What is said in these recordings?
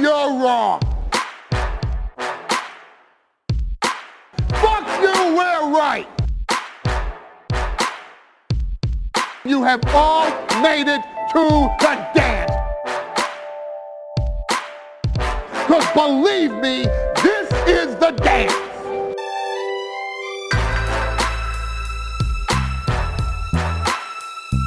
you're wrong. Fuck you, we're right. You have all made it to the dance. Cause believe me, this is the dance.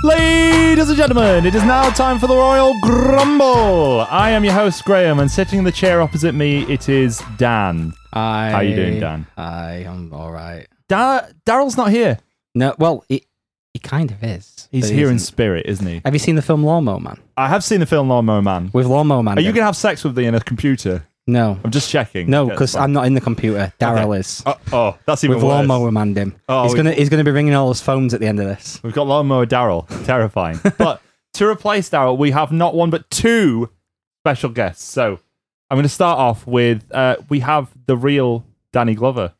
Ladies and gentlemen, it is now time for the Royal Grumble. I am your host, Graham, and sitting in the chair opposite me, it is Dan. I, How you doing, Dan? I am all right. Da- Daryl's not here. No, well, he, he kind of is. He's but he here in isn't. spirit, isn't he? Have you seen the film Lawnmower Man? I have seen the film Lawnmower Man. With Lawnmower Man. Are you in it. going to have sex with me in a computer? No, I'm just checking. no, Yeah, because that's I'm not in the computer. Daryl Okay. is. fine. Oh, oh, that's even With worse. Lawnmower Man, him. Oh, he's we- gonna he's gonna be ringing all his phones at the end of this. We've got Lawnmower Daryl. Terrifying. but to replace Daryl, we have not one but two special guests. So I'm going to start off with uh, we have the real Danny Glover.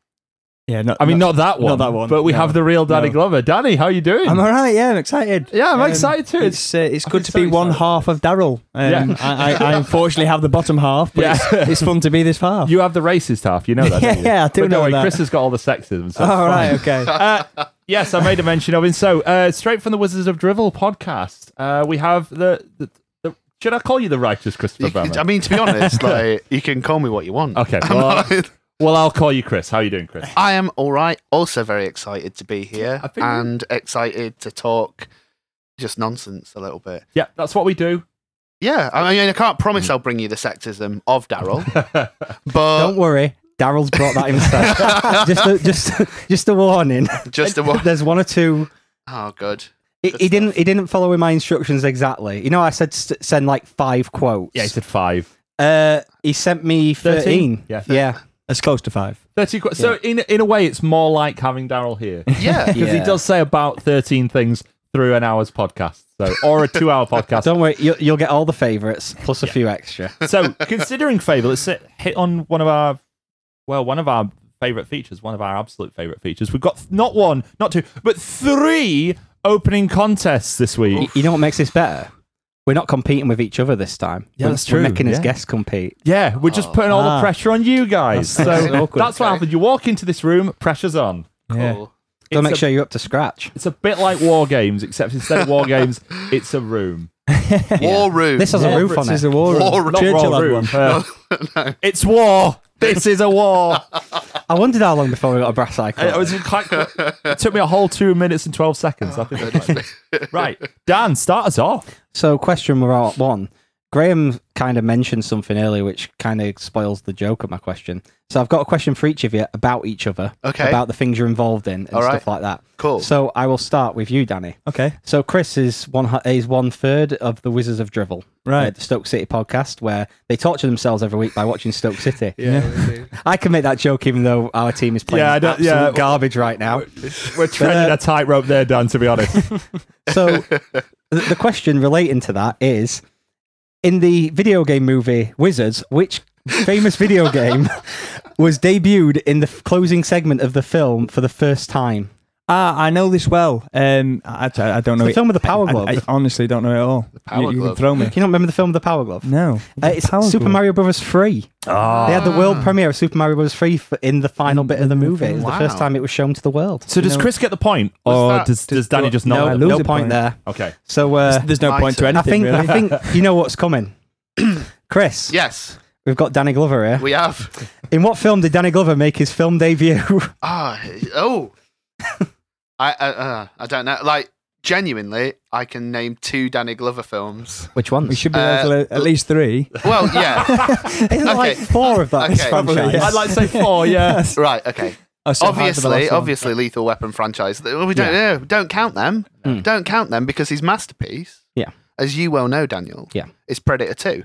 Yeah, no, I mean, not that one. Not that one. But we No. have the real Danny No. Glover. Danny, how you doing? I'm all right. Yeah, I'm excited. Yeah, I'm excited too. It's uh, it's good I'm to be so one excited. half of Daryl. Um, Yeah. I, I, I unfortunately have the bottom half, but Yeah. it's, it's fun to be this half. you have the racist half. You know that. don't you? Yeah, I do but know don't worry, that. Oh. Chris has got all the sexism. So all right, okay. uh, yes, I made a mention of him. So, uh, straight from the Wizards of Drivel podcast, uh, we have the, the, the. Should I call you the righteous Christopher You Bremer? can- I mean, to be honest, like you can call me what you want. okay. I'm Well, not- well, I'll call you Chris. How you doing, Chris? I am all right. Also, very excited to be here I think- and excited to talk just nonsense a little bit. Yeah, that's what we do. Yeah, I mean, I can't Mm. promise I'll bring you the sexism of Daryl, Don't but worry, Daryl's brought that himself. just a, just just a warning. just the one. There's one or two. Oh, good. He, he didn't. He didn't follow my instructions exactly. You know, I said s send like five quotes. Yeah, he said five. Uh, he sent me 13? thirteen. Yeah, yeah. It's close to five. 30 qu- So, in, in a way, it's more like having Daryl here. Yeah, Because he Yeah. does say about 13 things through an hour's podcast. So, or a two hour podcast. Don't worry, you'll, you'll get all the favourites plus a few extra. so considering Fable, let's hit- hit on one of our well, one of our favorite features, one of our absolute favorite features. We've got not one, not two, but three opening contests this Y- week. You know what makes this better? We're not competing with each other this time. Yeah, we're, that's We're true, making yeah. his guests compete. Yeah, we're just putting all the Ah. pressure on you guys. That's so awkward. that's what happens. You walk into this room, pressure's on. Yeah. Cool. So It's make a- sure you're up to scratch. It's a bit like war games, except instead of war games, it's a room. War room. This has Yeah. a roof on This is it. a war room. War room. Not Churchill Raw had room. one. Uh, It's war. This is a war. I wondered how long before we got a brass eye. I- I was quite quick. It took me a whole two minutes and twelve seconds. I think. that's right. right, Dan, start us off. So, question about one. Graham kind of mentioned something earlier, which kind of spoils the joke of my question. So, I've got a question for each of you about each other, Okay. about the things you're involved in and All stuff right. like that. Cool. So, I will start with you, Danny. Okay. So Chris is one hu- is one third of the Wizards of Drivel, Right. uh, the Stoke City podcast, where they torture themselves every week by watching Stoke City. yeah, I can make that joke even though our team is playing Yeah, I don't- absolute yeah. garbage right now. We're treading a tightrope there, Dan. To be honest, So th- the question relating to that is, in the video game movie Wizards, which famous video game was debuted in the f- closing segment of the film for the first time? Ah, I know this well. Um, I, I I don't know the it- film with the power I- glove. I, honestly don't know it all. The power you, you glove. Can throw me. Can you not remember the film The Power Glove? No. Uh, it's Power Super glove. Mario Brothers 3. They had the Ah. world premiere of Super Mario Bros. 3 f- in the final bit of the movie. It was the first Wow. time it was shown to the world. so does Chris get the point, or that- does, does Danny just No, not? no lose point, a point. there. Okay, So uh, There's no My point to turn. anything. I think really. I think you know what's coming. Chris, Yes, we've got Danny Glover here. we have. In what film did Danny Glover make his film debut? Ah, oh. I uh, uh, I don't know. Like genuinely, I can name two Danny Glover films. Which one? we should be Uh, able to at least three. Well, yeah. Isn't there like Okay. four of that in this Okay. franchise? Probably, yes. I'd like to say four. Yeah, right. Okay. Oh, so hard for the obviously, last one. obviously, Lethal Weapon franchise. Well, We don't no, don't count them. Don't count them because his masterpiece, Mm. Yeah. as you well know, Daniel, Yeah. is Predator Two.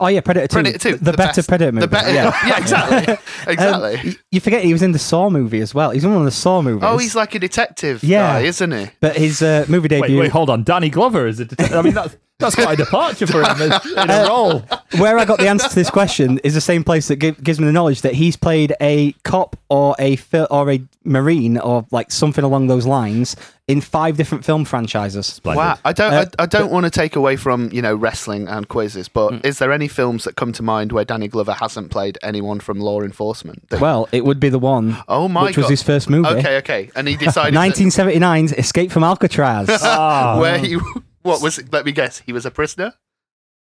Oh yeah, Predator 2. Predator Two, The, better best- Predator movie. The better, yeah. yeah. exactly, Um, exactly. y- you forget he was in the Saw movie as well. He's in one of the Saw movies. oh, he's like a detective Yeah. guy, isn't he? But his uh, movie wait, debut. wait, hold on. Danny Glover is a. Det- I mean, that's That's quite a departure for him as- in a role. Where I got the answer to this question is the same place that give, gives me the knowledge that he's played a cop or a fil- or a marine or like something along those lines in five different film franchises. Wow, I don't, Uh, I, I don't want to take away from you know wrestling and quizzes, but Mm. is there any films that come to mind where Danny Glover hasn't played anyone from law enforcement? That- Well, it would be the one. oh my which god, was his first movie. Okay, okay, and he decided that- 1979's Escape from Alcatraz. where he, what was? It? Let me guess, he was a prisoner.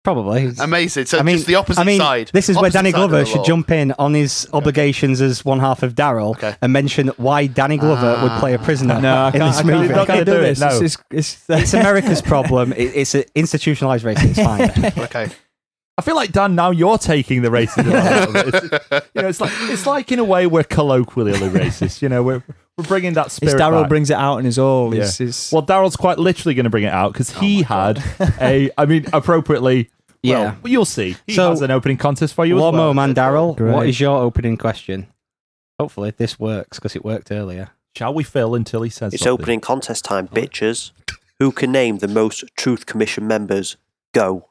Probably. Amazing. So just the opposite I mean, side. This is where Opposite Danny side of Glover the should law. jump in on his obligations as one half of Daryl Okay. and mention why Danny Glover would play a prisoner No, I in can't, I this can't, movie. I can't Not gonna do do it, this. no. It's, it's, It's America's problem. It, it's an institutionalized racism. It's fine. Okay. I feel like Dan. Now you're taking the racism. out of it. It's, you know, it's like it's like in a way we're colloquially racist. You know, we're we're bringing that it's spirit. Daryl back. brings it out in his all. Yeah. It's, it's, Well, Daryl's quite literally going to bring it out because he had a. I mean, appropriately. Yeah. Well, you'll see. He So- has an opening contest for you. as Lomo well. Man Daryl, what Great. is your opening question? Hopefully this works because it worked earlier. Shall we fill until he says? It's something? opening contest time, bitches. Who can name the most Truth Commission members? Go.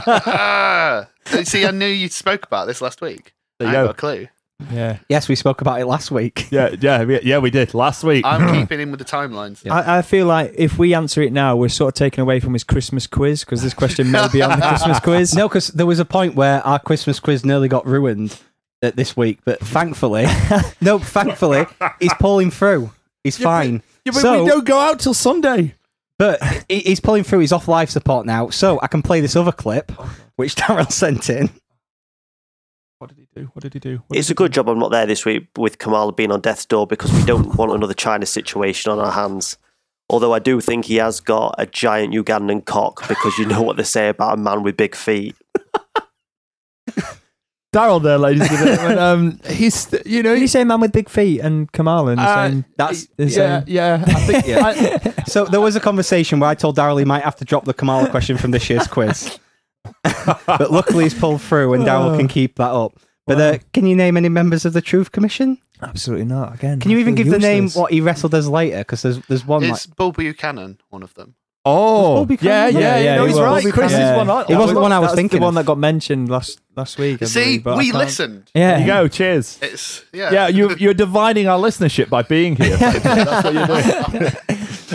Ah, see, I knew you spoke about this last week. There I you have go. got a clue. yeah. Yes, we spoke about it last week. Yeah, yeah, we- yeah. We did last week. I'm keeping in with the timelines. I, I feel like if we answer it now, we're sort of taken away from his Christmas quiz because this question may be on the Christmas quiz. No, because there was a point where our Christmas quiz nearly got ruined at this week, but thankfully, no, thankfully, he's pulling through. He's fine. Yeah, but So- we don't go out till Sunday. But he- he's pulling through. He's off life support now, so I can play this other clip which Daryl sent in. What did he do? What did he do? It's a good job I'm not there this week with Kamala being on death's door because we don't want another China situation on our hands. Although I do think he has got a giant Ugandan cock because you know what they say about a man with big feet. Daryl there, ladies and gentlemen. Um, he's you know Did you say man with big feet and Kamal and the Uh, same? That's the yeah same- yeah. I think I- so. There was a conversation where I told Daryl he might have to drop the Kamala question from this year's quiz, but luckily he's pulled through and Daryl can keep that up. But uh, can you name any members of the Truth Commission? Absolutely not. Again, Can you I even feel give the name useless. what he wrestled as later? Because there's there's one like It's Bull Buchanan, one of them. oh Bobby yeah Cannavale? yeah Yeah, yeah, yeah. No, he he's was. right. Bobby Chris Cannavale. is one. I- It wasn't the one I was That's thinking The one of. that got mentioned last last week. I See, believe, but I we can't- listened. Yeah, There you go. Cheers. It's yeah. Yeah, you, you're dividing our listenership by being here. That's what you're Oh,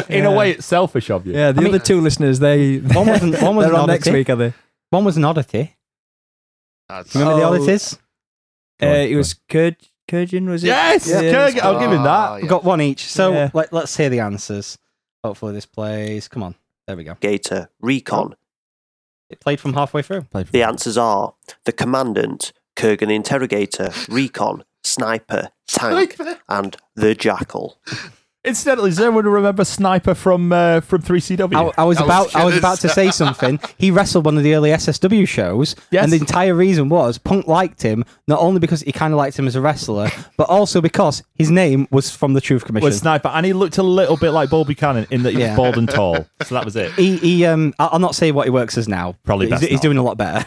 doing. In a way, it's selfish of you. Yeah, the I mean- other two listeners, they One was an- one was they're an on next oddity. week, are they? one was an oddity. That's- Remember Oh, the oddities? Go on, Uh, it go was Kurd, Kurgan, was it? Yes, Yeah, Kurgan, it's I'll give him that. Ah, yeah. We've got one each. So Yeah. let, let's hear the answers. Hopefully this plays. Come on, there we go. Gator, Recon. It played from halfway through. The answers are the Commandant, Kurgan the Interrogator, Recon, Sniper, Tank, Sniper. and the Jackal. Incidentally, does anyone remember Sniper from uh, from 3CW? I, I was I was about I was gonna about to say- say something. He wrestled one of the early SSW shows, Yes. and the entire reason was Punk liked him not only because he kind of liked him as a wrestler, but also because his name was from the Truth Commission. was Sniper, and he looked a little bit like Bull Buchanan in that he Yeah. was bald and tall. So that was it. he, he um, I- I'll not say what he works as now. Probably he's, best he's not. doing a lot better.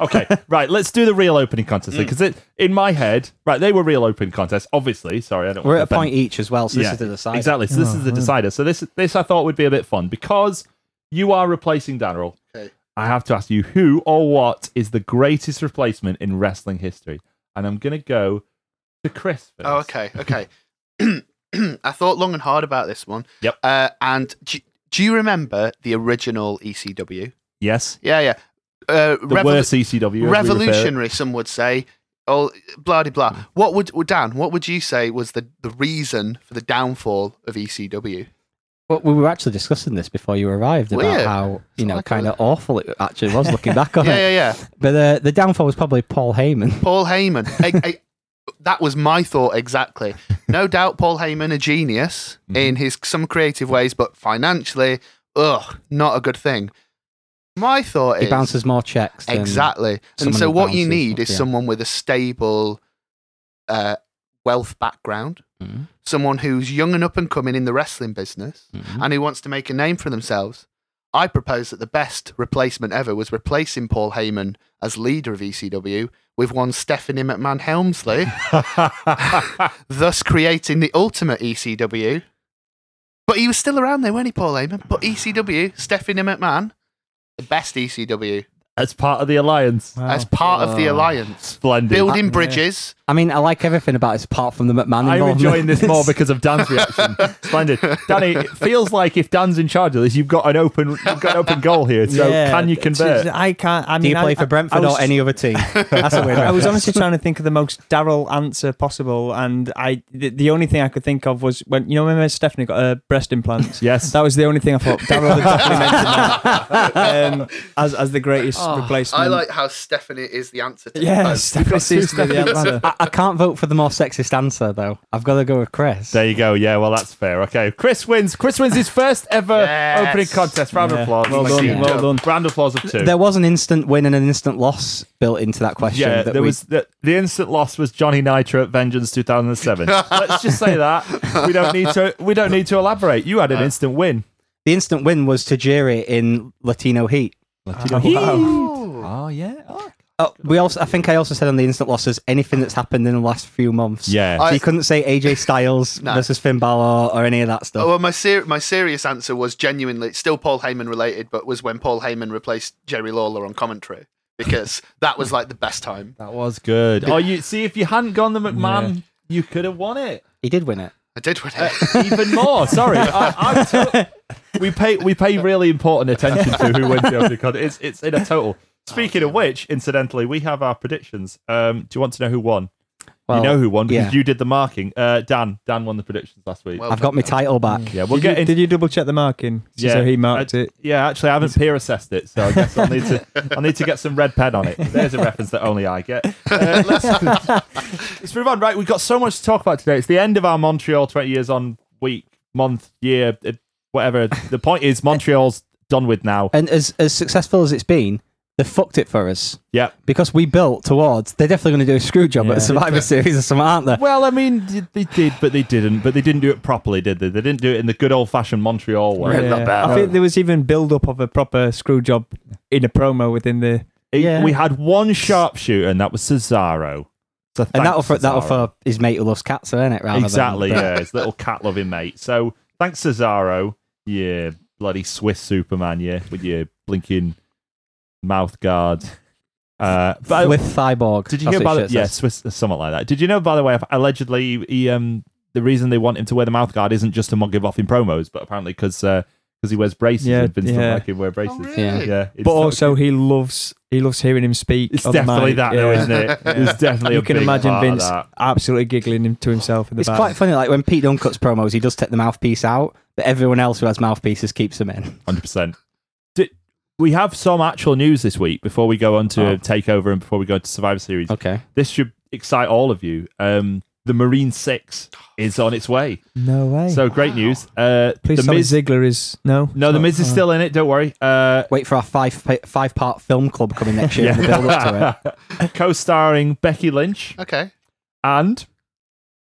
Okay, right. Let's do the real opening contest because it in my head, right, they were real opening contests. Obviously, sorry, I don't. We're want to at a offend- point Oh, each as well, so Yeah, this is the decide. Exactly. So this is the decider. So this this I thought would be a bit fun because you are replacing Daryl. Okay. I have to ask you who or what is the greatest replacement in wrestling history, and I'm gonna go to Chris. First. Oh, okay, okay. I thought long and hard about this one. Yep. Uh, and do, do you remember the original ECW? Yes. Yeah, yeah. Uh, The Revol- worst ECW. as we refer- revolutionary, some would say. Oh, blah de Hmm. blah. What would well, Dan? What would you say was the, the reason for the downfall of E ECW? Well, we were actually discussing this before you arrived about Weird. how you know like kind a- of awful it actually was looking back on Yeah, it. yeah, yeah. But uh, the downfall was probably Paul Heyman. Paul Heyman. I- I- that was my thought exactly. No doubt, Paul Heyman, a genius Mm-hmm. in his some creative ways, but financially, ugh, not a good thing. My thought He is bounces more checks. Than, exactly. And someone so, who what you bounces, need is yeah. someone with a stable uh, wealth background, Mhm. someone who's young and up and coming in the wrestling business, Mhm. and who wants to make a name for themselves. I propose that the best replacement ever was replacing Paul Heyman as leader of ECW with one Stephanie McMahon Helmsley, thus creating the ultimate ECW. E But he was still around there, weren't he, Paul Heyman? But ECW, Stephanie McMahon, the best ECW, as part of the alliance. as part of the alliance, Splendid. Oh, building bridges. I mean, I like everything about it apart from the McMahon I'm involvement. enjoying this more because of Dan's reaction. Splendid, Danny. It feels like if Dan's in charge of this, you've got an open, you've got an open goal here. So can you convert? I can't. I mean, Do you I- play I- for Brentford I was- or any other team? That's a weird I was reference. honestly trying to think of the most Daryl answer possible, and I the, the only thing I could think of was when you know remember Stephanie got her breast implants. Yes. that was the only thing I thought Daryl had definitely mentioned that um, as as the greatest replacement. Oh, I like how Stephanie is the answer to Yeah, Stephanie seems to be the answer. I, I can't vote for the more sexist answer though. I've got to go with Chris. There you go. Yeah, well, that's fair. Okay, Chris wins. Chris wins his first ever Yes. opening contest. Round of Yeah. applause. Well Thank done, you. well done. Round of applause of two. There was an instant win and an instant loss built into that question. yeah, that there we- was the, the instant loss was Johnny Nitro at Vengeance 2007. Let's just say that we don't need to we don't need to elaborate. You had an instant win. the instant win was Tajiri in Latino Heat. Oh yeah, oh. Uh, we also, I think I also said on the instant losses, anything that's happened in the last few months. Yeah. so I- you couldn't say AJ Styles No. versus Finn Balor or any of that stuff. Oh, well, my ser- my serious answer was genuinely it's still Paul Heyman related, but was when Paul Heyman replaced Jerry Lawler on commentary because that was like the best time. that was good. Oh, you see, if you hadn't gone the McMahon, you could have won it he did win it. I did win it. even more. Sorry, I, I took- we pay we pay really important attention to who wins the opening contest. It's it's in a total. Speaking of which, incidentally, we have our predictions. Um, do you want to know who won? Well, you know who won because yeah. you did the marking. Uh, Dan, Dan won the predictions last week. Well I've got my title back. yeah, we'll did, get you, into. did you double check the marking? so he marked I- it. Yeah, actually, I haven't peer assessed it, so I guess I'll need to. I will need to get some red pen on it. There's a reference that only I get. Uh, let's, let's move on. Right, we've got so much to talk about today. It's the end of our Montreal 20 years on week, month, year, uh, whatever. The point is, Montreal's done with now. And as as successful as it's been, they fucked it for us Yeah. because we built towards. They're definitely going to do a screw job at Yeah. a Survivor Series or something, aren't they? Well, I mean, d- they did, but they didn't. But they didn't do it properly, did they? They didn't do it in the good old fashioned Montreal way. Yeah. I think there was even build up of a proper screw job in a promo within the. It- Yeah. We had one sharpshooter, and that was Cesaro. So and that'll thanks, for that'll Cesaro. for his mate who loves cats, isn't it? Rather than- Exactly, but- yeah. His little cat loving mate. So thanks, Cesaro. Yeah, bloody Swiss Superman, yeah, with your blinking mouth guard. Uh, but with Cyborg. did you That's hear what about his it? shirt Yeah, says. Swiss, something like that. Did you know, by the way, allegedly, he, um, the reason they want him to wear the mouth guard isn't just to mug him off in promos, but apparently because he wears braces Yeah, and Vince doesn't yeah. like him wear braces. Yeah. Yeah, it's But not- also, he loves he loves hearing him speak. it's on the definitely mic. that, though, Yeah. isn't it? It's definitely You a can big imagine part of Vince that. absolutely giggling him to himself in the It's back. quite funny. Like when Pete Dunne cuts promos, he does take the mouthpiece out, but everyone else who has mouthpieces keeps them in. hundred percent. We have some actual news this week before we go on to Oh. Takeover and before we go to Survivor Series. Okay. This should excite all of you. Um, the Marine Six is on its way, no way. so great news. Uh, Please the tell me Miz, Ziggler is no. no, the Oh, Miz is alright. still in it. Don't worry. Uh, Wait for our five pa- five part film club coming next year. Yeah. and the build up to it. co-starring Becky Lynch okay. and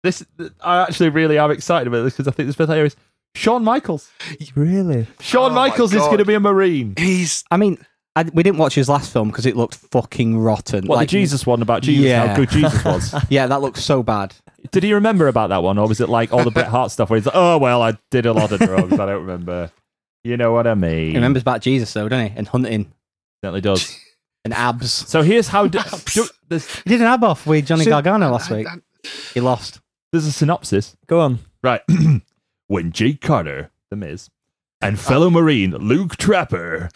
this. I actually really am excited about this because I think this player is Shawn Michaels. Really? Shawn Oh my Michaels is God. going to be a Marine. He's I mean, I, we didn't watch his last film because it looked fucking rotten. What the Jesus one about Jesus? How Yeah. good Jesus was. Yeah, that looks so bad. Did he remember about that one, or was it like all the Bret Hart stuff where he's like, "Oh well, I did a lot of drugs. I don't remember." You know what I mean? He remembers about Jesus though, doesn't he? And hunting definitely does. and abs. So here's how. d do- there's, He did an ab off with Johnny So- Gargano last week. He lost. there's a synopsis. Go on. Right. when Jake Carter, The Miz, and fellow Marine Luke Trapper,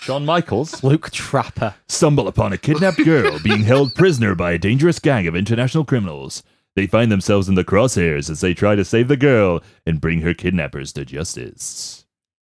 Shawn Michaels, Luke Trapper. stumble upon a kidnapped girl being held prisoner by a dangerous gang of international criminals. They find themselves in the crosshairs as they try to save the girl and bring her kidnappers to justice.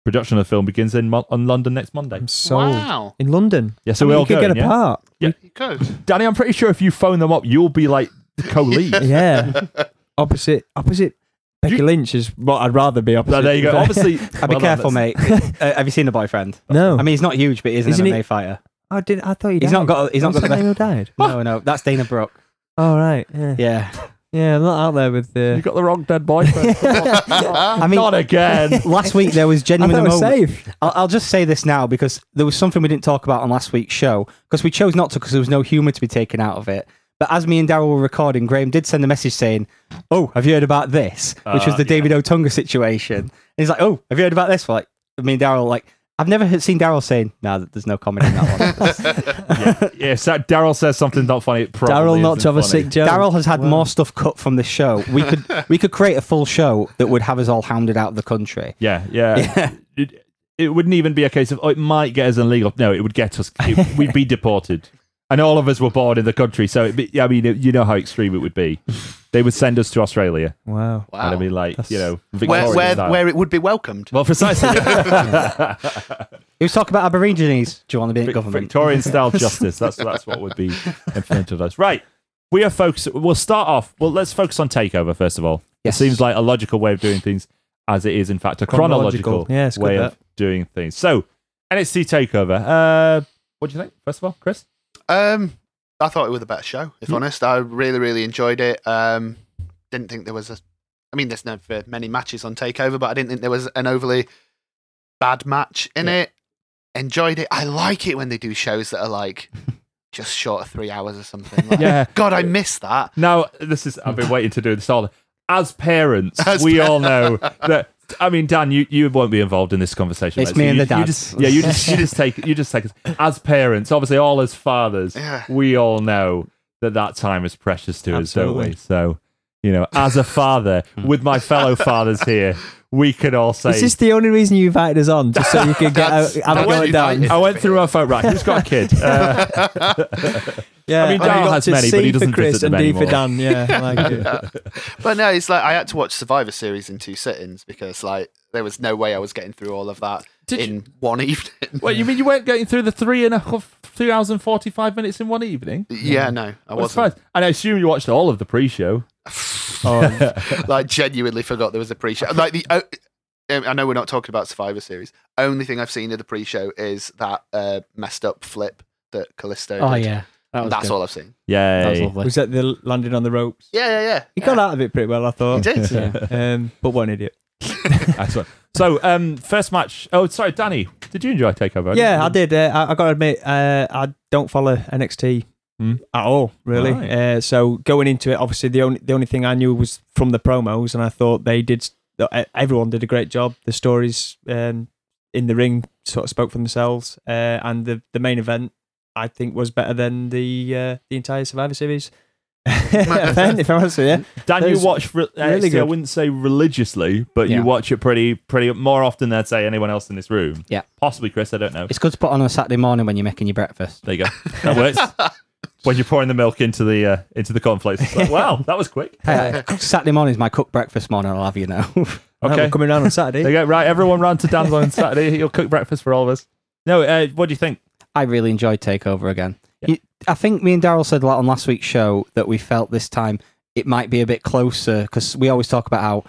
Production of the film begins in Mon- on London next Monday. I'm sold. wow. In London. Yeah, so I mean, we're you all could going, get yeah? a part. You could. Danny, I'm pretty sure if you phone them up, you'll be like the co-lead. Yeah. opposite. Opposite. Becky Lynch is what I'd rather be opposite. No, there you go. to be Obviously, fair. I'd be careful, mate. uh, have you seen the boyfriend? No. I mean, he's not huge, but he is an Isn't MMA he- fighter. I did. I thought he. He's died. not got. He's not What's got the. the name who died. No, no, that's Dana Brooke. All right. Yeah. Yeah. Yeah. I'm not out there with the. You got the wrong dead boyfriend. I mean, Not again. last week there was I genuine thought it was moment. safe. I'll, I'll just say this now because there was something we didn't talk about on last week's show because we chose not to because there was no humour to be taken out of it. But as me and Daryl were recording, Graham did send a message saying, "Oh, have you heard about this?" Which was Uh, the David Otunga situation. And he's like, "Oh, have you heard about this?" Like me and Daryl, like I've never heard- seen Daryl saying, "No, th- there's no comment in that one." yeah, yeah. So Daryl says something not funny. It probably Daryl not isn't to have a funny. sick joke. Daryl has had more stuff cut from this show. We could we could create a full show that would have us all hounded out of the country. Yeah, yeah. It, it wouldn't even be a case of oh, it might get us illegal. No, it would get us. It, we'd be deported, and all of us were born in the country. So it'd be, I mean, you know how extreme it would be. They would send us to Australia, Wow. Wow. and I'd be like, you know, Victorian where, where, style. where it would be welcomed. Well, precisely, He was talking about Aborigines. Do you want to be in Vic- government? Victorian style justice. That's that's what would be in front of us. Right. We are focus. We'll start off. Well, let's focus on takeover first of all. Yes. It seems like a logical way of doing things, as it is in fact a Chronological. chronological, Yeah, it's good, way of that. doing things. So NXT takeover. Uh, what do you think? First of all, Chris. Um, I thought it was the best show. If Hmm. honest, I really, really enjoyed it. Um, didn't think there was a. I mean, there's never many matches on Takeover, but I didn't think there was an overly bad match in it. Enjoyed it. I like it when they do shows that are like just short of three hours or something. Like, Yeah. God, I miss that. Now this is. I've been waiting to do this all. As parents, As we pa- all know that. I mean, Dan, you, you won't be involved in this conversation. It's mate, me and you, the you dads. just, yeah, you just you just take you just take us as parents. Obviously, all as fathers, Yeah. we all know that that time is precious to us, don't Absolutely. we? So, you know, as a father with my fellow fathers here, we can all say. Is this the only reason you invited us on? Just so you could get out, That's- have a that's go what at Dan. invited. I went through my phone. Right, who's got a kid? Uh, Yeah, I mean, and Daryl has got to many, but C he doesn't for Chris visit them and D for anymore. Dan. Yeah, I like it. But no, it's like I had to watch Survivor Series in two sittings because like there was no way I was getting through all of that Did in one evening. wait, you mean you weren't getting through the three and a half, two hours and forty-five minutes in one evening? yeah, no, I Well, it's wasn't. fine. And I assume you watched all of the pre-show. like genuinely forgot there was a pre-show. Like the, oh, I know we're not talking about Survivor Series. Only thing I've seen of the pre-show is that uh, messed up flip that Callisto. Oh did. yeah, that was that's good. all I've seen. Yeah, That was lovely. Was that the landing on the ropes? Yeah, yeah, yeah. He got out of it pretty well, I He thought. did. Um, but what an idiot. Excellent. So, um, first match. Oh, sorry, Danny. Did you enjoy Takeover? Yeah, I did. Uh, I, I got to admit, uh, I don't follow NXT Hmm. at all, really. Right. Uh, so going into it, obviously the only the only thing I knew was from the promos, and I thought they did. that e- Everyone did a great job. The stories um, in the ring sort of spoke for themselves, uh, and the the main event I think was better than the uh, the entire Survivor Series. event, if I'm honest with you. Dan, you Those- watch. Re- really NXT, I good. wouldn't say religiously, but Yeah. you watch it pretty, pretty more often than I'd say anyone else in this room. Yeah. Possibly Chris. I don't know. It's good to put on a Saturday morning when you're making your breakfast. There you go. That works. when you're pouring the milk into the uh, into the cornflakes, it's like, wow, that was quick. Hey, uh, Saturday morning is my cook breakfast morning. I'll have you know. No, Okay. we're coming around on There Saturday. you go. Right, everyone round to Dan's on Saturday. He'll cook breakfast for all of us. No, uh, what do you think? I really enjoyed Takeover again. You- I think me and Daryl said a lot on last week's show that we felt this time it might be a bit closer because we always talk about how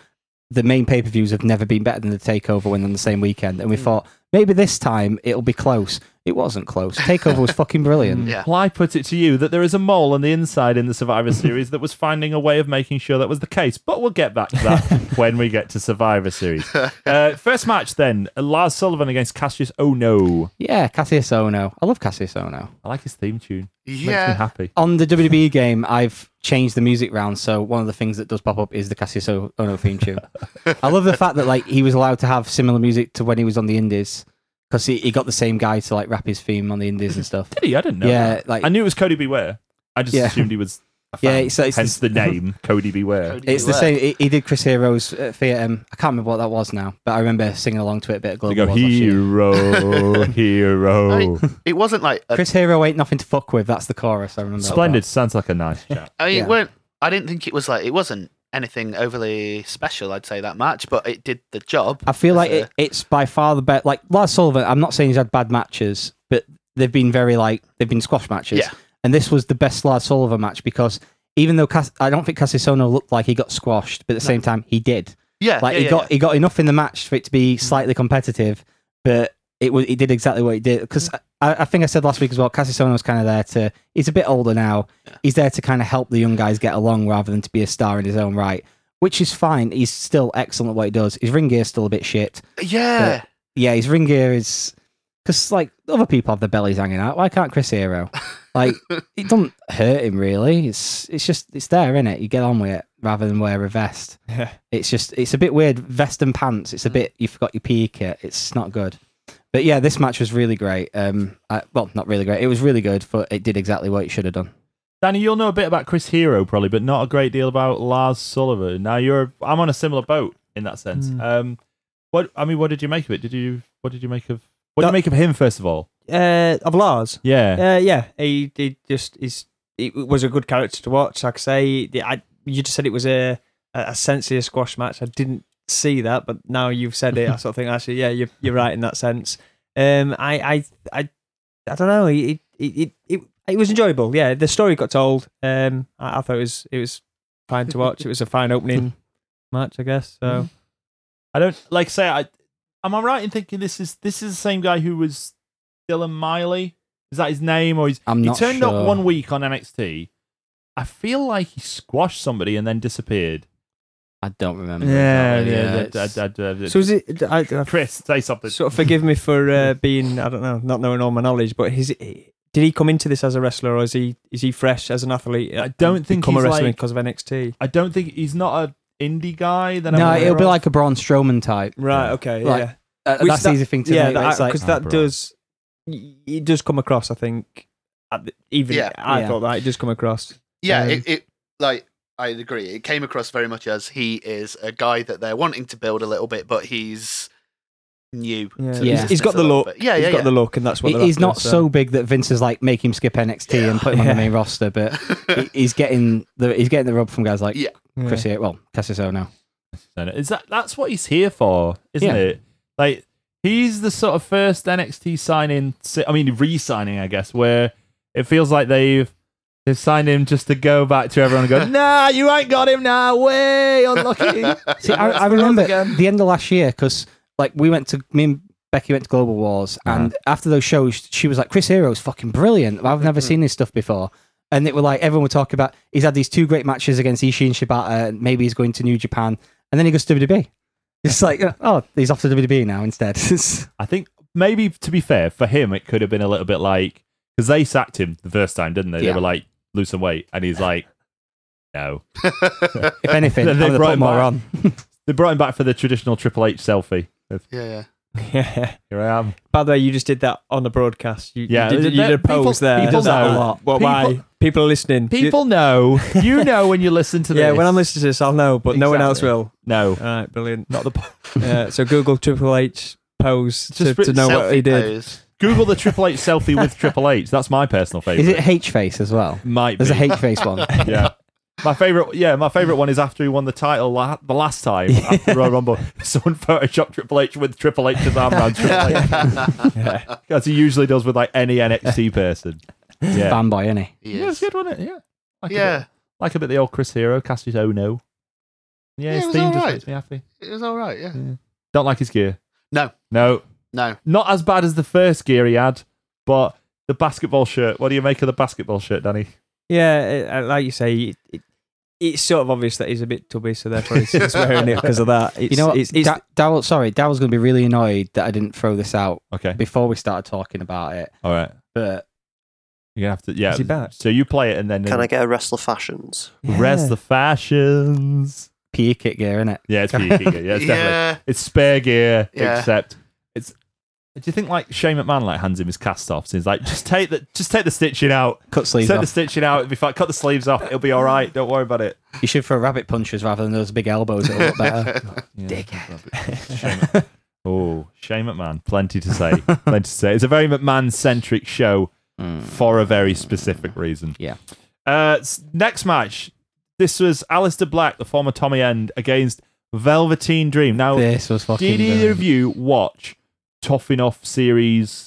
the main pay per views have never been better than the Takeover when on the same weekend, and we thought maybe this time it'll be close. It wasn't close. Takeover was fucking brilliant. Yeah. Well, I put it to you that there is a mole on the inside in the Survivor Series that was finding a way of making sure that was the case. But we'll get back to that when we get to Survivor Series. Uh, first match then Lars Sullivan against Cassius Oh No. Yeah, Cassius Ono. I love Cassius Ono. I like his theme tune. Makes me Yeah. happy. On the WWE game, I've changed the music round, so one of the things that does pop up is the Cassius O- Ono theme tune. I love the fact that like he was allowed to have similar music to when he was on the Indies because he, he got the same guy to like rap his theme on the Indies and stuff. Did he? I didn't know. yeah, that. like I knew it was Cody Beware. I just Yeah. assumed he was a Yeah, fan. it's- it's hence the name Cody Beware. it's the same. He, he did Chris Hero's uh, theatre. Um, I can't remember what that was now, but I remember singing along to it a bit. At They Global go Wars last year. hero, I hero. mean, it wasn't like a, Chris Hero ain't nothing to fuck with. That's the chorus. I remember. that Splendid. Sounds like a nice chat. I mean, yeah. it weren't. I didn't think it was like it wasn't anything overly special. I'd say that much, but it did the job. I feel as like a- it, it's by far the best. Like Lars Sullivan, I'm not saying he's had bad matches, but they've been very like they've been squash matches. Yeah. And this was the best Lars Sullivan match because even though Cass- I don't think Cassisono looked like he got squashed, but at the same time he did. yeah, Like yeah, he yeah, got yeah. he got enough in the match for it to be slightly competitive, but it was it did exactly what it did because Mm-hmm. I, I think I said last week as well. Cassisono's kind of there to he's a bit older now. He's there to kind of help the young guys get along rather than to be a star in his own right, which is fine. He's still excellent at what he does. His ring gear's still a bit shit. yeah. Yeah, his ring gear is because like other people have their bellies hanging out. Why can't Chris Hero? Like it doesn't hurt him really. It's it's just it's there, isn't it? You get on with it rather than wear a vest. Yeah. Mm. It's just it's a bit weird. Vest and pants. It's a bit you forgot your PE kit. It's not good. But yeah, this match was really great. Um, I, well, not really great. It was really good, but it did exactly what it should have done. Danny, you'll know a bit about Chris Hero probably, but not a great deal about Lars Sullivan. Now you're, I'm on a similar boat in that sense. Hmm. Um, what I mean, what did you make of it? Did you, what did you make of, what did you That- make of him first of all? Uh, of Lars. Yeah, Uh, yeah, he, he just is. He was a good character to watch. Like I say, the- I, you just said it was a a, a sensitive squash match. I didn't see that, but now you've said it, I sort of think actually, yeah, you're you're right in that sense. Um, I I I, I don't know. It it, it it it was enjoyable. Yeah, the story got told. Um, I, I thought it was it was fine to watch. It was a fine opening match, I guess. So I don't like say I. Am I right in thinking this is this is the same guy who was Dylan Miley? Is that his name or he's I'm he not turned sure. up one week on NXT? I feel like he squashed somebody and then disappeared. uh, I don't remember. exactly, yeah. Oh, it's- I- I- I- I- so is it? I, I uh, Chris, say something. sort of forgive me for uh, being I don't know not knowing all my knowledge, but his did he come into this as a wrestler or is he is he fresh as an athlete? I don't think become he's a wrestler like- because of NXT. I don't think he's not a indie guy. Then no, it'll be like a Braun Strowman type. Right. Okay. Like, yeah. Uh, Which that's that- the easy thing to yeah. make. where it's Because like, that, Oh, bro. does y- it does come across. I think at the- even Yeah. I Yeah. thought that it does come across. Yeah, Um, it, it like I agree. It came across very much as he is a guy that they're wanting to build a little bit, but he's new. Yeah. to the Yeah. business He's got a the little look. bit. Yeah, he's yeah, got yeah. the look, and that's what He- they're he's after, not so. big that Vince has like make him skip NXT and put him on Yeah. the main roster, but he- he's getting the he's getting the rub from guys like Yeah. Yeah. Chris here. Well, Cassius now. And Is that that's what he's here for, isn't Yeah. it? Like he's the sort of first NXT signing. I mean, re-signing, I guess, where it feels like they've they've signed him just to go back to everyone and go, "Nah, you ain't got him now. Way unlucky." See, I, I remember the end of last year because like we went to me and Becky went to Global Wars, and after those shows, she was like, "Chris Hero's fucking brilliant. I've never seen his stuff before." And it were like everyone would talk about he's had these two great matches against Ishii and Shibata, and maybe he's going to New Japan, and then he goes to WWE. It's like, oh, he's off to WWE now instead. It's- I think maybe to be fair for him, it could have been a little bit like because they sacked him the first time, didn't they? They Yeah. were like, "Lose some weight," and he's like, "No." if anything, They I'm gonna brought put him more back. on. They brought him back for the traditional Triple H selfie. Of, yeah, yeah. Yeah. Here I am. By the way, you just did that on the broadcast. You, Yeah, you did, you that- did a people- pose there. people Does that know. a lot. What, why? People- People are listening. You- People know. You know when you listen to this. yeah, when I'm listening to this, I'll know, but no one else Exactly. will. No. All right, brilliant. Not the Uh, so Google Triple H pose to, Just to know what he Selfie did. pose. Google the Triple H selfie with Triple H. That's my personal favorite. Is it H face as well? Might There's be. a H face one. yeah. My favorite, yeah, my favorite one is after he won the title la- the last time after Royal Rumble. Someone photoshopped Triple H with Triple H's arm around Triple H, Oh, Yeah. as he usually does with like any NXT person. Yeah, Fanboy, isn't he? He yeah, it was is. good, wasn't it? Yeah, like a Yeah, bit, like a bit the old Chris Hero, Cassius Oh No. Yeah, Yeah, it his was theme just alright. makes me happy. it was all right. Yeah, Don't like his gear. No. no, no, not as bad as the first gear he had, but the basketball shirt. What do you make of the basketball shirt, Danny? Yeah, uh, uh, like you say, it, it, it's sort of obvious that he's a bit tubby, so therefore he's, he's wearing it because of that. It's, You know what? It's, it's, Da- Darryl, sorry, Daryl's going to be really annoyed that I didn't throw this out Okay, before we started talking about it. all right. But You're gonna have to, yeah. Is he back? So you play it and then Can I get a wrestler fashions? rest the fashions. PE kit E gear, innit? Yeah, it's PE gear. Yeah, it's definitely yeah. it's spare gear. Yeah. Except it's. Do you think like Shane McMahon like hands him his cast offs? He's like, just take the just take the stitching out, Cut sleeves take off. the stitching out. It'll be fine. Cut the sleeves off. It'll be all right. Don't worry about it. You should throw rabbit punches rather than those big elbows. It'll look better. Shane- oh, Shane McMahon. Plenty to say. Plenty to say. It's a very McMahon centric show for a very specific reason. Yeah. Uh, s- next match. This was Alistair Black, the former Tommy End, against Velveteen Dream. Now, this was fucking. did either Oh, of brilliant. you watch Tough Enough series?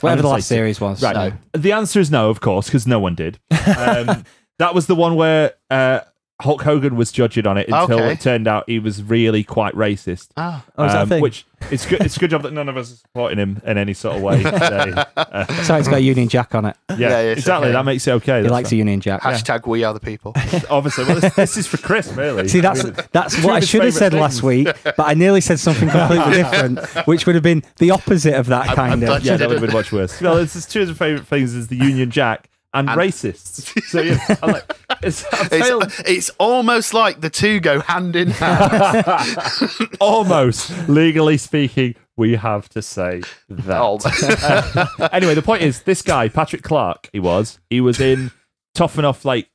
Whatever the I'm last gonna series was. Right. No. The answer is no, of course, because no one did. Um, that was the one where uh, Hulk Hogan was judging on it until Okay. it turned out he was really quite racist. Um, Ah, oh, is that a thing? Which it's good. It's a good job that none of us are supporting him in any sort of way. Today. Uh, Sorry, it's got a Union Jack on it. yeah, it's exactly. okay. That makes it okay. He That's likes a Union Jack. hashtag we are the people. right. obviously. Well, this, this is for Chris, really. See, that's I mean, that's two what of I his should have said favourite last week, but I nearly said something completely different, which would have been the opposite of that I'm kind glad of. you yeah, that did would have it. been much worse. Well, it's, it's two of his favorite things: is the Union Jack and, racists. So yeah, I'm like, it's, I'm saying- It's, it's almost like the two go hand in hand. almost legally speaking, we have to say that. Oh, anyway, the point is, this guy Patrick Clark, he was, he was in tough enough like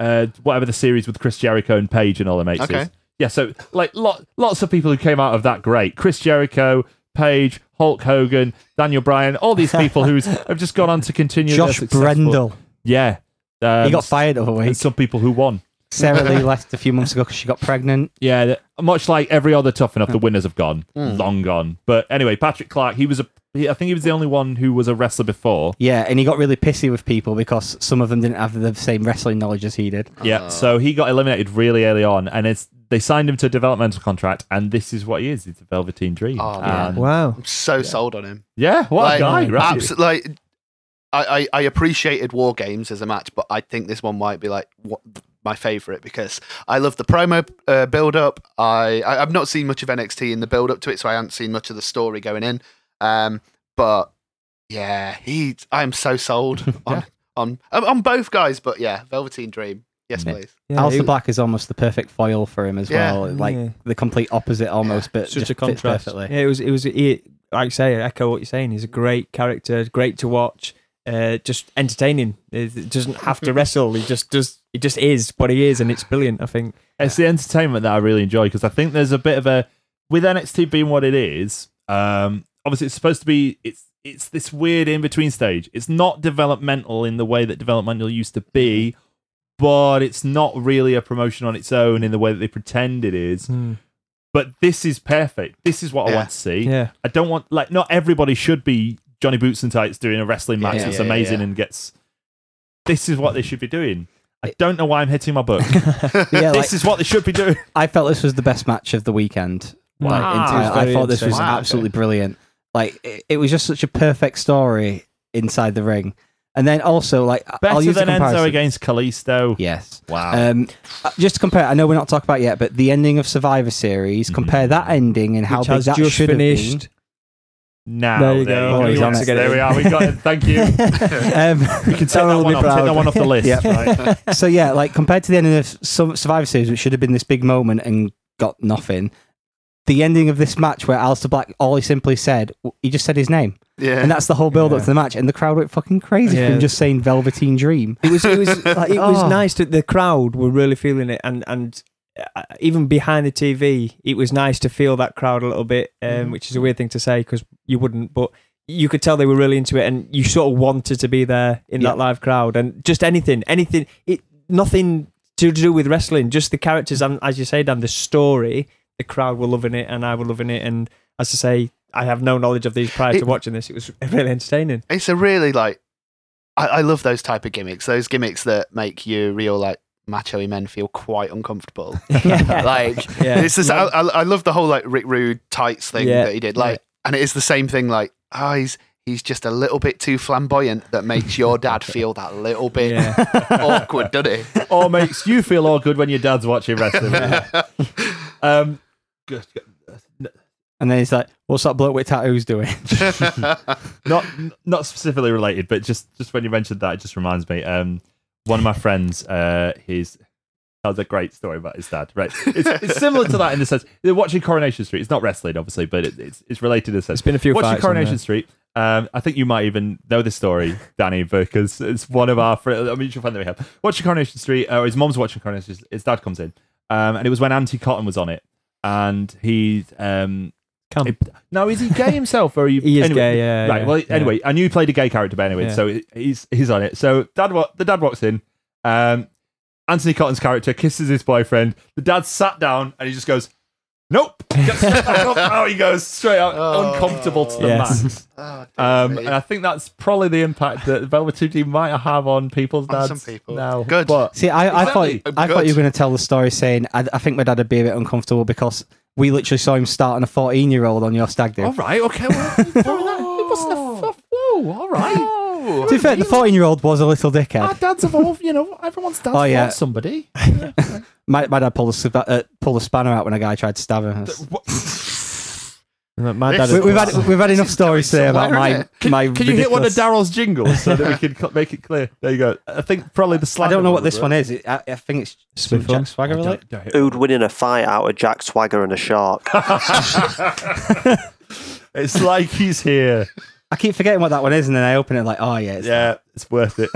uh, whatever the series with Chris Jericho and Paige and all the mates. is. Okay. Yeah, so like lot, lots of people who came out of that great. Chris Jericho, Paige, Hulk Hogan, Daniel Bryan, all these people who have just gone on to continue. their Josh successful- Brendel. Yeah. Um, He got fired the other and week. some people who won. Sarah Lee left a few months ago because she got pregnant. Yeah, th- much like every other Tough Enough, Hmm. the winners have gone, long gone. But anyway, Patrick Clark, he was a, he, I think he was the only one who was a wrestler before. Yeah, and he got really pissy with people because some of them didn't have the same wrestling knowledge as he did. Yeah, so he got eliminated really early on, and it's they signed him to a developmental contract, and this is what he is. It's a Velveteen Dream. Oh, man. And- um, Wow. I'm so sold on him. yeah, what a like, guy, right? abso- like, I, I, I appreciated War Games as a match, but I think this one might be like what, my favorite because I love the promo uh, build up. I, I I've not seen much of NXT in the build up to it, so I haven't seen much of the story going in. Um, but yeah, he I'm so sold on on, on on both guys. But yeah, Velveteen Dream, yes Yeah. please. Yeah, Alistair he- Black is almost the perfect foil for him as Yeah. well. Like Yeah. the complete opposite almost, but such just a contrast. Fits perfectly. Yeah, it was. It was. He, like I say, I echo what you're saying. He's a great character, great to watch, uh, just entertaining. It it doesn't have to wrestle. He just does. He just is what he is, and it's brilliant. I think. It's the entertainment that I really enjoy because I think there's a bit of a with NXT being what it is. Um, obviously, it's supposed to be it's it's this weird in between stage. It's not developmental in the way that developmental used to be, Mm-hmm. but it's not really a promotion on its own in the way that they pretend it is. Hmm. But this is perfect. This is what I Mm-hmm. Yeah. want to see. Yeah. I don't want like not everybody should be Johnny Boots and Tights doing a wrestling match Yeah, that's yeah, yeah, amazing yeah. and gets. This is what they should be doing. I don't know why I'm hitting my book. yeah, like, this is what they should be doing. I felt this was the best match of the weekend. Wow. Like, in Wow. terms- I thought this was Wow, okay. absolutely brilliant. Like it, it was just such a perfect story inside the ring, and then also like I- I'll Better use the than Enzo comparison. against Kalisto. Yes. Wow. Um, uh, just to compare, I know we're not talking about it yet, but the ending of Survivor Mm-hmm. Series. Compare that ending and how Which big has that just should have finished. now there you go. There, Oh, he's you on go. it. there we are. We got it. Thank you. You been. Um, can take that, one off, take that one off the list. Yep. right. so yeah, like compared to the ending of Su- Survivor Series, which should have been this big moment and got nothing. The ending of this match, where Alistair Black, all he simply said, he just said his name, Yeah, and that's the whole build up Yeah. to the match, and the crowd went fucking crazy Yeah. from just saying "Velveteen Dream." It was. It was. like, it was Oh. nice that the crowd were really feeling it, and and uh, even behind the TV, it was nice to feel that crowd a little bit, um, which is a weird thing to say because you wouldn't, but. You could tell they were really into it, and you sort of wanted to be there in Yeah. that live crowd, and just anything, anything, it nothing to do with wrestling, just the characters, and as you say, Dan, the story. The crowd were loving it, and I were loving it, and as I say, I have no knowledge of these prior It- to watching this. It was really entertaining. it's a really like I, I love those type of gimmicks those gimmicks that make you real like macho men feel quite uncomfortable like Yeah. it's this I, I, I love the whole like rick rude tights thing Yeah, that he did like and it is the same thing like ah he's he's just a little bit too flamboyant that makes your dad feel that little bit awkward doesn't he Or makes you feel all good when your dad's watching wrestling. um, good- good. And then he's like, "What's that bloke with tattoos doing?" not n- not specifically related, but just just when you mentioned that, it just reminds me. Um, one of my friends, uh, his tells a great story about his dad. Right, it's, it's similar to that in the sense they're watching Coronation Street. It's not wrestling, obviously, but it, it's it's related in a sense. There's been a few Watching fights on Coronation there. Street. Um, I think you might even know this story, Danny, because it's one of our friends, a mutual friend that we have. Watching Coronation Street, or his mom's watching Coronation Street, his dad comes in. Um, and it was when Auntie Cotton was on it. And he um, Come. it- now, is he gay himself or are you? He is anyway, gay, yeah, Right. yeah, well, yeah. anyway, I knew he played a gay character, but anyway, Yeah. so he's he's on it. So dad, wa- the dad walks in. Um, Anthony Cotton's character kisses his boyfriend. The dad sat down and he just goes, "Nope." Gets straight back up. Out he goes straight out, Oh. uncomfortable to the Yes. max. Oh, dear Um, me. and I think that's probably the impact that Velveteen Dream might have on people's On dads. some people. now. Good. But See, I, Exactly. I thought I Good. thought you were going to tell the story saying, I, "I think my dad would be a bit uncomfortable because we literally saw him starting a fourteen-year-old on your stag do." all right, okay. Well, it wasn't a f- whoa. All right. to be fair, the fourteen-year-old was a little Our dickhead. dads have all, you know, everyone's dad's Oh, oh, yeah. somebody. My, my dad pulled a, sp- uh, pulled a spanner out when a guy tried to stab him. That's- What? My my This dad. is- had We, we've that. had we've had enough stories today about my my. Can you hit one of ridiculous- Daryl's jingles so that we can co- make it clear? There you go. I think probably the I slide. don't know what this one is. It- I, I think it's some Smith one. Jack Swagger related. Who'd win in a fight out of Jack Swagger and a shark? It's like he's here. I keep forgetting what that one is, and then I open it like, oh yeah, it's Yeah, it's worth it.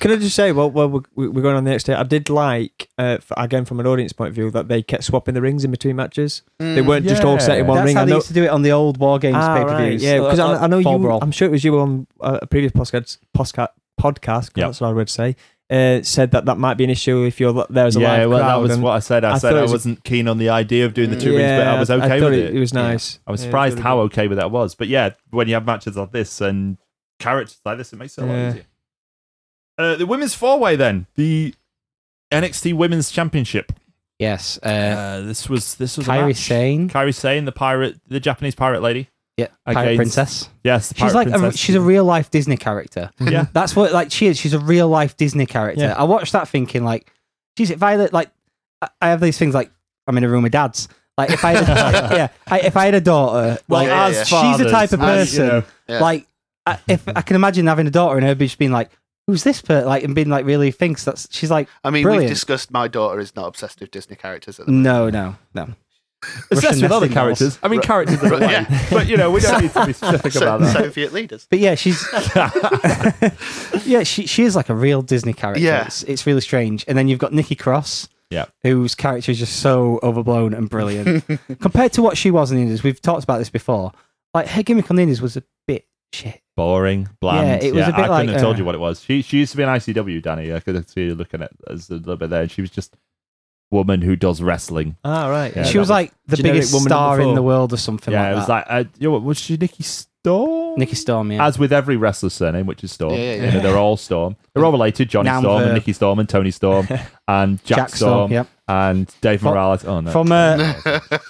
Can I just say, well, well, we're, we're going on the next day. I did like, uh, f again, from an audience point of view, that they kept swapping the rings in between matches. They weren't just all set Mm. in Yeah. one That's ring. how I they know- used to do it on the old War Games Ah, pay per right, views. yeah, because uh, I, I know Fall you. Brawl. I'm sure it was you on uh, a previous podcast. Podcast. Podcast. Yeah. That's what I would say. Uh, said that that might be an issue if you're there's a yeah, live well, that crowd was and- what I said. I, I said thought it I was- wasn't keen on the idea of doing the two rings, but I was okay thought with it. it. It was Yeah. nice. I was Yeah, it surprised really how good. okay with that was. But yeah, when you have matches like this and characters like this, it makes it a Yeah. lot easier. Uh, the women's four way then the NXT Women's Championship. Yes, uh, Uh, this was this was a Kairi match. Sane, Kairi Sane, the pirate, the Japanese pirate lady. yeah, Against- Pirate Princess. Yes, the She's pirate like a, princess. she's a real life Disney character. yeah. That's what like she is. She's a real life Disney character. Yeah. I watched that thinking like, geez, if I had- like, I- I have these things like I'm in a room with dads. Like if I had a, yeah, I, if I had a daughter, Well, like, yeah, as yeah. she's the fathers, type of as, you person know, Yeah. like I, if I can imagine having a daughter and her just being like, who's this person? Like and being like really thinks that's she's like I mean, brilliant. Mm. we've discussed my daughter is not obsessed with Disney characters at the no, no, no. obsessed Russian with other nesting dolls. characters. I mean, Right. characters in a Right, way. yeah. But you know, we don't need to be specific about so, that. Soviet leaders. But yeah, she's yeah, she she is like a real Disney character. Yeah. It's, it's really strange. And then you've got Nikki Cross, Yeah. whose character is just so overblown and brilliant compared to what she was in Indies. We've talked about this before. Like her gimmick on Indies was a bit shit. boring, bland. Yeah, it was a bit I couldn't like, have told uh, you what it was. She she used to be an ICW, Danny. I could see you looking at us a little bit there, and she was just woman who does wrestling. Ah, right. Yeah, she was, that like the generic biggest woman star in before. the world or something yeah, like it that. was like uh, you know, what, was she Nikki Storm? Nikki Storm, yeah. As with every wrestler's surname, which is Storm, Yeah, yeah, You know, they're all Storm. They're all related: Johnny Namver. Storm and Nikki Storm and Tony Storm and Jack, Storm, yep. and Dave From- Morales. Oh no, From uh,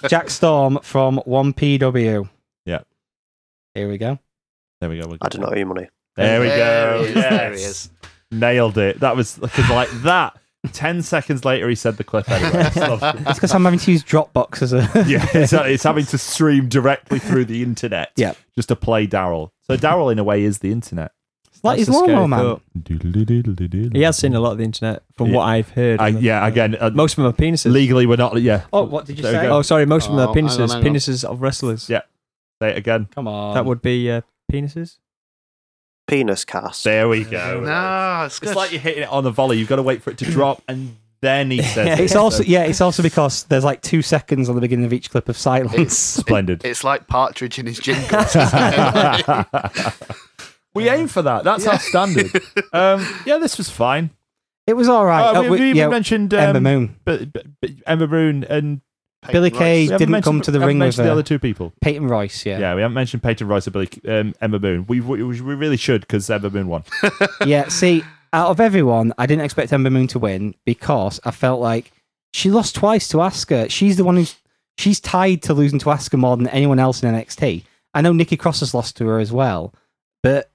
Jack Storm from 1PW. Yeah. Here we go. there we go. We'll- I don't know any money. There we There go. he is, there Yes. he is. Nailed it. That was 'cause like that. Ten seconds later, he said the clip anyway. Love- That's because I'm having to use Dropbox as a. yeah, it's, uh, it's having to stream directly through the internet. Yeah. just to play Daryl. So Daryl, in a way, is the internet. like his That's a scary lawnmower man. thought. He has seen a lot of the internet from Yeah. what I've heard. I, and yeah, again, uh, Most of them are penises. legally we're not. Yeah, Oh, what did you There we say? go. Oh, sorry. Most of them Oh, are hang on, penises. hang on. Penises of wrestlers. Yeah. say it again. Come on. That would be uh, penises. Penis cast. There we go. No, it's it's good. like you're hitting it on a volley. You've got to wait for it to drop, and then he says, It's it. So, also yeah. It's also because there's like two seconds on the beginning of each clip of silence. splendid. it's like Partridge in his jingles. we aim for that. That's our standard. Um, yeah, this was fine. It was all right. Oh, Oh, we, we- we, we yeah, mentioned um, Ember Moon. but, but, but Ember Moon and Billy Peyton Kay Royce. we haven't didn't mentioned- come to the haven't ring with mentioned the her. other two people. Peyton Royce. Yeah. yeah. Yeah, we haven't mentioned Peyton Royce or Billy, um, Ember Moon. We, we we really should because Ember Moon won. See, out of everyone, I didn't expect Ember Moon to win because I felt like she lost twice to Asuka. She's the one who's she's tied to losing to Asuka more than anyone else in NXT. I know Nikki Cross has lost to her as well, but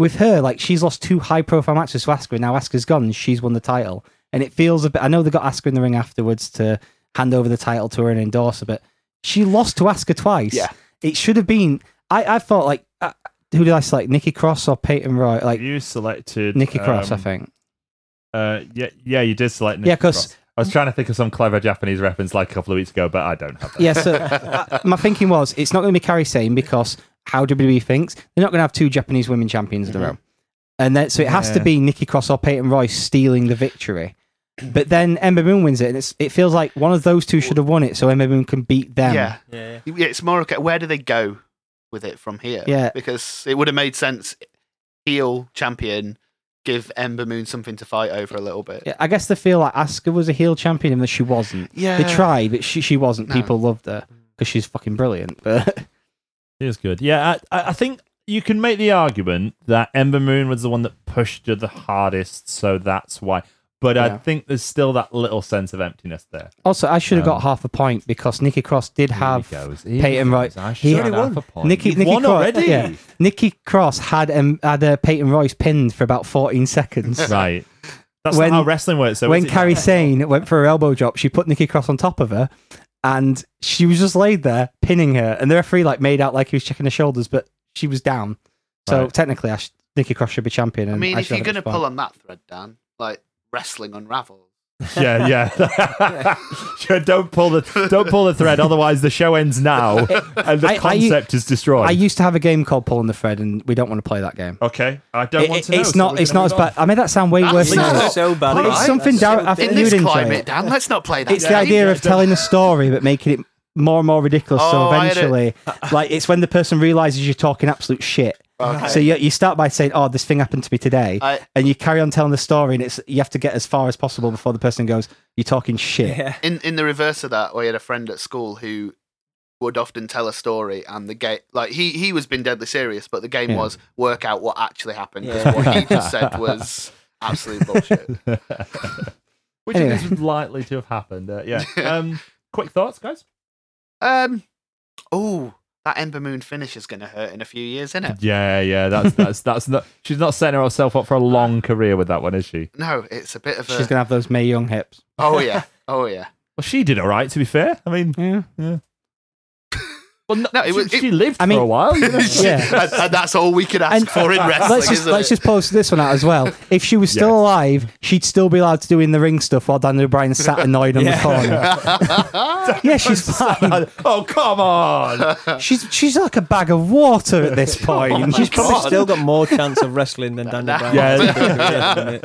with her, like she's lost two high profile matches to Asuka, and now Asuka's gone. and She's won the title, and it feels a bit. I know they got Asuka in the ring afterwards to hand over the title to her and endorse her, but she lost to Asuka twice. Yeah. it should have been. I I thought like uh, who did I select? Nikki Cross or Peyton Roy? Like You selected Nikki Cross, I um, think. Uh, yeah, yeah, you did select. Nikki Yeah, 'cause- Cross. I was trying to think of some clever Japanese reference like a couple of weeks ago, but I don't have that. Yeah, so uh, my thinking was it's not going to be Carrie Sane because how WWE thinks they're not going to have two Japanese women champions in a row. And then, so it has to Yeah. be Nikki Cross or Peyton Royce stealing the victory. But then Ember Moon wins it, and it's, it feels like one of those two should have won it so Ember Moon can beat them. Yeah. Yeah. Yeah, it's more okay. Where do they go with it from here? Yeah. because it would have made sense. Heel champion, give Ember Moon something to fight over a little bit. Yeah, I guess they feel like Asuka was a heel champion and that she wasn't. Yeah, They tried, but she, she wasn't. No. People loved her because she's fucking brilliant. But It was good. Yeah, I, I I think you can make the argument that Ember Moon was the one that pushed her the hardest, so that's why. But I Yeah. think there's still that little sense of emptiness there. also, I should have Um, got half a point because Nikki Cross did have Here he goes. Here Peyton he Royce. goes. I should already have won. a point. Nikki- You've Nikki won Cross- already. yeah. Nikki Cross had um, had uh, Peyton Royce pinned for about 14 seconds. Right. That's When- not how wrestling works. So is when it- Carrie Sane went for her elbow drop, she put Nikki Cross on top of her, and she was just laid there pinning her, and the referee like made out like he was checking her shoulders, but she was down. So Right. technically, I sh- Nikki Cross should be champion. And I mean, if should you're have going it to as well. pull on that thread, Dan, like wrestling unravels. Yeah, yeah. Sure, don't pull the don't pull the thread, otherwise the show ends now and the I- I- concept is destroyed. I used to have a game called Pulling the Thread, and we don't want to play that game. okay, I don't It- want it- to. Know, it's so not. we're It's gonna not as move on. bad. I mean, that sound way That's worse. Please, than it not- is. so bad. please. It's something That's so Darren- I think In you this would enjoy climate, it. Dan, let's not play that. It's the game. idea of telling a story but making it more and more ridiculous. Oh, so I had it. eventually, like it's when the person realizes you're talking absolute shit. So you, you start by saying, "Oh, this thing happened to me today," I- and you carry on telling the story, and it's you have to get as far as possible before the person goes, "You're talking shit." in in the reverse of that, we had a friend at school who would often tell a story, and the game, like he he was been deadly serious, but the game Yeah. was work out what actually happened because Yeah. what he just said was absolute bullshit. Which Anyway. is likely to have happened. Uh, yeah. Um, quick thoughts, guys. Um, oh, that Ember Moon finish is going to hurt in a few years, isn't it? Yeah, yeah. That's that's that's not. She's not setting herself up for a long career with that one, is she? No, it's a bit of a. She's gonna have those May Young hips. oh yeah, oh yeah. Well, she did all right. To be fair, I mean, Yeah. well, no, No, it was- she, it- she lived I mean- for a while. you know? Yeah. and, and that's all we could ask And- for in wrestling. let's just isn't let's it? just post this one out as well. If she was still Yes. alive, she'd still be allowed to do in the ring stuff while Daniel Bryan sat annoyed on the corner. yeah, she's fine. oh come on! She's she's like a bag of water at this point. She's She's probably probably still got more chance of wrestling than Daniel Bryan. Yeah.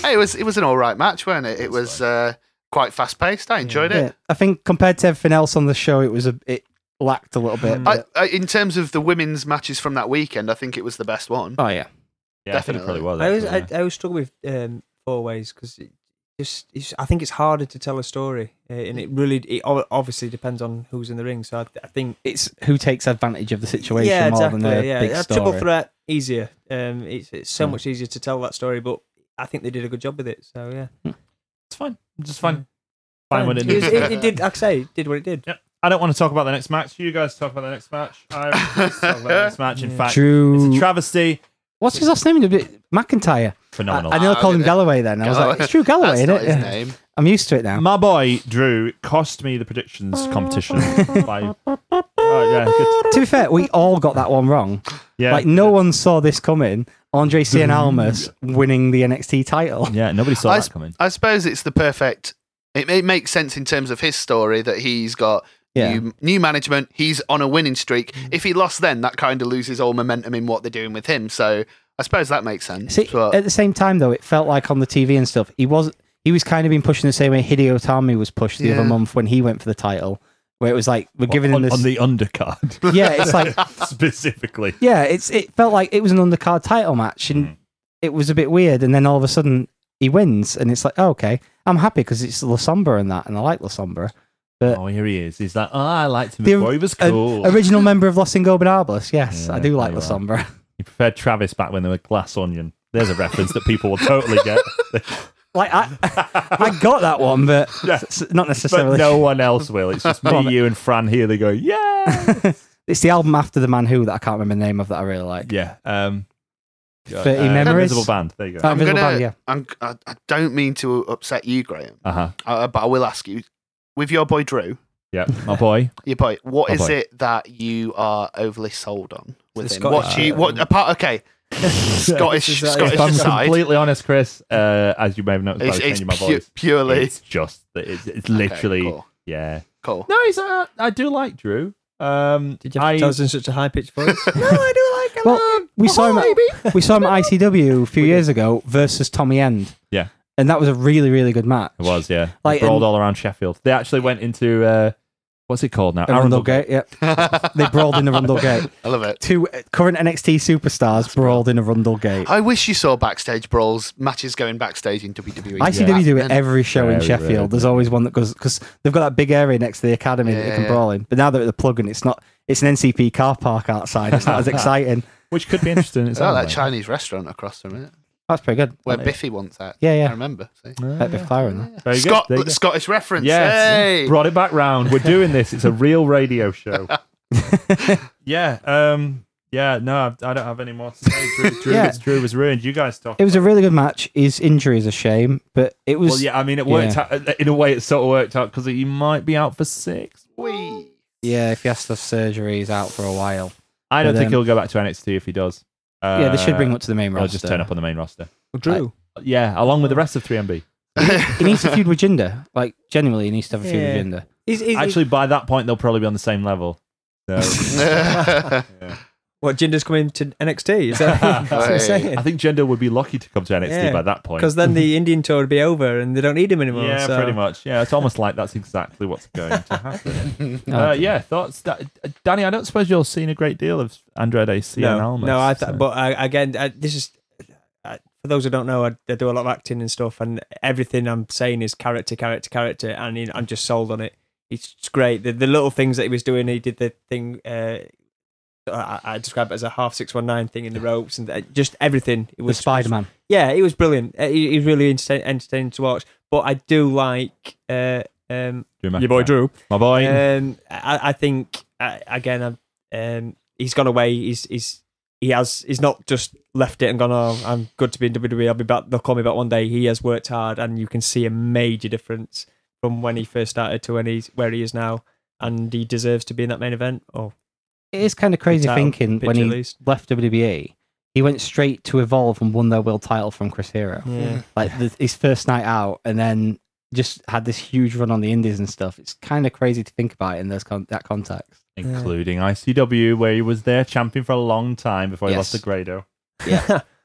Hey, it was it was an all right match, wasn't it? It was uh, quite fast paced. I enjoyed it. Yeah, I think compared to everything else on the show, it was a it lacked a little Hmm. bit. I, but- I, in terms of the women's matches from that weekend, I think it was the best one. oh yeah, Yeah, I think it Definitely. probably was. I always, actually, I, I always struggle with um, four ways because it just, it's, I think it's harder to tell a story, uh, and it really, it o- obviously depends on who's in the ring. So I, I think, it's who takes advantage of the situation yeah, more exactly, than the yeah, big a story. triple threat easier. Um, it's, it's so Hmm. much easier to tell that story, but I think they did a good job with it. So yeah, It's fine. Just fine. Fine when it it, needs. to was- be. it, it did. Like I say, it did what it did. Yeah. I don't want to talk about the next match. You guys talk about the next match. I refuse to talk about the next match. In fact, it's a Drew, travesty. what's his last name? McIntyre. I, Phenomenal. I know I called him Oh, Galloway then. I was like, it's Drew That's Galloway, not isn't his it? name. I'm used to it now. My boy Drew cost me the predictions competition by. Oh yeah, good. To be fair, we all got that one wrong. yeah. Like no one saw this coming. Andre Cien Almas winning the NXT title. yeah, nobody saw I that sp- coming. I suppose it's the perfect. It, it makes sense in terms of his story that he's got Yeah. Mm. new, new management. He's on a winning streak. If he lost, then that kind of loses all momentum in what they're doing with him. So I suppose that makes sense. See, but- at the same time though, it felt like on the TV and stuff, he was he was kind of being pushed in the same way Hideo Itami was pushed the other Yeah. month when he went for the title, where it was like we're giving him on, this. on the undercard yeah, it's like specifically. yeah, it's it felt like it was an undercard title match and Mm. it was a bit weird, and then all of a sudden he wins, and it's like oh, okay, I'm happy because it's La Sombra and that, and I like La Sombra. Oh, here he is. He's like, oh, I liked him The before. He was an cool. original member of Los Ingobernables. Yes, Yeah, I do like very La well. Sombra. he preferred Travis back when they were glass onion. There's a reference that people will totally get, Like I, I got that one, but s- not but necessarily. no one else will. It's just me, you, and Fran here. They go, yeah, It's the album after the Man Who that I can't remember the name of that I really like. yeah. Um, uh, Thirty Memories? Invisible band. There you go. Uh, I'm Invisible gonna. Band, yeah. I'm, I, I don't mean to upset you, Graham, Uh huh. uh, but I will ask you with your boy Drew. Yeah, my boy. Your boy, what My is boy. it that you are overly sold on with The him? What Scottish do you, what version. apart? Okay, Scottish, This is- Scottish If I'm aside, completely honest, Chris, uh, as you may have noticed, by it's, the it's change in my pu- voice, purely it's just that it's, it's Okay, literally cool. yeah. cool. No, he's uh, I do like Drew. Um, Did you have to I- tell us in such a high pitched voice? I do like him. Well, we saw him. At, we saw him at ICW a few years ago versus Tommy End. Yeah. and that was a really really good match. It was, yeah. Like Like, they um, brawled and- all around Sheffield. They actually went into uh, what's it called now? Arundel Arundel Gate. Yep, they brawled in Arundel Gate. I love it. Two uh, current NXT superstars brawled in Arundel Gate. I wish you saw backstage brawls, matches going backstage in E. WWE. ICW E do it And- every show in Very Sheffield. rare, There's yeah. always one that goes because they've got that big area next to the academy that Yeah, they can yeah. brawl in. But now they're at the plug and it's not. It's an NCP car park outside. It's not as exciting. which could be interesting. It's It's like all Oh, that Chinese restaurant across from it That's pretty good. where Like, Biffy wants that. Yeah, yeah. I remember. See? like Biff Clyro, no? Very good. Scot- There you go. Scottish reference. Yes, Hey! brought it back round. We're doing this. It's a real radio show. yeah, um, Yeah, no, I I don't have any more to say. Drew, Drew, Yeah. was, Drew was ruined. You guys talk. It was a really good match. His injury is a shame, but it was. well, yeah, I mean, it worked yeah. out. In a way, it sort of worked out because he might be out for six. Wee. yeah, if he has to have surgery, he's out for a while. I don't But, think um, he'll go back to NXT if he does. Uh, yeah, they should bring him up to the main I'll roster. just turn up on the main roster. Drew. Yeah, along with the rest of 3MB. He needs to feud with Jinder. Like, genuinely, he needs to have a feud Yeah. with Jinder. Is, is, Actually, by that point, they'll probably be on the same level. So, what Jinder's coming to NXT? Is that that's what I'm Right. saying? I think Gender would be lucky to come to NXT Yeah, by that point. Because then the Indian tour would be over and they don't need him anymore. Yeah, so- pretty much. Yeah, it's almost like that's exactly what's going to happen. Oh, uh, yeah, thoughts, Da- Danny. I don't suppose you're seeing a great deal of Andrade C No, and Almas. no. I th- so- but I, again, I, this is I, for those who don't know. I, I do a lot of acting and stuff, and everything I'm saying is character, character, character, and you know, I'm just sold on it. It's it's great. The, the little things that he was doing, he did the thing. Uh, I, I describe it as a half six one nine thing in the ropes, and uh, just everything. It The was Spider Man. Yeah, it was brilliant. Uh, It, it was really entertain, entertaining to watch. But I do like uh, um, Drew your boy McIntyre. Drew. my boy. Um, I, I think uh, again, um, um, he's gone away. He's he's he has he's not just left it and gone. Oh, I'm good to be in WWE. I'll be back. They'll call me back one day. He has worked hard, and you can see a major difference from when he first started to when he's where he is now. And he deserves to be in that main event. Oh, It is kind of crazy title thinking when picture at he least. left WWE, he went straight to Evolve and won their world title from Chris Hero. yeah. Like, the, his first night out, and then just had this huge run on the Indies and stuff. It's kind of crazy to think about in those con- that context. including ICW, where he was their champion for a long time before he Yes. lost to Grado. yeah.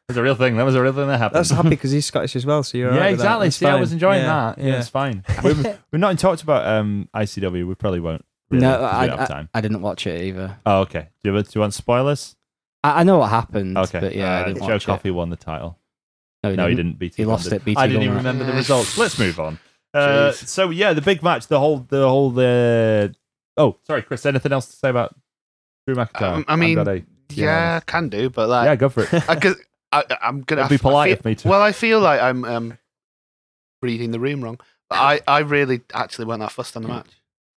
That was a real thing. That was a real thing that happened. That's happy because he's Scottish as well. So you're all yeah, right with that. exactly. That's See, I fine. was enjoying Yeah, that. Yeah, it's fine. We've, we've not even talked about um, ICW. We probably won't. Really, no, 'cause we I, don't have I, time. I didn't watch it either. Oh, okay. Do you, do you want spoilers? I, I know what happened, Okay. but yeah, Uh, I didn't Joe watch Coffey won the title. it. No, he didn't beat. He T. lost Gordon. at BT I didn't even Gordon. remember the results. Let's move on. Uh, Jeez. so yeah, the big match, the whole, the whole, the. Oh, sorry, Chris. Anything else to say about Drew McIntyre? Um, I mean, Andrade? yeah, can do, but like, yeah, go for it. I, cause I, I'm gonna It'd be I feel- polite of me to- Well, I feel like I'm um, reading the room wrong. I, I really actually weren't that fussed on the match.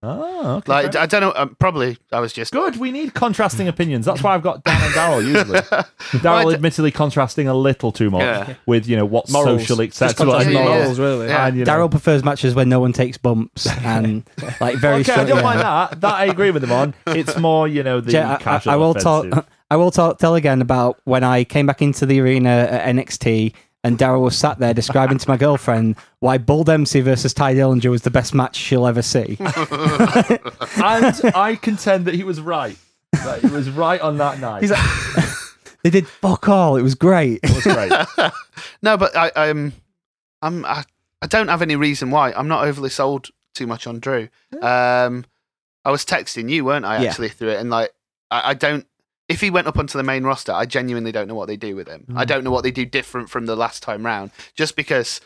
Oh, okay. Like I don't know. Um, probably I was just Good. We need contrasting opinions. That's why I've got Dan and Daryl usually. Well, I Daryl, d- admittedly, contrasting a little too much Yeah. with you know what's Morals. socially Just acceptable and contrasting Yeah, yeah, morals. yeah. morals, really. Yeah. And, you know- Daryl prefers matches where no one takes bumps and like very. Okay, I strong- don't yeah. mind that. That I agree with him on. It's more, you know, the Je- I- I, casual I will offensive. tell. I will tell, tell again about when I came back into the arena at NXT and Daryl was sat there describing to my girlfriend why Bull Dempsey versus Ty Dillinger was the best match she'll ever see. and I contend that he was right. That he was right on that night. He's like, they did fuck all. It was great. It was great. no, but I I'm I'm I, I don't have any reason why I'm not overly sold too much on Drew. Hmm. Um, I was texting you, weren't I? Yeah. Actually, through it, and like I, I don't. If he went up onto the main roster, I genuinely don't know what they do with him. Hmm. I don't know what they do different from the last time round. Just because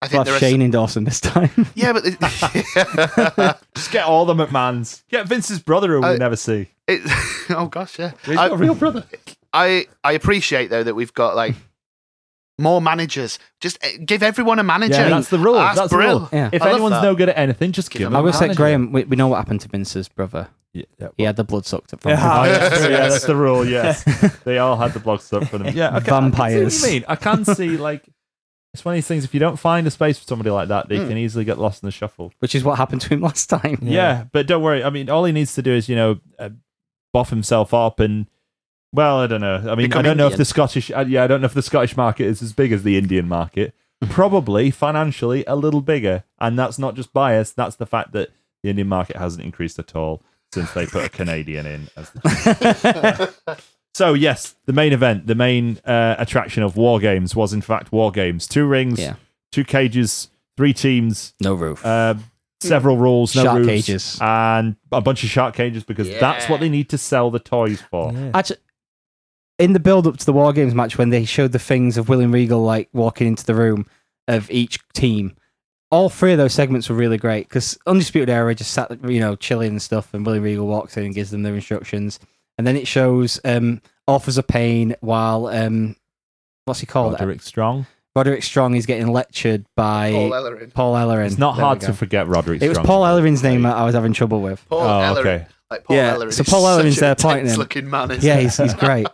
I We'll think there have are some- Shane and Dawson this time. yeah, but it, Just get all the McMahons. Get Vince's brother, who we I- never see. it- oh gosh, yeah. He's I- got a real brother. I I appreciate though that we've got like more managers. Just eh, give everyone a manager. Yeah, that's the rule. That's, the brill. rule. Yeah. If I love anyone's that. no good at anything, just give them. them I a will say, manager. Graham, we, we know what happened to Vince's brother. Yeah, yeah. He had the blood sucked up from him. Oh, Yeah. yeah, true, yeah, that's the rule. Yes, they all had the blog stuff for them. Yeah, okay, I can see Vampires. what you mean? I can see like it's one of these things. If you don't find a space for somebody like that, they Hmm. can easily get lost in the shuffle. which is what happened to him last time. Yeah. but don't worry. I mean, all he needs to do is you know uh, buff himself up and well, I don't know. I mean, Become I don't know if Indian. the Scottish uh, yeah, I don't know if the Scottish market is as big as the Indian market. Probably financially a little bigger, and that's not just bias. That's the fact that the Indian market hasn't increased at all since they put a Canadian in. As the so yes, the main event, the main uh, attraction of War Games was in fact War Games. Two rings, Yeah. two cages, three teams, No roof. uh, several rules, no Hmm. Shark roofs, cages. and a bunch of shark cages because that's what they need to sell the toys for. Actually, in the build up to the War Games match, when they showed the things of William Regal like walking into the room of each team, all three of those segments were really great because Undisputed Era just sat, you know, chilling and stuff, and William Regal walks in and gives them their instructions, and then it shows um, Authors of Pain while um, what's he called? Roderick, Roderick Strong. Strong is getting lectured by Paul Paul, Ellerin. Ellerin. It's not There we hard go. to forget Roderick It was Strong. uh, Paul Ellerin's name that I was having trouble with. Paul Oh, Ellerin. okay. Like Paul Yeah, Eller is so Paul such Ellerin's a there pointing intense him. looking man. Isn't Yeah, he? he's, he's great.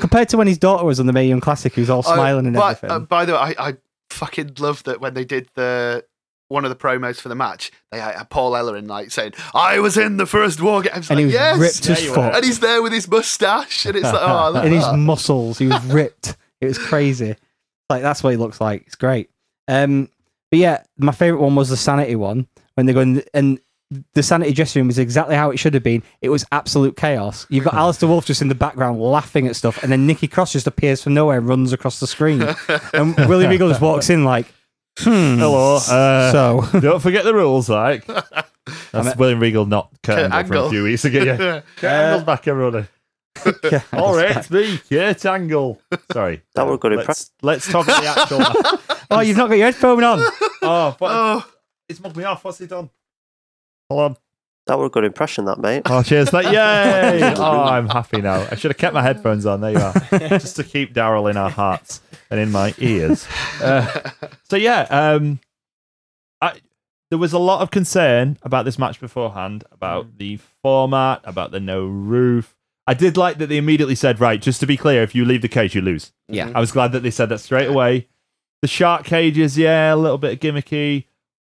Compared to when his daughter was on the Mae Young Classic, who's all Oh, smiling and but, everything. uh, by the way, I, I fucking love that when they did the one of the promos for the match, they had Paul Ellering like saying, "I was in the first war game," I was and he like, was yes, ripped there as you fuck. are. and he's there with his mustache, and it's like, oh, I love And his that. muscles, he was ripped. It was crazy. Like that's what he looks like. It's great. Um, but yeah, my favorite one was the sanity one when they go in, and the sanity dressing room is exactly how it should have been. It was absolute chaos. You've got Alistair Wolf just in the background laughing at stuff, and then Nikki Cross just appears from nowhere and runs across the screen, and Willie Regal just walks in like, hmm. Hello. Uh, So Don't forget the rules, like. That's William Regal, not Kurt Kurt Angle for Angle. a few weeks ago. Yeah. Kurt Uh, Angle's back, everyone. yeah, All right, it's me, Kurt Angle. Sorry. That were good Let's, let's talk about the actual match. oh, you've not got your headphone on. Oh, but Oh, it's mugged me off. What's he done? Hold on. That were a good impression, that mate. Oh, cheers. That, yay! Oh, I'm happy now. I should have kept my headphones on. There you are. Just to keep Daryl in our hearts and in my ears. Uh, so, yeah, um, I, there was a lot of concern about this match beforehand, about the format, about the no roof. I did like that they immediately said, right, just to be clear, if you leave the cage, you lose. Yeah. I was glad that they said that straight away. The shark cages, yeah, a little bit gimmicky,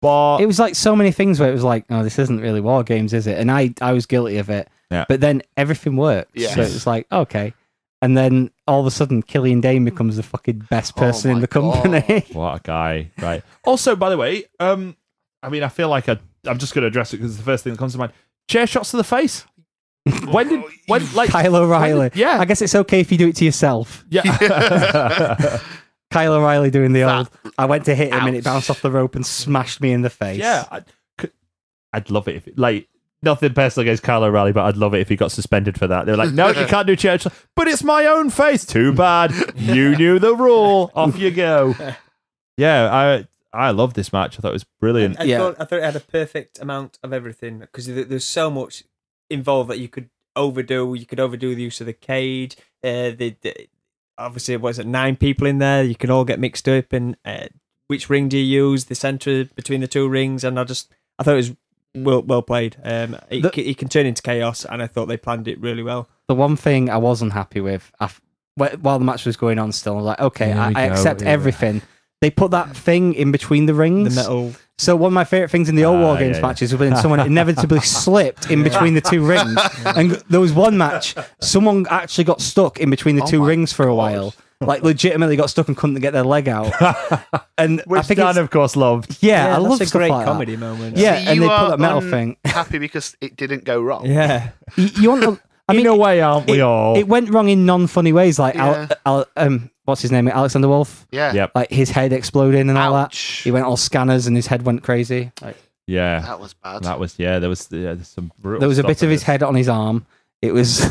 but it was like so many things where it was like, oh, this isn't really war games, is it? And I, I was guilty of it. Yeah. But then everything worked. Yes. So it was like, okay. And then all of a sudden, Killian Dane becomes the fucking best Oh person in my the company. What a guy, right? Also, by the way, um, I mean, I feel like I, I'm just going to address it because it's the first thing that comes to mind: chair shots to the face. When did when like Kyle O'Reilly. yeah. I guess it's okay if you do it to yourself. yeah Kyle O'Reilly doing the That- old, I went to hit him and it Ouch. bounced off the rope and smashed me in the face. yeah? I'd, could- I'd love it if it, like nothing personal against Kyle O'Reilly, but I'd love it if he got suspended for that. They're like, no, you can't do chair shots. But it's my own face. Too bad. You knew the rule. Off you go. Yeah, I I love this match. I thought it was brilliant. I, Yeah. thought, I thought it had a perfect amount of everything because there's so much involved that you could overdo. You could overdo the use of the cage. Uh, the, the obviously it was it nine people in there. You can all get mixed up and uh, which ring do you use? The center between the two rings, and I just I thought it was well well played. Um, it, Mm. The- ca- it can turn into chaos, and I thought they planned it really well. the one thing I wasn't happy with af- wh- while the match was going on still, I was like, okay, Here I, we I go, accept here we- everything. They put that thing in between the The rings. metal. So one of my favorite things in the old Ah, War Games yeah, yeah. matches was when someone inevitably slipped in between the two rings, and there was one match someone actually got stuck in between the Oh two my rings for a God. while, like legitimately got stuck and couldn't get their leg out. And I Which think Dan, it's- of course, loved. yeah, I love that's a stuff great like that. comedy moment. Yeah, So and you they put are that metal un- thing. happy because it didn't go wrong. yeah. You, you want? to- I mean, in a way, aren't we all? it went wrong in non-funny ways, like Al, Yeah. Al, um, what's his name, Alexander Wolf, Yeah. Yep. like his head exploding and all Ouch. that. He went all scanners and his head went crazy. Like, yeah. That was bad. That was yeah. There was yeah, there's some brutal. there was a bit stuff of in his it. head on his arm. It was.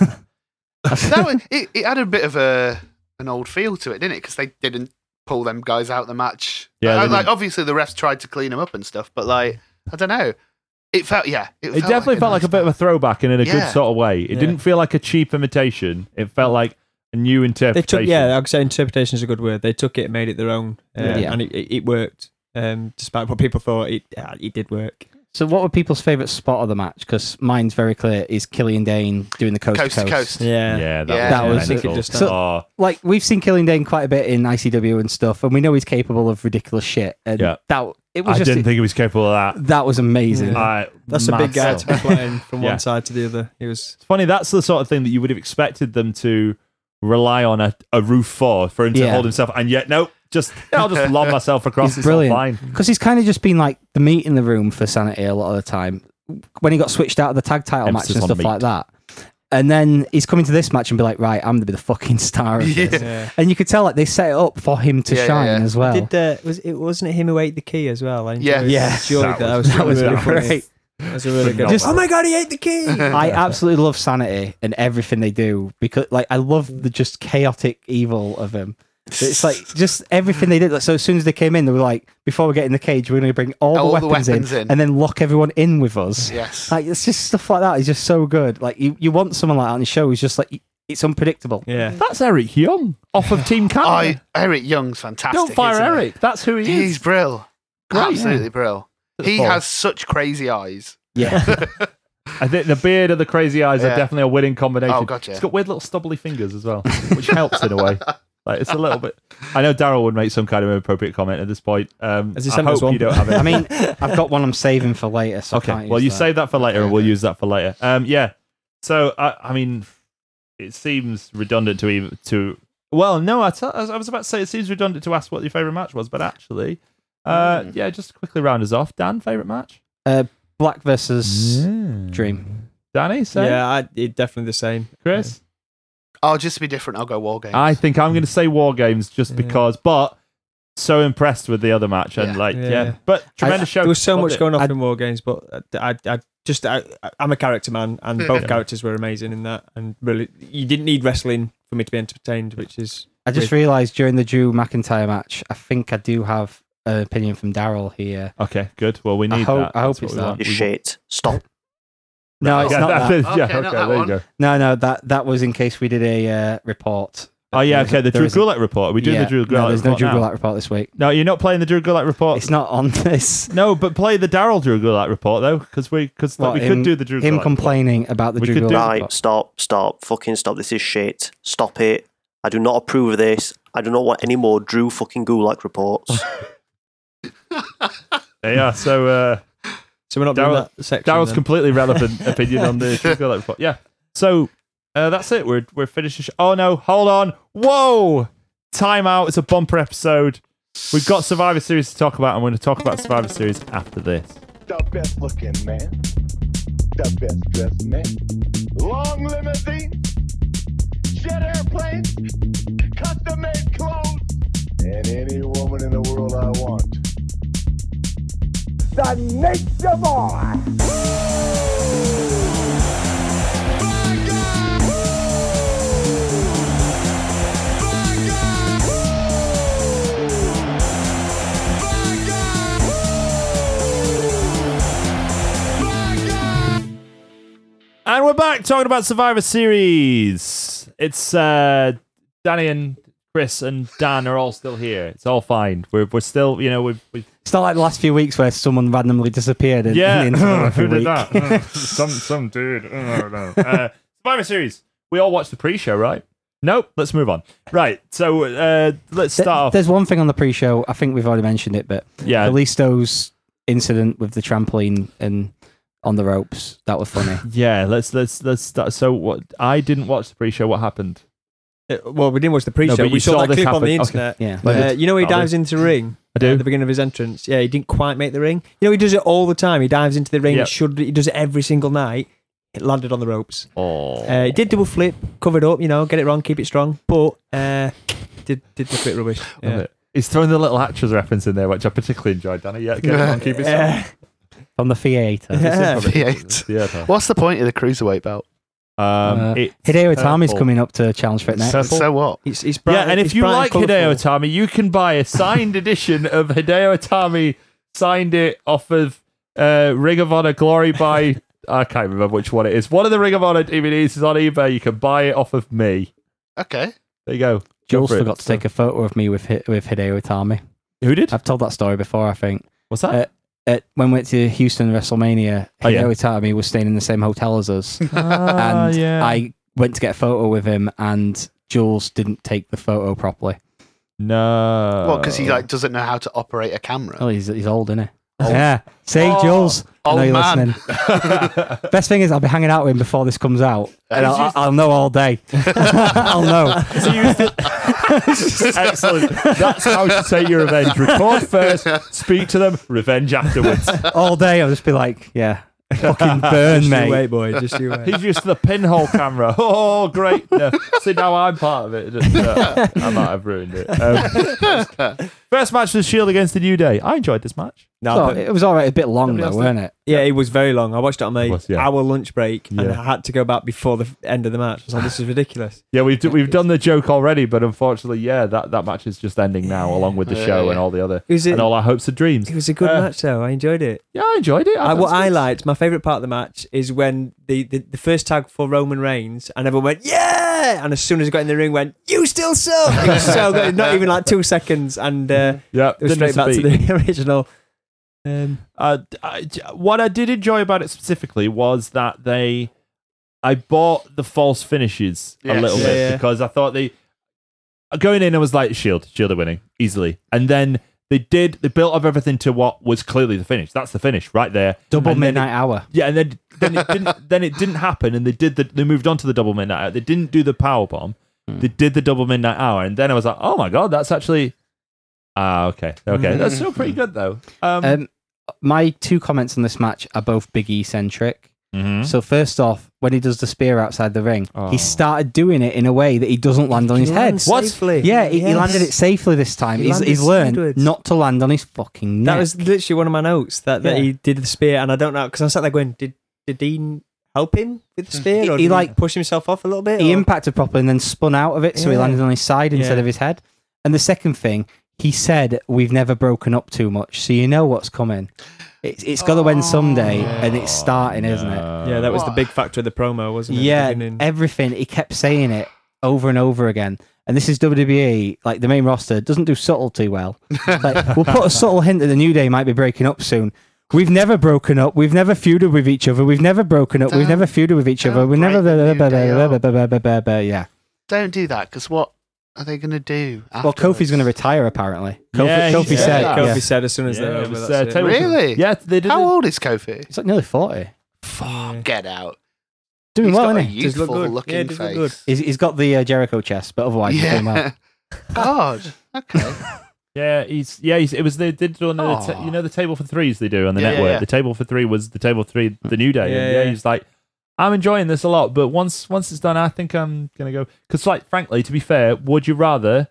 that was, it, it had a bit of a an old feel to it, didn't it? Because they didn't pull them guys out of the match. Yeah, Like- they like didn't. obviously the refs tried to clean them up and stuff, but like I don't know. It felt yeah. It, It definitely felt like a bit of a throwback and in a Yeah. good sort of way. It Yeah. didn't feel like a cheap imitation. It felt like a new They interpretation. took, yeah, I'd say interpretation is a good word. They took it, and made it their own, uh, Yeah. and it, it, it worked. Um, despite what people thought, it uh, it did work. so, what were people's favourite spot of the match? Because mine's very clear is Killian Dane doing the coast, coast to coast. Yeah, yeah, that Yeah. That was, was- mental. just- Oh, Like we've seen Killian Dane quite a bit in ICW and stuff, and we know he's capable of ridiculous shit. And Yeah. that it was I just didn't think he was capable of that. that was amazing. Yeah. I, that's a big guy massive. to be flying from Yeah. one side to the other. It was It's funny. That's the sort of thing that you would have expected them to rely on a, a roof for for him to Yeah. hold himself, and yet no, just yeah, I'll just lob myself across. He's it's all brilliant. fine. Because he's kind of just been like the meat in the room for Sanity a lot of the time. When he got switched out of the tag title match Emphasis and on stuff meat. like that. And then he's coming to this match and be like, right, I'm going to be the fucking star of this. yeah. And you could tell like they set it up for him to Yeah, yeah, shine yeah. as well. Did uh, was it wasn't it him who ate the key as well? I Yeah. enjoyed- Yeah. enjoyed That that, was- that was, that really was funny. great. That was a really good. Just- oh my god, he ate the key. I absolutely love Sanity and everything they do because like I love the just chaotic evil of him. It's like just everything they did. Like, so as soon as they came in, they were like, "Before we get in the cage, we're going to bring all, All the, the weapons weapons in, in. and then lock everyone in with us." Yes. Like it's just stuff like that. It's just so good. Like you, you want someone like that on your show who's just like y- it's unpredictable. yeah, That's Eric Young off of Team Canada. I Eric Young's fantastic. oh, Don't fire isn't he? Eric. That's who he He's is. brill. Great. Absolutely brill. the He ball. has such crazy eyes. Yeah, I think the beard and the crazy eyes are Yeah. definitely a winning combination. Oh, gotcha. It's got weird little stubbly fingers as well, which helps in a way. Like it's a little bit. I know Daryl would make some kind of inappropriate comment at this point. Um, Has he I sent us hope you don't one? have it. I mean, I've got one I'm saving for later. So I Okay. can't Well, use you that. save that for later, and we'll use that for later. Um, yeah. So I, I mean, it seems redundant to even to. Well, no, I tell- I was I was about to say it seems redundant to ask what your favorite match was, but actually, uh, Hmm. yeah, just to quickly round us off. Dan, favorite match? Black versus Dream. Danny, say. Yeah, I, it, definitely the same. Chris. I'll just to be different. I'll go war games. I think I'm going to say War Games just Yeah. because, but so impressed with the other match and Yeah. like yeah, Yeah. but tremendous show. There was so Loved much it. going off I'd- in war games, but I, I, I just I, I'm a character man, and both Yeah. characters were amazing in that. And really, you didn't need wrestling for me to be entertained, which is I just With- realised during the Drew McIntyre match, I think I do have an opinion from Daryl here. Okay, good. Well, we I need hope- that. I hope That's what it's we that. want. You We want- shit. Stop. No, it's yeah, not that. that- yeah, Okay, okay, not that there you one. go. No, no, that that was in case we did a uh, report. Oh yeah, okay. The There Drew isn't- Gulak report. Are we doing Yeah, the Drew Gulak No, there's report no Drew now? Gulak report this week. No, you're not playing the Drew Gulak report. It's not on this. No, but play the Daryl Drew Gulak report though, because we because What, we him- could do the Drew Him Gulak. complaining about the We Drew could do- Gulak Right. report. Right, stop, stop, fucking stop. This is shit. Stop it. I do not approve of this. I do not want any more Drew fucking Gulak reports. yeah, so uh, so we're not doing Daryl- that section. Daryl's then. completely relevant opinion on the Drew Gulak report. Yeah, so uh, that's it. We're we're finishing. Sh- oh no, hold on. Whoa, time out. It's a bumper episode. We've got Survivor Series to talk about, and we're going to talk about Survivor Series after this. the best looking man, the best dressed man, long limousines, jet airplanes, custom made clothes, and any woman in the world I want. The nature boy. And we're back talking about Survivor Series. It's uh, Danny and Chris and Dan are all still here. It's all fine. We're, we're still, you know, we've. we've It's not like the last few weeks where someone randomly disappeared. In, yeah, in the interval every week. that? some some dude. I don't know. Uh, Survivor Series. We all watched the pre-show, right? Nope. Let's move on. Right. So uh, let's Th- start off. There's one thing on the pre-show. I think we've already mentioned it, but Yeah. Kalisto's incident with the trampoline and on the ropes that was funny. Yeah. Let's let's let's start. So what? I didn't watch the pre-show. What happened? Uh, well, we didn't watch the pre-show. but you we saw, saw that this clip on the happen. Okay. internet. yeah, Uh, you know, he Oh, dives into the ring I do. at the beginning of his entrance. Yeah, he didn't quite make the ring. You know, he does it all the time. He dives into the ring. Yep. He should. He does it every single night. It landed on the ropes. Oh. Uh, he did double flip, covered up. You know, get it wrong, keep it strong. But uh, did did look a bit rubbish. Love Yeah. it. He's throwing the little actors reference in there, which I particularly enjoyed. Danny, yeah, get it on, keep it. simple. Uh, from the theater. yeah. V8. Yeah. What's the point of the cruiserweight belt? Um, Uh, it's Hideo Itami's purple. coming up to challenge for it next. Purple. So what? It's, it's bright, yeah, and if it's you bright and like colourful. Hideo Itami, you can buy a signed edition of Hideo Itami, signed it off of uh, Ring of Honor Glory by. I can't remember which one it is. One of the Ring of Honor DVDs is on eBay. You can buy it off of me. Okay. There you go. Go Jules for it. forgot to take a photo of me with Hi- with Hideo Itami. Who did? I've told that story before, I think. What's that? Uh, At, when we went to Houston WrestleMania, Hideo Oh, yeah. Itami was staying in the same hotel as us, Ah, and yeah. I went to get a photo with him, and Jules didn't take the photo properly. no. Well, because he like doesn't know how to operate a camera. Oh, he's, he's old, isn't he? Yeah. See, Oh. Jules. I know Old you're man. listening. Best thing is, I'll be hanging out with him before this comes out, and I'll, just- I'll know all day. I'll know. So you Excellent. That's how to take your revenge. Record first, speak to them, revenge afterwards. all day. I'll just be like, yeah, fucking burn, Just you mate. wait, boy. Just you wait. He's used to the pinhole camera. Oh, great. No. See, now I'm part of it. Uh, I might have ruined it. Um, first match was Shield against the New Day. I enjoyed this match. No, So but- it was all right, a bit long Nobody though, else weren't it? Yeah, it was very long. I watched it on my It was, yeah. hour lunch break, and Yeah. I had to go back before the f- end of the match. I was like, "This is ridiculous." Yeah, we've, d- we've done the joke already, but unfortunately, yeah, that, that match is just ending now, along with the Yeah, show yeah. and all the other, It was a, and all our hopes and dreams. it was a good Uh, match, though. I enjoyed it. Yeah, I enjoyed it. I, what thought it was I good. liked, my favorite part of the match, is when the, the, the first tag for Roman Reigns, and everyone went, "Yeah!" And as soon as he got in the ring, went, "You still suck!" It was so good. Not even like two seconds, and uh, Yeah, it was didn't miss straight a back to beat. the original. Um, Uh, I, what I did enjoy about it specifically was that they, I bought the false finishes a Yes. little Yeah, bit yeah. because I thought they, going in, I E was like Shield, Shield are winning easily, and then they did, they built up everything to what was clearly the finish. That's the finish right there. Double And then midnight hour. it- yeah, and then then it didn't then it didn't happen, and they did the they moved on to the double midnight hour. They didn't do the power bomb. They did the double midnight hour, and then I was like, oh my god, that's actually. Ah, okay, okay, that's still pretty good though. Um, Um, my two comments on this match are both Big E centric. mhm. So first off, when he does the spear outside the ring, Oh. he started doing it in a way that he doesn't land on his head. What? Yeah, he, he landed it safely this time. He he's landed he's learned sideways. not to land on his fucking neck. That was literally one of my notes that, that Yeah. he did the spear, and I don't know because I sat there going, did did Dean help him with the spear, He- or he, did he like- like push himself off a little bit? he or- impacted properly and then spun out of it, so he Yeah. landed on his side instead Yeah. of his head. And the second thing, he said, "We've never broken up too much, so you know what's coming. It's it's got to end someday, and it's starting, isn't it? yeah, that was the big factor of the promo, wasn't it? at the Yeah, beginning? everything. He kept saying it over and over again. And this is WWE, like the main roster doesn't do subtlety well. Like, we'll put a subtle hint that the New Day might be breaking up soon. We've never broken up. We've never feuded with each other. We've never broken up. we've Don't- never feuded with each other. don't We never. break the blah, New blah, blah, Day blah, up. blah, blah, blah, blah, blah, Yeah. Don't do that because what are they going to do? Well, Kofi's afterwards? going to retire apparently. Kofi, Yeah, he Kofi said said. that. Kofi yeah. said as soon as Yeah, they're it over. was, That's uh, it. Taylor- Really? Yeah, they did. How it. old is Kofi? He's like nearly forty. Fuck, get out. Doing He's well, got a isn't he? Does look youthful good. looking Yeah, does look good. face. He's, he's got the uh, Jericho chest, but otherwise he's doing well. Yeah. God. Okay. Yeah, he's yeah. He's, it was they did on the Aw. ta- you know the table for threes they do on the Yeah, yeah, network. yeah. The table for three was the table for three the new day. Yeah, and yeah, yeah. he's like, I'm enjoying this a lot, but once once it's done, I think I'm gonna go. Because like frankly, to be fair, would you rather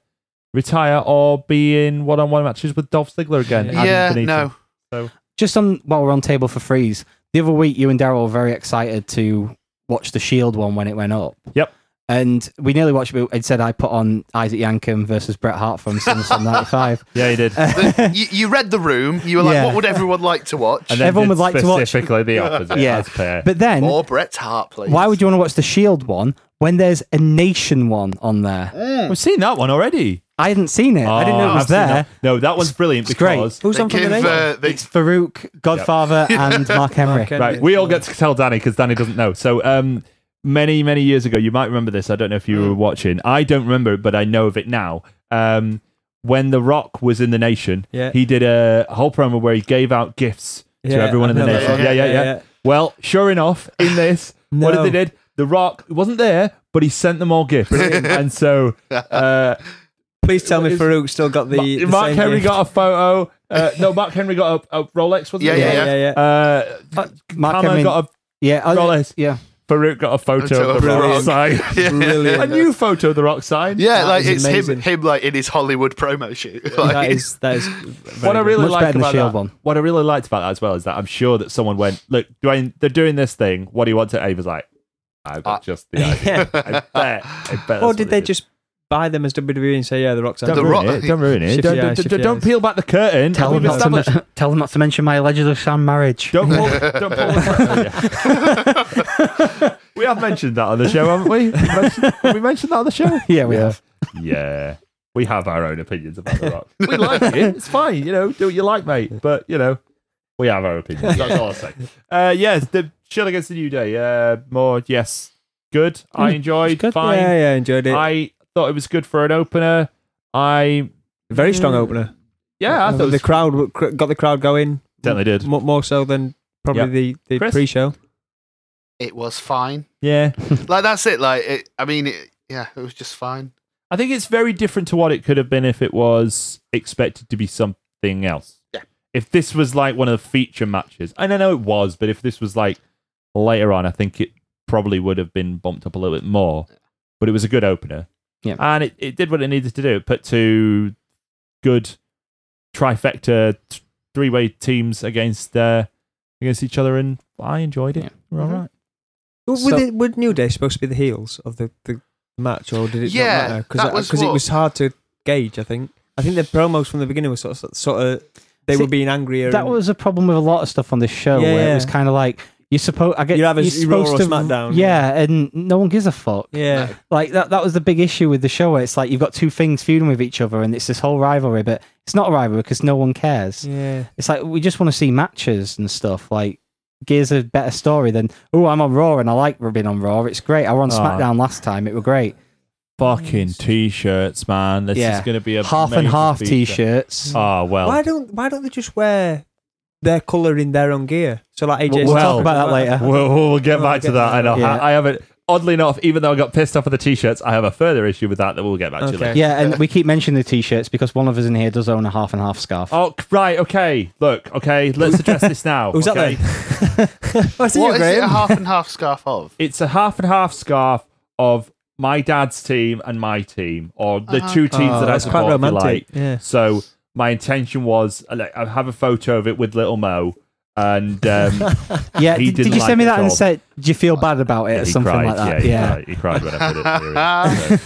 retire or be in one on one matches with Dolph Ziggler again? Yeah. Adam yeah. Benito? No. just on while we're on table for freeze, the other week you and Daryl were very excited to watch the Shield one when it went up. Yep. And we nearly watched it. It said I put on Isaac Yankem versus Bret Hart from SummerSlam 95. Yeah, he did. The- you, you read the room. You were like, Yeah. what would everyone like to watch? And then Everyone did would like to watch- specifically the opposite. Yeah. yeah, as per. But then, Or Bret Hart, please. why would you want to watch the Shield one when there's a Nation one on there? we've seen that one already. I hadn't seen it. I didn't know it Oh, was I've seen there. that. No, that one's brilliant it's great. because Who's They on from the give, name? uh, they- It's Farouk, Godfather, and Mark Henry. Mark Henry. Right, we all get to tell Danny because Danny doesn't know. So, um, many many years ago, you might remember this. I don't know if you were Mm. watching. I don't remember it, but I know of it now. Um, when The Rock was in the Nation, Yeah. he did a whole promo where he gave out gifts to Yeah, everyone in the I've never- nation. Yeah yeah yeah, yeah, yeah, yeah. Well, sure enough, in this, what did No. they did? The Rock wasn't there, but he sent them all gifts, and so. Uh, Please tell me Farouk still got the, the Mark same Henry gift. got a photo. Uh, no, Mark Henry got a, a Rolex, wasn't Yeah, it? Yeah, yeah, yeah. Uh, Mark Hammer Henry. got a yeah. oh, Rolex. yeah. Farouk got a photo of the Photo of rock Rock. sign. Brilliant. a new photo of the rock sign. Yeah, That like is it's amazing. him, him, like in his Hollywood promo shoot. that Like, is that is What I really Much better like than the about Shield that, one. what I really liked about that as well is that I'm sure that someone went, look, Dwayne, they're doing this thing. What do you want to? Ava's like, I've Uh, got just the idea. yeah. I bet. I bet Or that's did what they did. just buy them as WWE and say, yeah, the Rock's Don't The ruin Rock- it. Don't ruin it. Shifty Don't, eyes, don't- shifty don't- don't eyes. peel back the curtain. Tell We've them, not to established- men- tell them not to mention my alleged sham marriage. Don't pull. Don't pull. the curtain. we have mentioned that on the show, haven't we? Have we mentioned that on the show? Yeah, we have. Yeah. We have our own opinions about The Rock. we like it. It's fine. You know, do what you like, mate. But, you know, we have our opinions. That's all I'll say. Uh, yes, the Shield against the New Day. Uh, more, yes. Hmm. Good. I enjoyed. good. Fine. Yeah, yeah, enjoyed it. I thought it was good for an opener. I, Very strong opener. yeah, I thought it the was. crowd w- cr- got the crowd going. Certainly did. Mo- more so than probably the, the Chris? pre-show. it was fine. Yeah. Like that's it. Like it, I mean, it, yeah, it was just fine. I think it's very different to what it could have been if it was expected to be something else. Yeah. If this was like one of the feature matches, and I know it was, but if this was like later on, I think it probably would have been bumped up a little bit more. But it was a good opener. Yeah. And it, it did what it needed to do. It put two good trifecta three way teams against uh, against each other and I enjoyed it. Yeah. Mm-hmm. We're all right. Well, So- were, they, were New Day supposed to be the heels of the, the match, or did it Yeah, not matter? that was Because it what- was hard to gauge, I think. I think the promos from the beginning were sort of, sort of they See, were being angrier. That and- was a problem with a lot of stuff on this show Yeah, where it yeah. was kind of like You supposed I get You have a you're s- Raw or supposed to SmackDown. yeah, and no one gives a fuck. Yeah. Like that that was the big issue with the show. Where it's like you've got two things feuding with each other, and it's this whole rivalry, but it's not a rivalry because no one cares. Yeah. It's like we just want to see matches and stuff. Like Gears a better story than oh I'm on Raw and I like being on Raw. It's great. I were on Aw. SmackDown last time. It were great. Fucking t-shirts, man. This Yeah. is going to be a half and major half feature. t-shirts. Oh well. Why don't Why don't they just wear their color in their own gear? So like AJ's We'll Well- talk about that later. We'll, we'll get We'll back to get that. I know. Yeah. I, I have it. Oddly enough, even though I got pissed off at the t-shirts, I have a further issue with that that we'll get back to Okay. later. Yeah, and we keep mentioning the t-shirts because one of us in here does own a half and half scarf. Oh c- right, okay. Look, okay. Let's address this now. Who's Oh, that okay? then? I see you, What is it a Graham. half and half scarf of? It's a half and half scarf of my dad's team and my team, or the two teams Oh, that I that's support. quite if you romantic. Like. Yeah. So my intention was uh, like, I have a photo of it with little Mo, and um, yeah, He did, did didn't you like send it me that at and all. said, "Do you feel bad about it?" or he something cried. like that. Yeah, Yeah, He, cried, he cried when I put it. Here it is.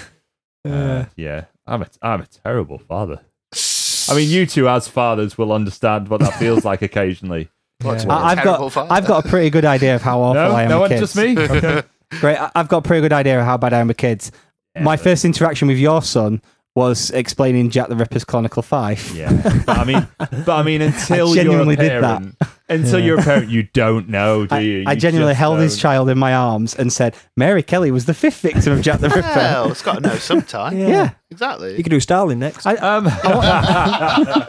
So, uh, yeah, I'm a I'm a terrible father. I mean, you two as fathers will understand what that feels like occasionally. What's I- I've terrible got father? I've got a pretty good idea of how awful No, I am. no with one, kids. just me. Okay. Great, I- I've got a pretty good idea of how bad I am with kids. My first interaction with your son was explaining Jack the Ripper's Chronicle Five. Yeah, but I mean, but I mean, until genuinely you're a did that. parent, until you're a parent, you don't know, do I, you? I You genuinely just held his don't. child in my arms and said, "Mary Kelly was the fifth victim of Jack the Ripper." Well, it's got to know sometime. Yeah. Yeah, Exactly. You could do Starling next. I, Um. I wa-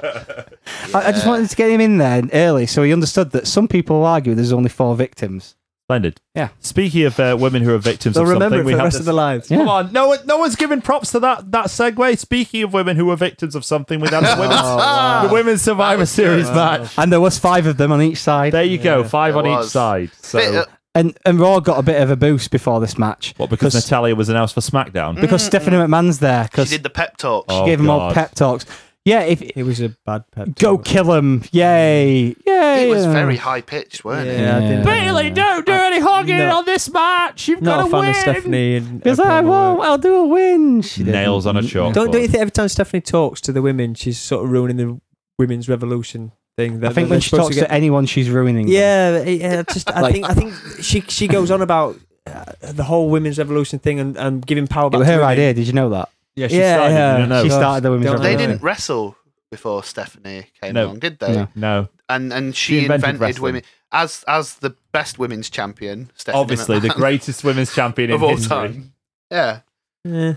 I- I just wanted to get him in there early so he understood that some people argue there's only four victims. Splendid. Yeah. Speaking of uh, women who are victims They'll of remember something, it for we the have rest of this- their lives. Come on, no one, no one's giving props to that that segue. Speaking of women who were victims of something, we had the women's, Oh, the women's Survivor Series match. And there was five of them on each side. There you go, five There on each was. uh, side. So, Bit of- And and Raw got a bit of a boost before this match. what? Because Natalia was announced for SmackDown. Because Stephanie McMahon's there she because Mm. she, did the pep talk. Oh, gave him all God. pep talks. Yeah, if It was a bad pep. go talk. kill him, yay, yay. it was very high pitched, weren't it? Yeah, I didn't- Bailey, don't do any hogging No. on this match. You've Not got a to fan win. of Stephanie. And Because her I promo won't, work. I'll do a win. She didn't. Nails on a chalkboard. Don't, don't you think every time Stephanie talks to the women, she's sort of ruining the women's revolution thing? I They're- think they're when she supposed talks to to, get- anyone, she's ruining. them. Yeah, it- yeah. Just I Like- think I think she she goes on about uh, the whole women's revolution thing and, and giving power it back. was to her women. idea. Did you know that? Yeah, she Yeah, started. yeah. No, no. she gosh. started the women's. Don't- They revolution. didn't wrestle before Stephanie came No. along, did they? No. no. And and She she, invented invented, wrestling. women as as the best women's champion. Stephanie Obviously, the McMahon greatest women's champion in of all history. time. Yeah. Yeah.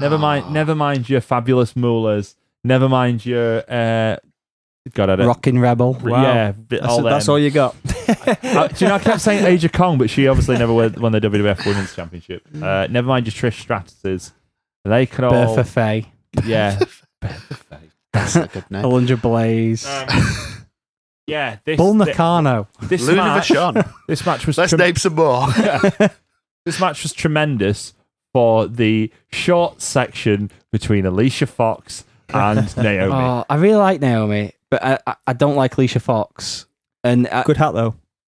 Never mind. Never mind your fabulous Moolahs. Never mind your. Uh, God, I don't. Rockin' rebel. Yeah, bi- That's, all that's them. all you got. Uh, do you know, I kept saying Aja Kong, but she obviously never won, won the WWF Women's Championship. Uh, never mind your Trish Stratuses. They can all. Bertha Faye, yeah. That's a good name. Alundra Blaze, yeah. This, Bull thi- Nakano. this, Luna match, Vachon. this match was Let's trem- name some more. this match was tremendous for the short section between Alicia Fox and Naomi. Oh, I really like Naomi, but I, I, I don't like Alicia Fox. And uh, Good hat though.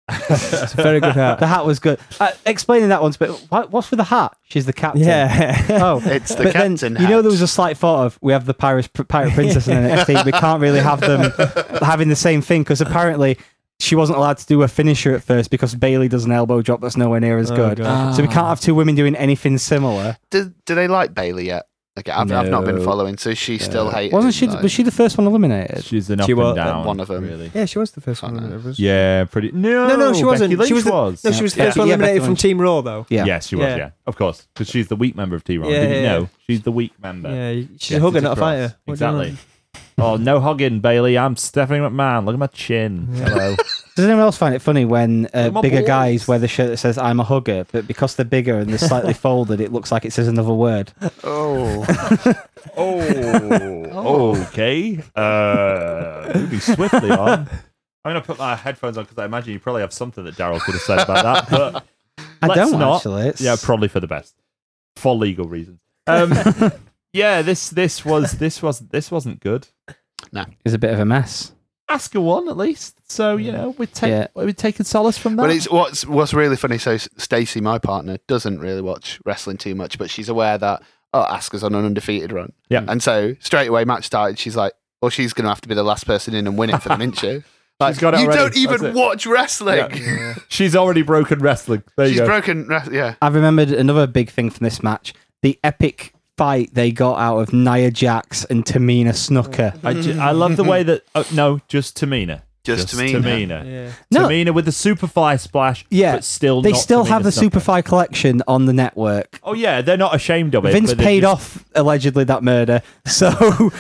it's a very good hat. the hat was good. Uh, explaining that once, but what, what's with the hat? She's the captain. Yeah. Oh, It's but the then, captain. You know, there was hat. a slight thought of we have the pirate, pirate princess in NXT. We can't really have them having the same thing because apparently she wasn't allowed to do a finisher at first because Bailey does an elbow drop that's nowhere near as Oh, good. God. So we can't have two women doing anything similar. do, do they like Bailey yet? Okay, I've, I've not been No. following, so she still hated. Wasn't she? like, Was she the first one eliminated? She's an up She and was- down. one of them. Really. Yeah, she was the first Can't one. know. it was- Yeah, pretty. No, No, no, she Becky wasn't. Lynch she was. The, No, she was the Yeah. first one Yeah, Becky eliminated from Lynch. Team Raw though. Yeah. Yes, she was. Yeah. Yeah, of course, because she's the weak member of Team Raw. Yeah, Did you yeah, know she's the weak member? Yeah, she's Get a hugger, it not a across. fighter. What do you Exactly. Oh, no hugging, Bailey. I'm Stephanie McMahon. Look at my chin. Hello. Does anyone else find it funny when uh, My bigger balls. guys wear the shirt that says "I'm a hugger," but because they're bigger and they're slightly folded, it looks like it says another word? Oh, oh, okay. Uh, moving swiftly on. I'm going to put my headphones on because I imagine you probably have something that Daryl could have said about that. But I let's don't not. actually. It's... Yeah, probably for the best, for legal reasons. Um, yeah, this this was this was this wasn't good. it's a bit of a mess. Asuka won at least, so you know we take Yeah. we're taking solace from that. but it's what's what's really funny. So Stacy, my partner, doesn't really watch wrestling too much, but she's aware that oh, Asuka's on an undefeated run. Yeah. and so straight away match started. She's like, well, she's going to have to be the last person in and win it for them, isn't she? She's got it you already. don't even That's it. watch wrestling. She's already broken wrestling. There you She's go. broken. re- Yeah. I remembered another big thing from this match: the epic fight they got out of Nia Jax and Tamina Snuka. I, ju- I love the way that. Oh, no, just Tamina. Just Tamina. Tamina. No. Tamina with the Superfly splash. Yeah, but still they not still Tamina have the Snuka. Superfly collection on the network. Oh yeah, they're not ashamed of it. Vince but they paid just- off allegedly that murder, so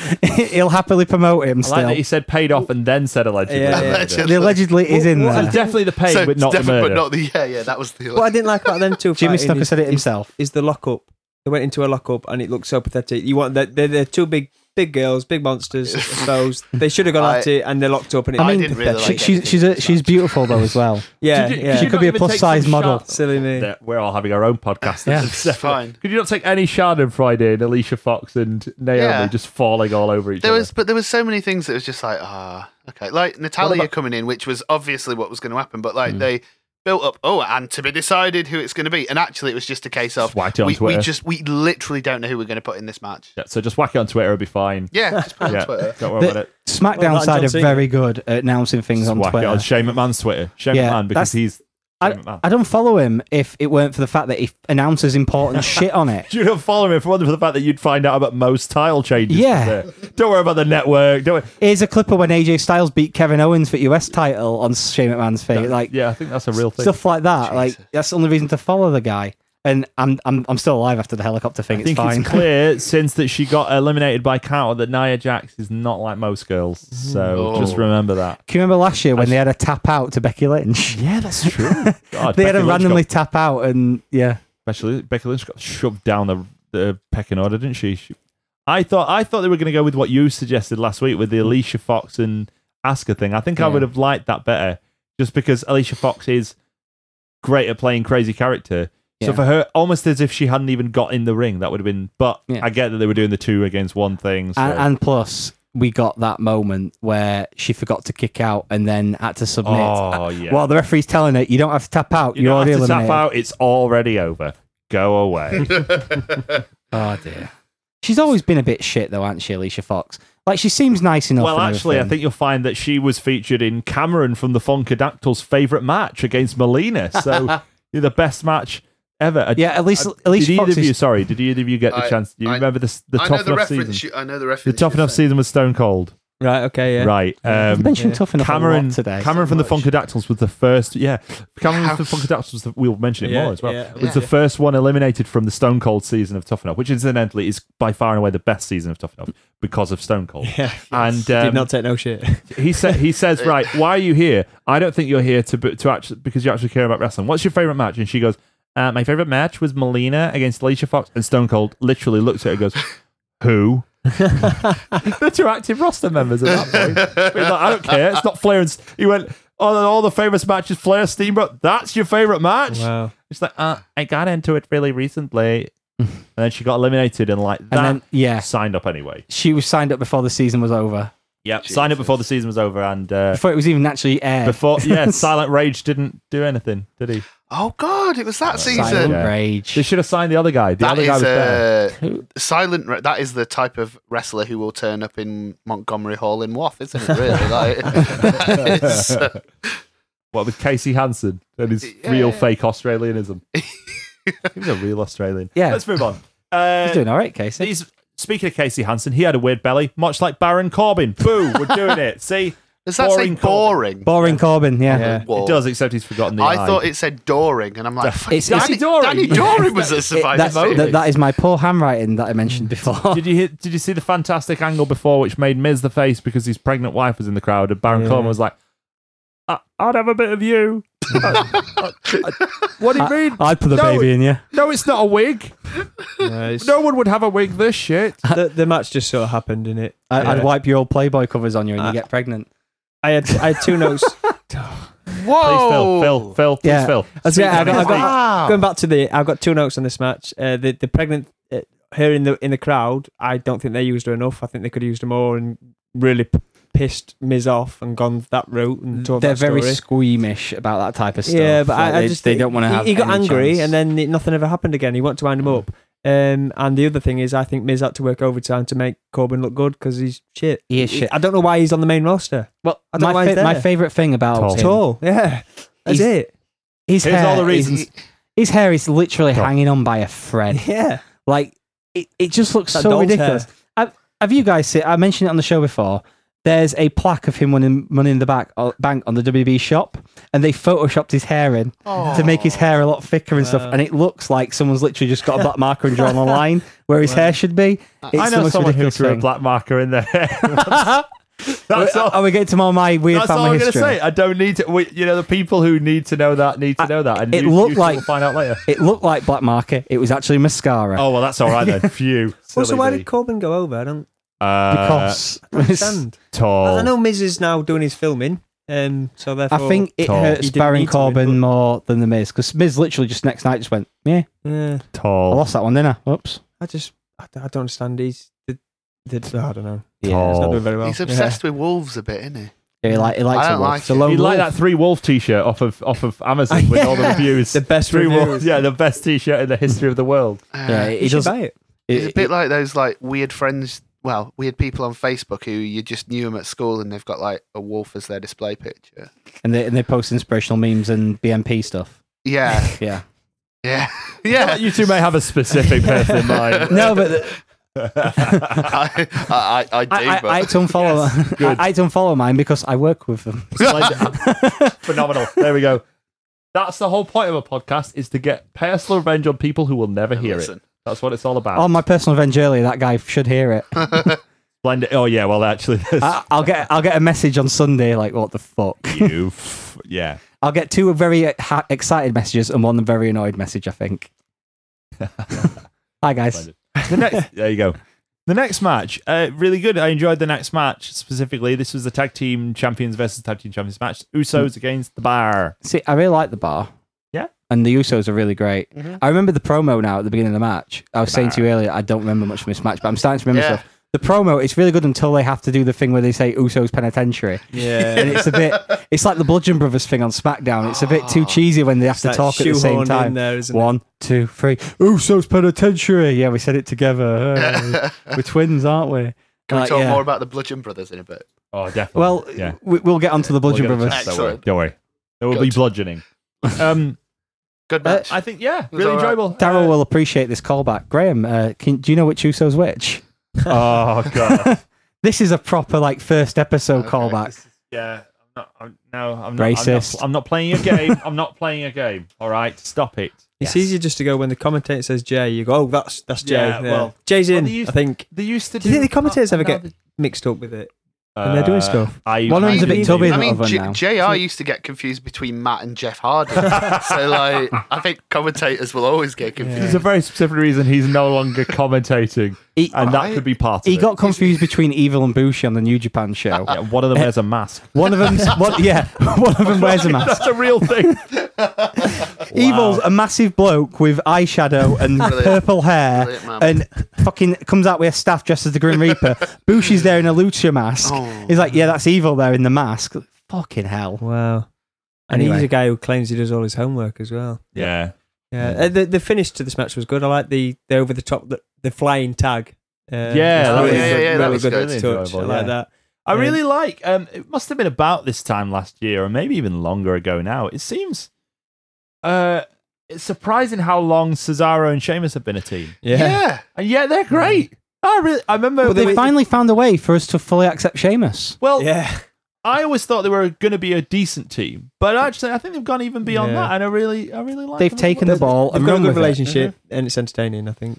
he'll happily promote him I like still. that he said paid off and then said allegedly. Yeah, yeah. Allegedly. The allegedly is in So there. definitely the paid, So but not the definitely- murder. but not the yeah, yeah. That was the. What I didn't like about them two. Jimmy fighting Snuka is- said it is- himself. Is the lockup? They went into a lockup and it looked so pathetic. You want that? They're, they're two big, big girls, big monsters. I suppose they should have gone I- at it and they're locked up. And it, I didn't really she, like she's it. she's a, she's beautiful though as well. yeah, Did you- yeah. could you could not be a even plus take some size model. shots? Silly me. That We're all having our own podcast. Yeah. This is It's separate. fine. Could you not take any Schadenfreude and Alicia Fox and Naomi Yeah. just falling all over each There other? was, but there was so many things that was just like, ah, okay. Like Natalia coming in, which was obviously what was going to happen, but Hmm. like they built up, oh, and to be decided who it's going to be, and actually it was just a case of Just whack it on we, we Twitter. just we literally don't know who we're going to put in this match. Yeah, so just whack it on Twitter, it'll be fine. Yeah, just put it Yeah, on Twitter. don't worry The about it. SmackDown Well, that's side John are Cena. very good at announcing things Just on whack it Twitter. on Shane McMahon's Twitter. Shane Yeah, McMahon because that's- he's I, Shane McMahon. I don't follow him if it weren't for the fact that he announces important shit on it. you don't follow him for one for the fact that you'd find out about most tile changes. Yeah. there. Don't worry about the network. Don't worry. Here's a clip of when AJ Styles beat Kevin Owens for US title on Shane McMahon's face, like yeah, I think that's a real thing. stuff like that. Like that's the only reason to follow the guy. And I'm I'm I'm still alive after the helicopter thing. I it's think fine. it's clear since that she got eliminated by Carter that Nia Jax is not like most girls. So Oh. just remember that. Can you remember last year when they had a tap out to Becky Lynch? Yeah, that's true. God, they Becky had a Lynch randomly got, tap out and yeah. especially Becky Lynch got shoved down the, the pecking order, didn't she? she? I thought I thought they were going to go with what you suggested last week with the Alicia Fox and Asuka thing. I think I Yeah. would have liked that better, just because Alicia Fox is great at playing crazy character. So Yeah. for her, almost as if she hadn't even got in the ring, that would have been. But Yeah. I get that they were doing the two against one thing. So. And, and plus, we got that moment where she forgot to kick out and then had to submit. Uh, Oh, yeah. While the referee's telling her, you don't have to tap out, you you are don't already have to tap out. eliminated. It's already over. Go away. Oh, dear. She's always been a bit shit, though, hasn't she, Alicia Fox? Like, she seems nice enough. well, and actually, I everything. think you'll find that she was featured in Cameron from the Funkadactyl's favourite match against Molina. So you're the best match ever. I- Yeah, at least- I- at least Uh, did either Fox of is- you? Sorry, did either of you get the I- chance? Do you I- remember this, the I top know the enough reference. season? you- I know the the reference. top you're enough saying. season was Stone Cold, Right. Okay. Yeah. right? You Um, mentioned tough enough Cameron, Cameron today. Cameron from the Funkadactyls was the first. Yeah, Cameron How- from the Funkadactyls was the. We'll mention it Yeah, more as well. yeah, was the yeah. first one eliminated from the Stone Cold season of Tough Enough, which incidentally is by far and away the best season of Tough Enough because of Stone Cold. Yeah. And um, Did not take no shit. he said he says right why are you here i don't think you're here to bu- to actually because you actually care about wrestling what's your favorite match and she goes uh, my favorite match was melina against alicia fox and stone cold literally looks at her and goes who the two active roster members at that point He's like, i don't care it's not flair and S-" he went oh all the famous matches flair steamboat that's your favorite match wow. it's like uh, i got into it really recently and then she got eliminated and like that And then, yeah, signed up anyway she was signed up before the season was over. yeah signed up before the season was over and uh, Before it was even actually aired. before, yeah, Silent Rage didn't do anything, did he? Oh God, it was that Silent season. Yeah. Rage. They should have signed the other guy. The That other guy was is there. uh, silent. Re- that is the type of wrestler who will turn up in Montgomery Hall in Wath, isn't it? Really, like that is, uh, What with Casey Hansen and his Yeah, real yeah. fake Australianism? he was a real Australian. Yeah. let's move on. Uh, She's doing all right, Casey. he's speaking of Casey Hansen. He had a weird belly, much like Baron Corbin. Boo, we're doing it. See, does that say Corbin. boring? Boring Corbin, yeah. Whoa. It does, except he's forgotten the I eye. thought it said Doring, and I'm like, fuck, It's- it's- Danny, Doring. Danny Doring was a survivor. That's, series. that, that is my poor handwriting that I mentioned before. Did you hear, did you see the fantastic angle before, which made Miz the face because his pregnant wife was in the crowd, and Baron Corbin was like, I- "I'd have a bit of you." Uh, what do you mean? I'd put the No, baby in, yeah. No, it's not a wig. No, it's- No one would have a wig this shit. the, the match just sort of happened, didn't it? I, Yeah. I'd wipe your old Playboy covers on you and Uh, you get pregnant. I had I had two notes. Please, Whoa! Phil, Phil, Phil, please, Yeah. Phil. That's it, I got- I got- Oh. Wow. Going back to the, I've got two notes on this match. Uh, the the pregnant uh, her in the in the crowd. I don't think they used her enough. I think they could have used her more and really p- pissed Miz off and gone that route and told They're that very story. squeamish about that type of stuff. Yeah, but Like, I, I they, just they think don't want to he- have. He got any angry, chance. Hmm. and then it, nothing ever happened again. He wanted to wind him up, Um, and the other thing is, I think Miz had to work overtime to make Corbin look good because he's shit. He is shit. I don't know why he's on the main roster. Well, I don't know why my, he's fa- my there. favorite thing about Tall. him- Tall, yeah, that's He's- it. his Here's hair, all the is- reasons. his hair is literally Tall. hanging on by a thread. Yeah, Like it, it just looks That so doll's ridiculous. Have, have you guys seen? I mentioned it on the show before. There's a plaque of him winning Money in the back, uh, Bank on the WB shop, and they photoshopped his hair in to make his hair a lot thicker and stuff. And it looks like someone's literally just got a black marker and drawn a line where his hair should be. It's I the know most someone who ridiculous threw a thing. black marker in their hair. That's all. Are we getting to all my weird That's all family I'm going to history? say. I don't need to. We, you know, the people who need to know that need to know that. And it you, looked you two like- will find out later. It looked like black marker. It was actually mascara. Oh well, that's all right then. Phew. Well, so Silly why me. did Corbin go over? I don't Uh, because understand. tall. I know Miz is now doing his filming, um, so I therefore think it Tall. hurts He didn't Baron need to win, Corbin but- more than the Miz because Miz literally just next night just went, yeah, yeah, I Tall. lost that one, didn't I? Whoops. I just I, I don't understand. He's the, the I don't know. He's not Tall. doing very well. He's obsessed with wolves a bit, isn't he? Yeah, he, like, he likes a I don't wolf. like It's a it. lone He like wolf. that three wolf T-shirt off of off of Amazon with all the Yeah. reviews. The best three reviews. wolves. Yeah, the best T-shirt in the history of the world. Uh, Yeah, he He should does. buy it. He's a it- bit like those like weird friends. Well, weird people on Facebook who you just knew them at school, and they've got like a wolf as their display picture. and, they, and they post inspirational memes and BMP stuff. Yeah, Yeah. yeah, yeah. You two may have a specific person in mind. No, but the- I, I, I, I do, I, but I, I don't follow. good. I, I don't follow mine because I work with them. Splendid. Phenomenal. There we go. That's the whole point of a podcast is to get personal revenge on people who will never hear listen. it. That's what it's all about. On Oh, my personal revenge earlier, that guy should hear it. Splendid. Oh yeah. Well, actually, there's I, I'll get. I'll get a message on Sunday like, what the fuck. you. Yeah. I'll get two very uh, ha- excited messages and one very annoyed message, I think. Hi, guys. Splendid. The next, there you go. The next match, uh, really good. I enjoyed the next match specifically. This was the tag team champions versus tag team champions match. Hmm. Usos against the Bar. See, I really like the bar. Yeah. And the Usos are really great. I remember the promo now at the beginning of the match. I was saying to you earlier, I don't remember much from this match, but I'm starting to remember Yeah. stuff. The promo, it's really good until they have to do the thing where they say Usos Penitentiary. Yeah. And it's a bit, it's like the Bludgeon Brothers thing on SmackDown. It's a bit too cheesy when they have to that talk at the Ah. shoehorned same in time. there, isn't it? One, two, three. Usos Penitentiary. Yeah, we said it together. Hey, We're twins, aren't we? Can we Like, talk yeah. more about the Bludgeon Brothers in a bit? Oh, definitely. Well, yeah. we, we'll get onto the Bludgeon We'll get a Brothers. chance, Don't worry. Excellent. Don't worry. There will be Good. bludgeoning. Um, Good Uh, match. I think yeah, was really all right. enjoyable. Daryl Uh, will appreciate this callback. Graham, uh, can, do you know which Uso's which? Oh god. This is a proper like first episode Okay. callback. yeah. I'm not. I'm, no, I'm not. Racist. I'm not, I'm not playing a game. I'm not playing a game. All right, stop it. It's easier just to go when the commentator says Jay, you go, oh, that's that's Jay. Yeah, well- Jay's Well, in. they used- I think. They used to. Do you think the commentators ever get mixed up with it? and they're doing stuff? uh, I, One of them's a bit tubby. I Not mean, over J- now. JR used to get confused between Matt and Jeff Hardy. so, like, I think commentators will always get confused. There's a very specific reason he's no longer commentating, He- and that I- could be part of He it. got confused between Evil and Bushi on the New Japan show. Yeah, one of them wears a mask. One of them's one, yeah, one of them wears a mask. That's a real thing. Evil's a massive bloke with eyeshadow and Brilliant. purple hair, Brilliant, man. and fucking comes out with a staff dressed as the Grim Reaper. Bushi's there in a lucha mask. He's like, yeah, that's Evil there in the mask. Fucking hell. Wow. And Anyway. he's a guy who claims he does all his homework as well. Yeah. Yeah. Uh, the, the finish to this match was good. I like the, the over the top, the, the flying tag. Uh, Yeah, was that really was- good- yeah, yeah, that really was good good. touch. Enjoyable, I like yeah. that. I Um, really like. Um, it must have been about this time last year, or maybe even longer ago now. It seems. Uh, it's surprising how long Cesaro and Sheamus have been a team, Yeah. yeah. and yet they're great. I really, I remember. But they we- finally found a way for us to fully accept Sheamus. well, Yeah. I always thought they were going to be a decent team, but actually, I think they've gone even beyond Yeah. that, and I really, I really like. They've them. taken the ball They've and got a run good with it. relationship Mm-hmm. and it's entertaining, I think.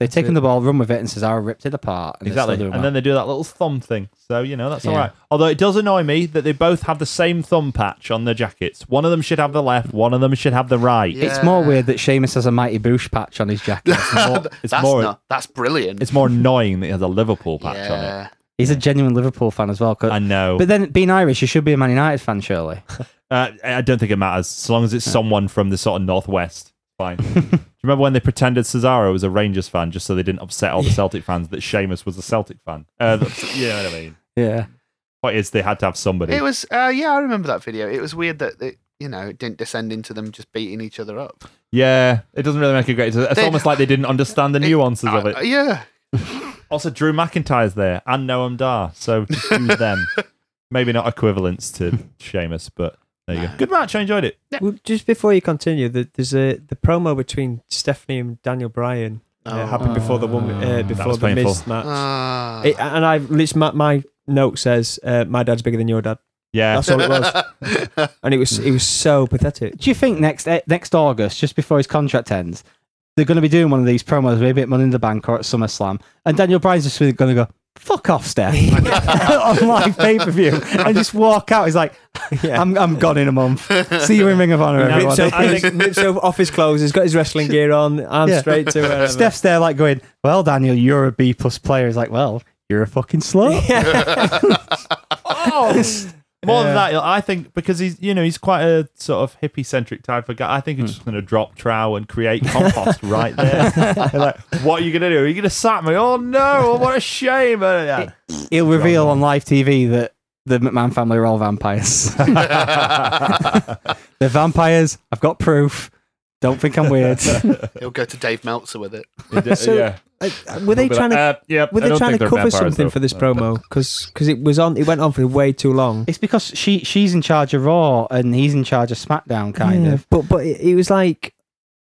They've taken it. the ball, run with it, and Cesaro ripped it apart. And Exactly. Doing And well. then they do that little thumb thing. So, you know, that's all Yeah. right. Although it does annoy me that they both have the same thumb patch on their jackets. One of them should have the left, one of them should have the right. Yeah. It's more weird that Sheamus has a mighty Boosh patch on his jacket. It's more, it's that's, more, not, that's brilliant. it's more annoying that he has a Liverpool patch on it. yeah. He's a genuine Liverpool fan as well. 'cause- I know. but then, being Irish, you should be a Man United fan, surely. Uh, I don't think it matters. So long as it's someone from the sort of Northwest. Fine. do you remember when they pretended Cesaro was a Rangers fan just so they didn't upset all the Celtic fans that Seamus was a Celtic fan? Uh, that's- you know what I mean? Yeah. Point is, they had to have somebody. It was, uh, yeah, I remember that video. It was weird that it, you know, it didn't descend into them just beating each other up. Yeah, it doesn't really make a great. It's They- almost like they didn't understand the nuances of Uh, it. yeah. Also, Drew McIntyre's there and Noam Dar, so just use them. Maybe not equivalents to Sheamus, but there you go. Good match. I enjoyed it. Well, just before you continue, the, there's a the promo between Stephanie and Daniel Bryan Oh. uh, happened before the woman uh, Mm. before was the painful. Miz match. Ah. It- and I, literally, my, my note says, uh, "My dad's bigger than your dad." Yeah, That's all it was, and it was it was so pathetic. Do you think next eh, next August, just before his contract ends, they're going to be doing one of these promos, maybe at Money in the Bank or at SummerSlam, and Daniel Bryan's just really going to go, "Fuck off, Steph," on live pay per view, and just walk out. He's like, "I'm I'm gone in a month. See you in Ring of Honor, everyone." Rips, off, I think, rips off, off his clothes. He's got his wrestling gear on. I'm Yeah. straight to wherever. Steph's there, like going, "Well, Daniel, you're a B plus player." He's like, "Well, you're a fucking slut." More than that, I think because he's you know he's quite a sort of hippie centric type of guy. I think he's just going to drop trow and create compost right there. They're like, what are you going to do? Are you going to sack me? Oh no! What a shame! Uh, yeah. He'll reveal on live TV that the McMahon family are all vampires. They're vampires. I've got proof. Don't think I'm weird. He'll go to Dave Meltzer with it. So, yeah. Uh, were They'll they be like, trying to? "Uh, yeah, Were I they don't trying think to they're cover vampires, something though." for this promo? Because it was on. It went on for way too long. It's because she she's in charge of Raw and he's in charge of SmackDown, kind Yeah, of. But but it, it was like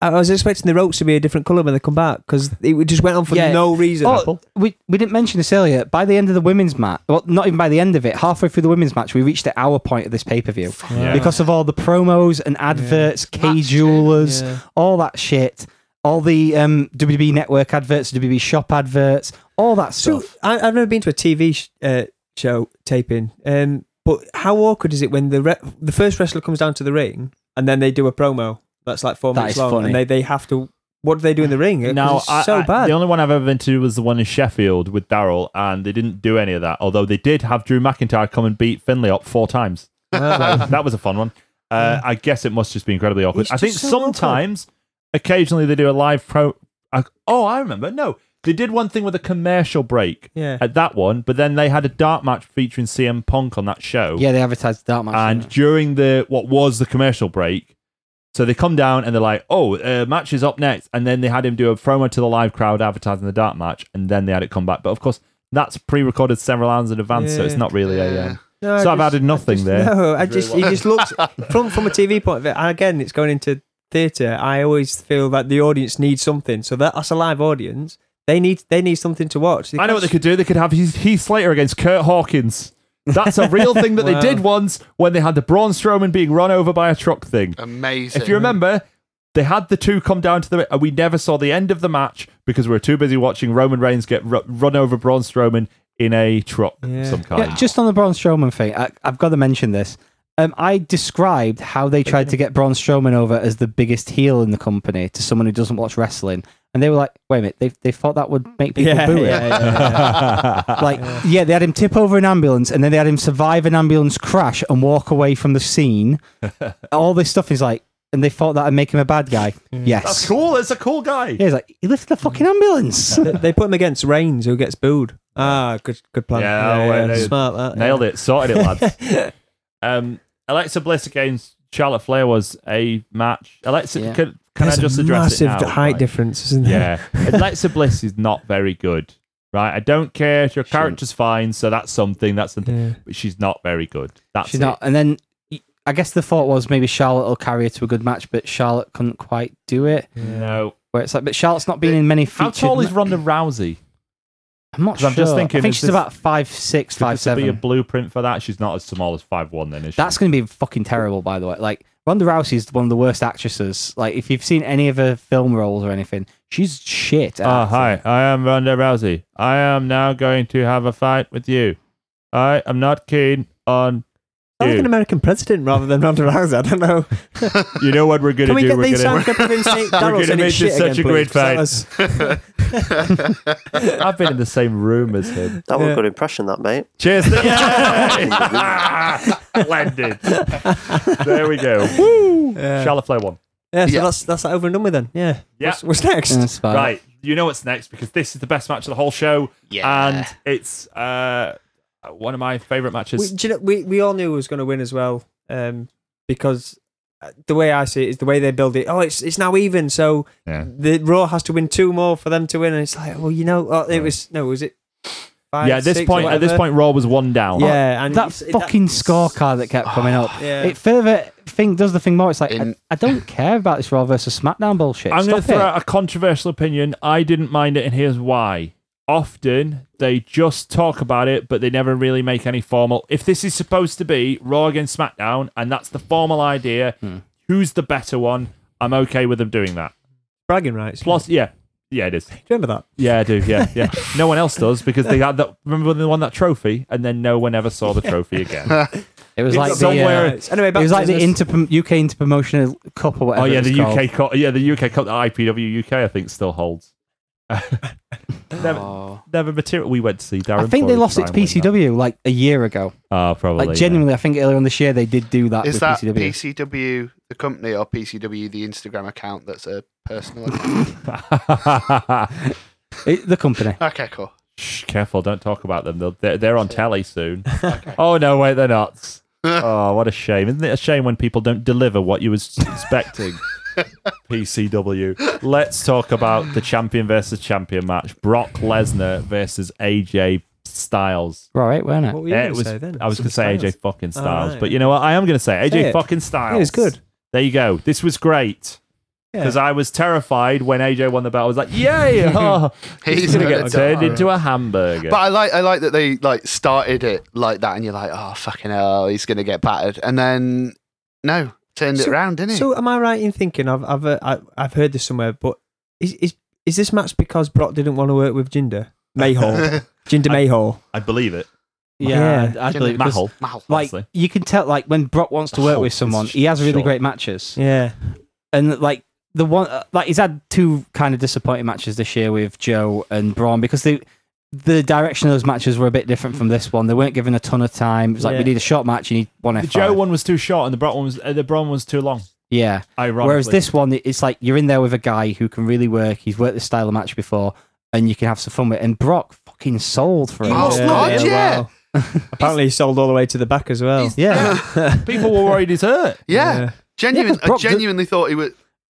I was expecting the ropes to be a different color when they come back because it just went on for Yeah. no reason. Oh, we, we didn't mention this earlier. By the end of the women's match, well, not even by the end of it, halfway through the women's match, we reached the hour point of this pay per view Yeah. because of all the promos and adverts, K jewelers, Yeah. all that shit, all the um, WWE network adverts, WWE shop adverts, all that So stuff. I, I've never been to a TV sh- uh, show taping, um, but how awkward is it when the re- the first wrestler comes down to the ring and then they do a promo that's like four That minutes is long, funny. and they, they have to what do they do in the ring? 'Cause No, it's I, so I- bad. The only one I've ever been to was the one in Sheffield with Daryl, and they didn't do any of that. Although they did have Drew McIntyre come and beat Finlay up four times. So that was a fun one. Uh, I guess it must just be incredibly awkward. It's I think just so sometimes, occasionally, they do a live pro. I, oh, I remember. No, they did one thing with a commercial break Yeah. at that one, but then they had a dark match featuring CM Punk on that show. Yeah, they advertised that match. And didn't during the what was the commercial break, so they come down and they're like, "Oh, uh, match is up next," and then they had him do a promo to the live crowd advertising the dark match, and then they had it come back. But of course, that's pre-recorded several hours in advance, so it's Yeah. not really a. Um, No, I So I've just- added I nothing just- there. No, I just it just looks from from a TV point of view. And again, it's going into theatre. I always feel that the audience needs something, so that that's a live audience. They need they need something to watch. I know what they could do. They could have Heath Heath Slater against Kurt Hawkins. That's a real thing that Wow. they did once when they had the Braun Strowman being run over by a truck thing. Amazing. If you remember, they had the two come down to the and we never saw the end of the match because we were too busy watching Roman Reigns get ru- run over Braun Strowman in a truck of Yeah. some they? kind. Yeah, just on the Braun Strowman thing, I, I've got to mention this. Um, I described how they tried to get Braun Strowman over as the biggest heel in the company to someone who doesn't watch wrestling, and they were like, "Wait a minute, they, they thought that would make people Yeah, boo it." yeah, yeah, yeah. Like, yeah. they had him tip over an ambulance, and then they had him survive an ambulance crash and walk away from the scene. All this stuff is like, and they thought that would make him a bad guy. Yes, Mm. That's cool. It's a cool guy. Yeah, he's like, he lifted the fucking ambulance. They- they put him against Reigns, who gets booed. Ah, good good plan. Yeah, oh, well, they- smart. That, Nailed it. Sorted it, lads. um, Alexa Bliss against Charlotte Flair was a match. Alexa, Yeah. can, can I There's a just address massive it now? height Like, difference, isn't there? Yeah. Alexa Bliss is not very good, right? I don't care. Your character's fine, so that's something. That's something. Yeah. But she's not very good. That's She's it. not. And then I guess the thought was maybe Charlotte will carry her to a good match, but Charlotte couldn't quite do it. No. Where it's like, but Charlotte's not been in many featured. How tall is ma- Ronda Rousey? I'm not 'Cause sure. I'm just thinking, I think is she's this- about five six, Could five this be a seven. blueprint for that? She's not as small as five one. Then is she? That's going to be fucking terrible, by the way. Like Ronda Rousey is one of the worst actresses. Like if you've seen any of her film roles or anything, she's shit. at Ah, acting. hi, I am Ronda Rousey. I am now going to have a fight with you. I am not keen on I like an you. American president rather than Ronda Rousey. I don't know. You know what we're going Can to we do? get We're these gonna- sound clip of him saying Daryl's gonna in make his shit this such a again, great please? 'cause that fight. was- I've been in the same room as him. That was a good impression, that mate. Cheers. Blended. there we go. Woo. Charlotte Flair one. Yeah, so Yeah. that's that's that over and done with then. Yeah. Yeah. What's, what's next? Yeah, that's about it. Right. You know what's next because this is the best match of the whole show. Yeah. And it's uh, one of my favourite matches. We, do you know, we we all knew who was going to win as well, um, because the way I see it is the way they build it. Oh, it's it's now even, so Yeah. the Raw has to win two more for them to win, and it's like, well, you know, oh, it was no, was it? Five, yeah, at this six, point, at this whatever? point, Raw was one down. yeah, and that it's- it- fucking that's- scorecard that kept coming up. Yeah. It further thing does the thing more. It's like In- I, I don't care about this Raw versus SmackDown bullshit. I'm going to Stop throw it. out a controversial opinion. I didn't mind it, and here's why. Often they just talk about it, but they never really make any formal. If this is supposed to be Raw against SmackDown, and that's the formal idea, Hmm. who's the better one? I'm okay with them doing that. bragging rights. Plus, yeah, yeah, it is. Do you remember that? Yeah, I do. Yeah, yeah. no one else does because they had that. Remember when they won that trophy, and then no one ever saw the trophy again. It was It's like the, somewhere- uh, Rights. Anyway, it back was to like the business. inter- UK interpromotional cup or oh whatever. yeah, it's the called. UK, co- yeah, the UK cup, the IPW UK, I think still holds. never, never material. We went to see Darren. I think they Florey lost try it to and win that. PCW like a year ago. Oh, probably. Like genuinely, I think earlier on this year they did do that Is with that PCW. PCW. the company or PCW the Instagram account that's a personal? yeah. It- the company. okay, cool. Shh, careful, don't talk about them. They'll- They're, they're on telly soon. Oh no, wait, they're not. Oh, what a shame! Isn't it a shame when people don't deliver what you was expecting? PCW. Let's talk about the champion versus champion match: Brock Lesnar versus AJ Styles. All right, weren't it? What were you Yeah, going it to was- say then? I was going to say AJ fucking Styles, right. but you know what? I am going to say AJ it. fucking Styles. Yeah, it was good. There you go. This was great. Because I was terrified when AJ won the belt. I was like, yay! oh, He's he's going to gonna get die. turned into a hamburger. But I like I like that they like started it like that, and you're like, oh fucking hell, he's gonna get battered, and then no, turned it round, didn't he? So am I right in thinking I've I've uh, I- I've heard this somewhere, but is is is this match because Brock didn't want to work with Jinder Mayhall, Jinder Mayhall? I believe it. Yeah, I, I Jinder believe 'cause, Mahal. Mahal. Like honestly. you can tell, like when Brock wants to work Hulk with is someone, sh- he has really sure. great matches, Yeah, and like the one, uh, like he's had two kind of disappointing matches this year with Joe and Braun because they. The direction of those matches were a bit different from this one. They weren't given a ton of time. It was like Yeah. we need a short match. You need one The F. Joe one was too short, and the Brock one was uh, the Braun was too long. yeah. Ironically, Whereas this one, it- it's like you're in there with a guy who can really work. He's worked this style of match before, and you can have some fun with. it. And Brock fucking sold for it. Oh, God, yeah. wow. Apparently, he sold all the way to the back as well. Yeah, people were worried he's hurt. yeah, genuine. Yeah, 'cause Brock I did- genuinely thought he was.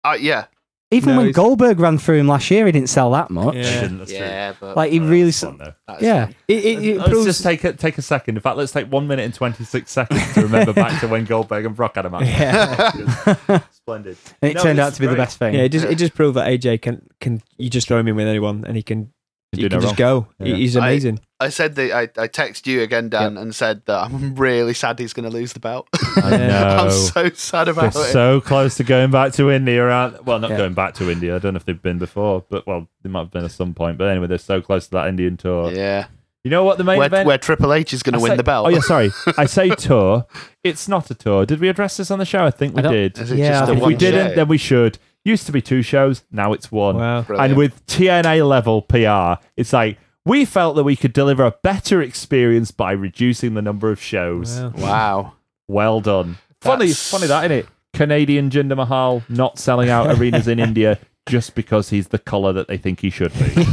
Uh, yeah, even No, when he's- Goldberg ran through him last year, he didn't sell that much. Yeah. that's yeah, but Like he true. really, That's s- one, though. that is- yeah. It, it, it Let's proves just take a, take a second. In fact, let's take one minute and twenty six seconds to remember back to when Goldberg and Brock had a match. yeah, Splendid. And it No, turned this out is to be the great. best thing. yeah. It just it just proved that AJ can can you just throw him in with anyone and he can You he do can no just go. He- Yeah. He's I- amazing. I said that I, I texted you again, Dan, and said that I'm really sad he's going to lose the belt. I know. I'm so sad They're about Oh, it. so close to going back to India, aren't Well, not Yeah. going back to India. I don't know if they've been before, but well, they might have been at some point. But anyway, they're so close to that Indian tour. yeah, You know what the main where, event? where Triple H is going I to win say- the belt. Oh yeah, sorry. I say tour. It's not a tour. Did we address this on the show? I think we I don't- did. Is it Yeah, just I a think If one we didn't, show? then we should. Used to be two shows, now it's one. Wow. Brilliant. And with TNA level PR, it's like we felt that we could deliver a better experience by reducing the number of shows. Wow. wow. Well done. Funny, That's- funny that, isn't it? Canadian Jinder Mahal not selling out arenas in India just because he's the colour that they think he should be.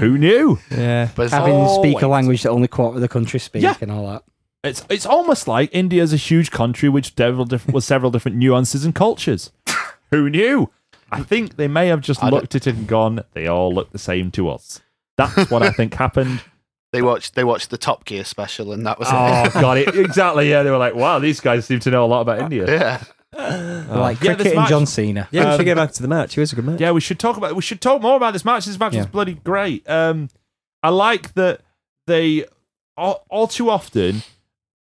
Who knew? Yeah. But Having Oh, speak a wait. language that only quarter of the country speak Yeah. and all that. It's it's almost like India's a huge country which devil diff- with several different nuances and cultures. Who knew? I think they may have just I don't- looked at it and gone, they all look the same to us. That's what I think happened. they watched they watched the Top Gear special, and that was Oh, got it. Exactly. Yeah, they were like, wow, these guys seem to know a lot about India. it. Yeah. like yeah, this cricket and match- John Cena. Yeah, we Um, should get back to the match. It was a good match. Yeah, we should talk about we should talk more about this match. This match Yeah. was bloody great. Um, I like that they all, all too often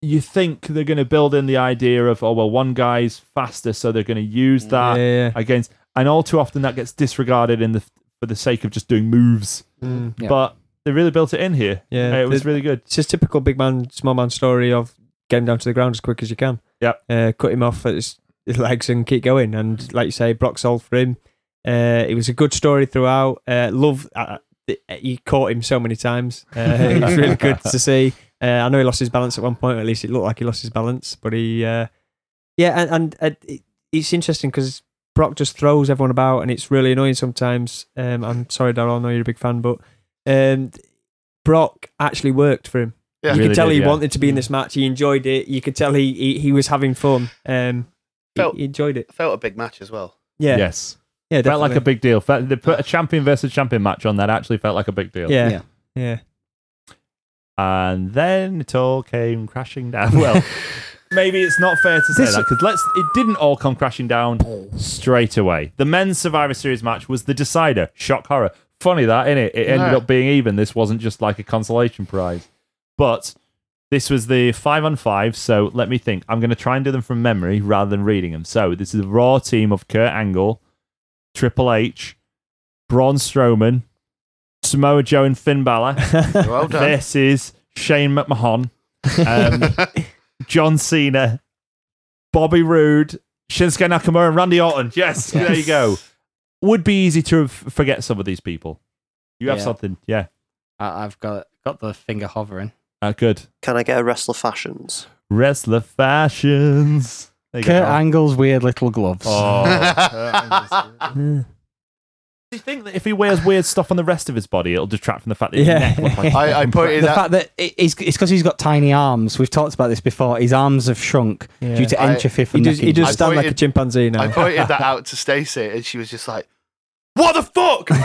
you think they're going to build in the idea of oh well one guy's faster so they're going to use that Yeah, yeah. against and all too often that gets disregarded in the for the sake of just doing moves. Mm. Yeah. But they really built it in here. Yeah, Uh, it was the- really good. It's just typical big man, small man story of getting down to the ground as quick as you can. Yep. Uh, cut him off at his, his legs and keep going. And like you say, Brock sold for him. Uh, it was a good story throughout. Uh, love, uh, uh, he caught him so many times. Uh, it was really good to see. Uh, I know he lost his balance at one point, or at least it looked like he lost his balance. But he, uh, yeah, and, and uh, it, it's interesting because Brock just throws everyone about, and it's really annoying sometimes. Um, I'm sorry, Daryl, I know you're a big fan, but um, Brock actually worked for him. Yeah. You Really could tell did, he yeah. wanted to be in this match. He enjoyed it. You could tell he he, he was having fun. Um, Felt- he, he enjoyed it. Felt a big match as well. Yeah, yeah, Yes. yeah Felt like a definitely. big deal. Felt, they put a champion versus champion match on that actually felt like a big deal. yeah, Yeah. yeah. And then it all came crashing down. Well, maybe it's not fair to say This- that because let's it didn't all come crashing down straight away. The men's Survivor Series match was the decider. Shock horror. Funny that, innit? It ended Yeah. up being even. This wasn't just like a consolation prize. But this was the five on five, so let me think. I'm going to try and do them from memory rather than reading them. So this is a raw team of Kurt Angle, Triple H, Braun Strowman, Samoa Joe, and Finn Balor Well done. versus Shane McMahon, um, John Cena, Bobby Roode, Shinsuke Nakamura, and Randy Orton. Yes, there you go. Would be easy to f- forget some of these people. You have Yeah. something, yeah. I, I've got got the finger hovering. Uh, good. Can I get a wrestler fashions? Wrestler fashions. There you Kurt go. Angle's weird little gloves. Oh. Do you think that if he wears weird stuff on the rest of his body, it'll detract from the fact that his Yeah. neck looks like I, I the pointed out. fact that it, it's it's because he's got tiny arms. We've talked about this before. His arms have shrunk Yeah. due to I- entropy from He does. neck He does I injuries. stand like a pointed- chimpanzee now. I pointed that out to Stacey, and she was just like, "What the fuck? What?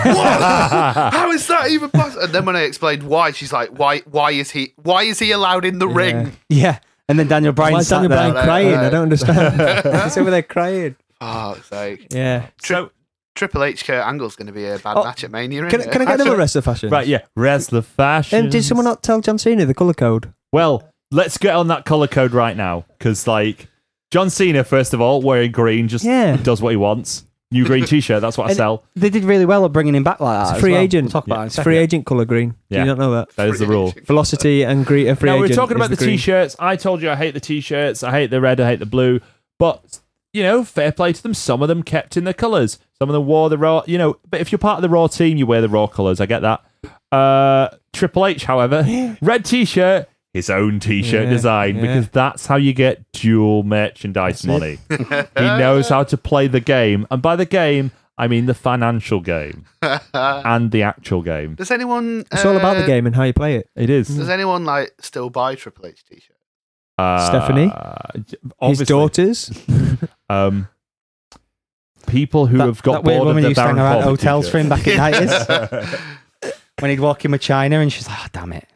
How is that even possible?" And then when I explained why, she's like, "Why? Why is he? Why is he allowed in the Yeah. ring?" Yeah, and then Daniel Bryan. Why is sat Daniel there. Bryan there. crying? I don't Huh? understand. He's over there crying. Oh, it's like Yeah. So, Triple H Kurt Angle's going to be a bad Oh, match at Mania. Can, I- isn't can I it? get another Actually- wrestler fashion? right, yeah. Wrestler Um, fashions. did someone not tell John Cena the color code? Well, let's get on that color code right now because, like, John Cena, first of all, wearing green just Yeah. does what he wants. New green T-shirt, that's what I And- sell. They did really well at bringing him back like that. It's a as free well. agent. We'll talk about it in a It's second. free agent color green. Yeah. Do you not know that? That is the rule. Velocity and green. A free Now we agent. were talking is about the, green. T-shirts. I told you I hate the T-shirts. I hate the red. I hate the blue. But you know, fair play to them. Some of them kept in their colours. Some of them wore the raw. You know, but if you're part of the raw team, you wear the raw colours. I get that. Uh, Triple H, however, red T-shirt. His own T-shirt Yeah, design yeah. because that's how you get dual merchandise money. he knows how to play the game, and by the game, I mean the financial game and the actual game. Does anyone? It's all about the uh, game and how you play it. It is Does anyone like still buy Triple H t-shirt? Uh, Stephanie? obviously. His daughters. um, people who That- have got that weird bored of woman the used to Baron hang around Corbin hotels for him t-shirts. back in the 90s when he'd walk in with China and she's like, oh, damn it.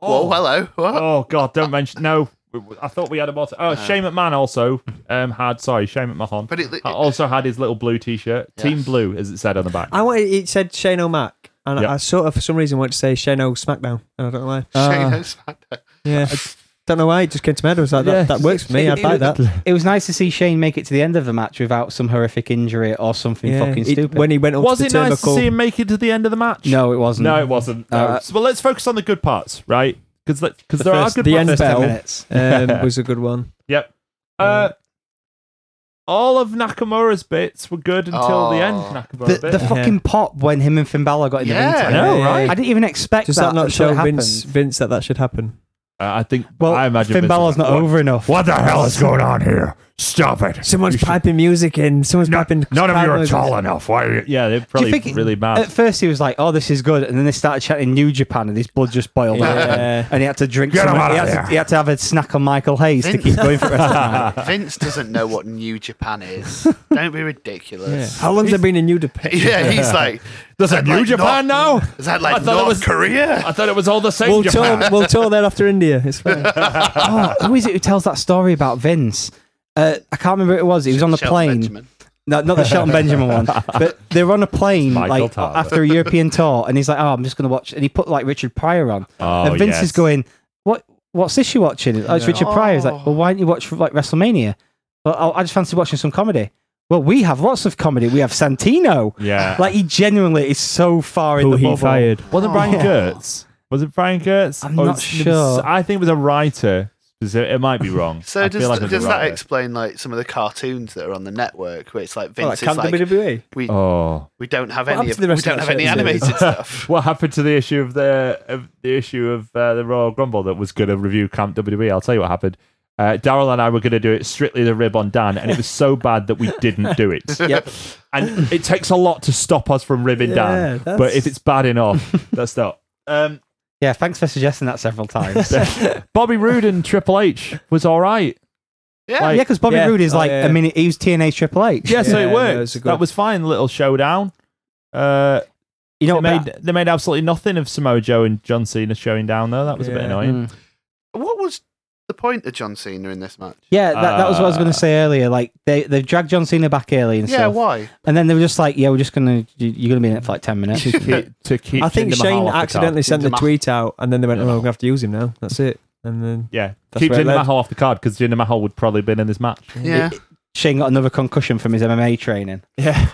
Oh, hello. What? Oh God, don't mention. No, I thought we had a bottle. Oh, Shane McMahon also um, had. Sorry, Shane McMahon. Uh. But it- it- ha- also had his little blue T-shirt, Team Blue, as it said on the back. I wanted. It said Shane O'Mac, and Yeah. I sort of for some reason wanted to say Shane O Smackdown, and I don't know why. Shane knows that. Ah, Yeah. I don't know why. It just came to my head. I was like, Yeah. that, that works for me. I'd buy that. It was nice to see Shane make it to the end of the match without some horrific injury or something Yeah. fucking It- stupid. when he went up Was to it the nice to turnbuckle- see him make it to the end of the match? no, it wasn't. no, it wasn't. No. Uh, so, well, let's focus on the good parts, right? Because because The there first- are good the parts. end First 10 bell. minutes. um, was a good one. Yep. Uh, all of Nakamura's bits were good until the end. Oh. Nakamura The, bit. the fucking pop when him and Finn Balor got in Yeah. the ring. I together. know, Yeah, yeah, right? yeah. I didn't even expect Does that, that not until it show happened. Vince, Vince that that should happen? Uh, I think. Well, I imagine Finn Vince Balor's was like, not "What- over enough. What the hell is going on here? Stop it! Someone's You should- piping music in. Someone's No- piping. none of you are crowd tall noises. enough. Why? Are you? Yeah, they're Do you probably think it- really mad. At first, he was like, "Oh, this is good," and then they started chanting New Japan, and his blood just boiled Yeah. up, and he had to drink. Get some, him out he, of had there. To, he had to have a snack on Michael Hayes to Vince- keep going for the rest of the night. Vince doesn't know what New Japan is. Don't be ridiculous. How long's there been a new depiction? Yeah, he's like, There's a I'd new like Japan not- now. Is that I like thought it North was- Korea? I thought it was all the same. We'll Japan. tour, we'll tour there after India. It's fine. oh, who is it who tells that story about Vince? Uh, I can't remember who it was. He was on a Shelton plane. Benjamin. No, not the Shelton Benjamin one, but they were on a plane Michael like Tarver. after a European tour, and he's like, "Oh, I'm just going to watch," and he put like Richard Pryor on, Oh, and Vince yes. is going, "What? What's this you watching?" Oh, it's Richard Pryor. He's like, "Well, why don't you watch like WrestleMania?" Well, I I just fancy watching some comedy. Well, we have lots of comedy. We have Santino. Yeah. like he genuinely is so far in Oh, Who the he bubble. fired. Wasn't Brian Gertz? Oh. Was it Brian Gertz? I'm Or not was- sure. I think it was a writer. So It might be wrong. So I does, feel like it was a does that writer. explain like some of the cartoons that are on the network where it's like Well, Vince like, is can't E. like WWE. we, Oh. we don't have What any happened of, to the we rest of don't that have any shit, is it? animated stuff. What happened to the issue of the of the issue of uh, the Royal Grumble that was going to review Camp WWE? I'll tell you what happened. Uh, Daryl and I were going to do it strictly the rib on Dan, and it was so bad that we didn't do it. Yep. And it takes a lot to stop us from ribbing Yeah, Dan, that's- but if it's bad enough, that's not. Um, Yeah, thanks for suggesting that several times. Bobby Roode and Triple H was all right. Yeah. Like, yeah, because Bobby Yeah. Roode is Oh, like yeah, a yeah. minute. He was TNA Triple H. yeah, so Yeah, it no, worked. it's a good- that was fine. Little showdown. Uh, you know they what made they made absolutely nothing of Samoa Joe and John Cena showing down though. That was a bit Yeah. annoying. Mm. What was the point of John Cena in this match? Yeah, that, that was what I was going Uh, to say earlier. Like they they dragged John Cena back early and Yeah, stuff, why? and then they were just like, "Yeah, we're just gonna you- you're gonna be in it for like ten minutes." To keep, to keep I think Jinder Mahal Shane off the card. accidentally sent the Jinder Mahal. tweet out, and then they went, Yeah. "Oh, we're gonna have to use him now." That's it. And then Yeah, That's keep where it Jinder led. Mahal off the card because Jinder Mahal would probably been in this match. Yeah. Shane got another concussion from his MMA training. yeah.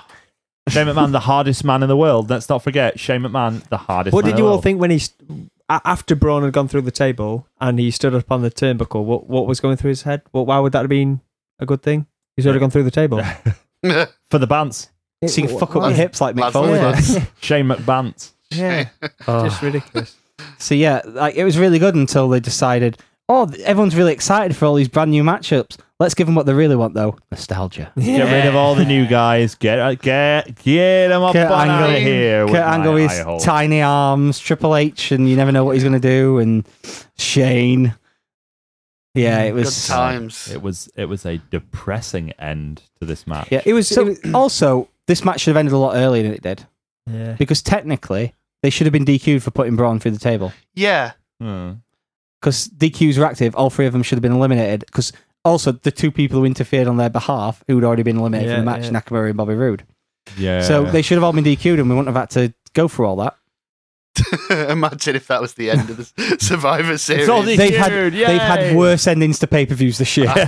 Shane McMahon, the hardest man in the world. Let's not forget Shane McMahon, the hardest. What man in did the you all world. think when he st- a- after Braun had gone through the table and he stood up on the turnbuckle? What what was going through his head? What why would that have been a good thing? He's already gone through the table. for the Bants? So you can fuck up your lads- hips like Mick lads, Foley lads. did. Shane McBants. Yeah, Oh. just ridiculous. So yeah, like it was really good until they decided, "Oh, th- everyone's really excited for all these brand new matchups. Let's give them what they really want, though: nostalgia." Get rid of all the new guys. Get uh, get get them up Kurt on Angle- out of here. Kurt Angle with with my eye hole. his tiny arms, Triple H, and you never know what he's going to do, and Shane. Yeah, it Good was. times. It was it was a depressing end to this match. Yeah, It was- So, it also, this match should have ended a lot earlier than it did Yeah. because technically they should have been DQ'd for putting Braun through the table Yeah. Hmm. because DQs were active. All three of them should have been eliminated because also the two people who interfered on their behalf who'd already been eliminated from the Yeah, match, yeah. Nakamura and Bobby Roode. yeah. So they should have all been DQ'd, and we wouldn't have had to go through all that. Imagine if that was the end of the Survivor Series. all the- They've had DQ'd, they've had yay! Uh, worse endings to pay per views this year. I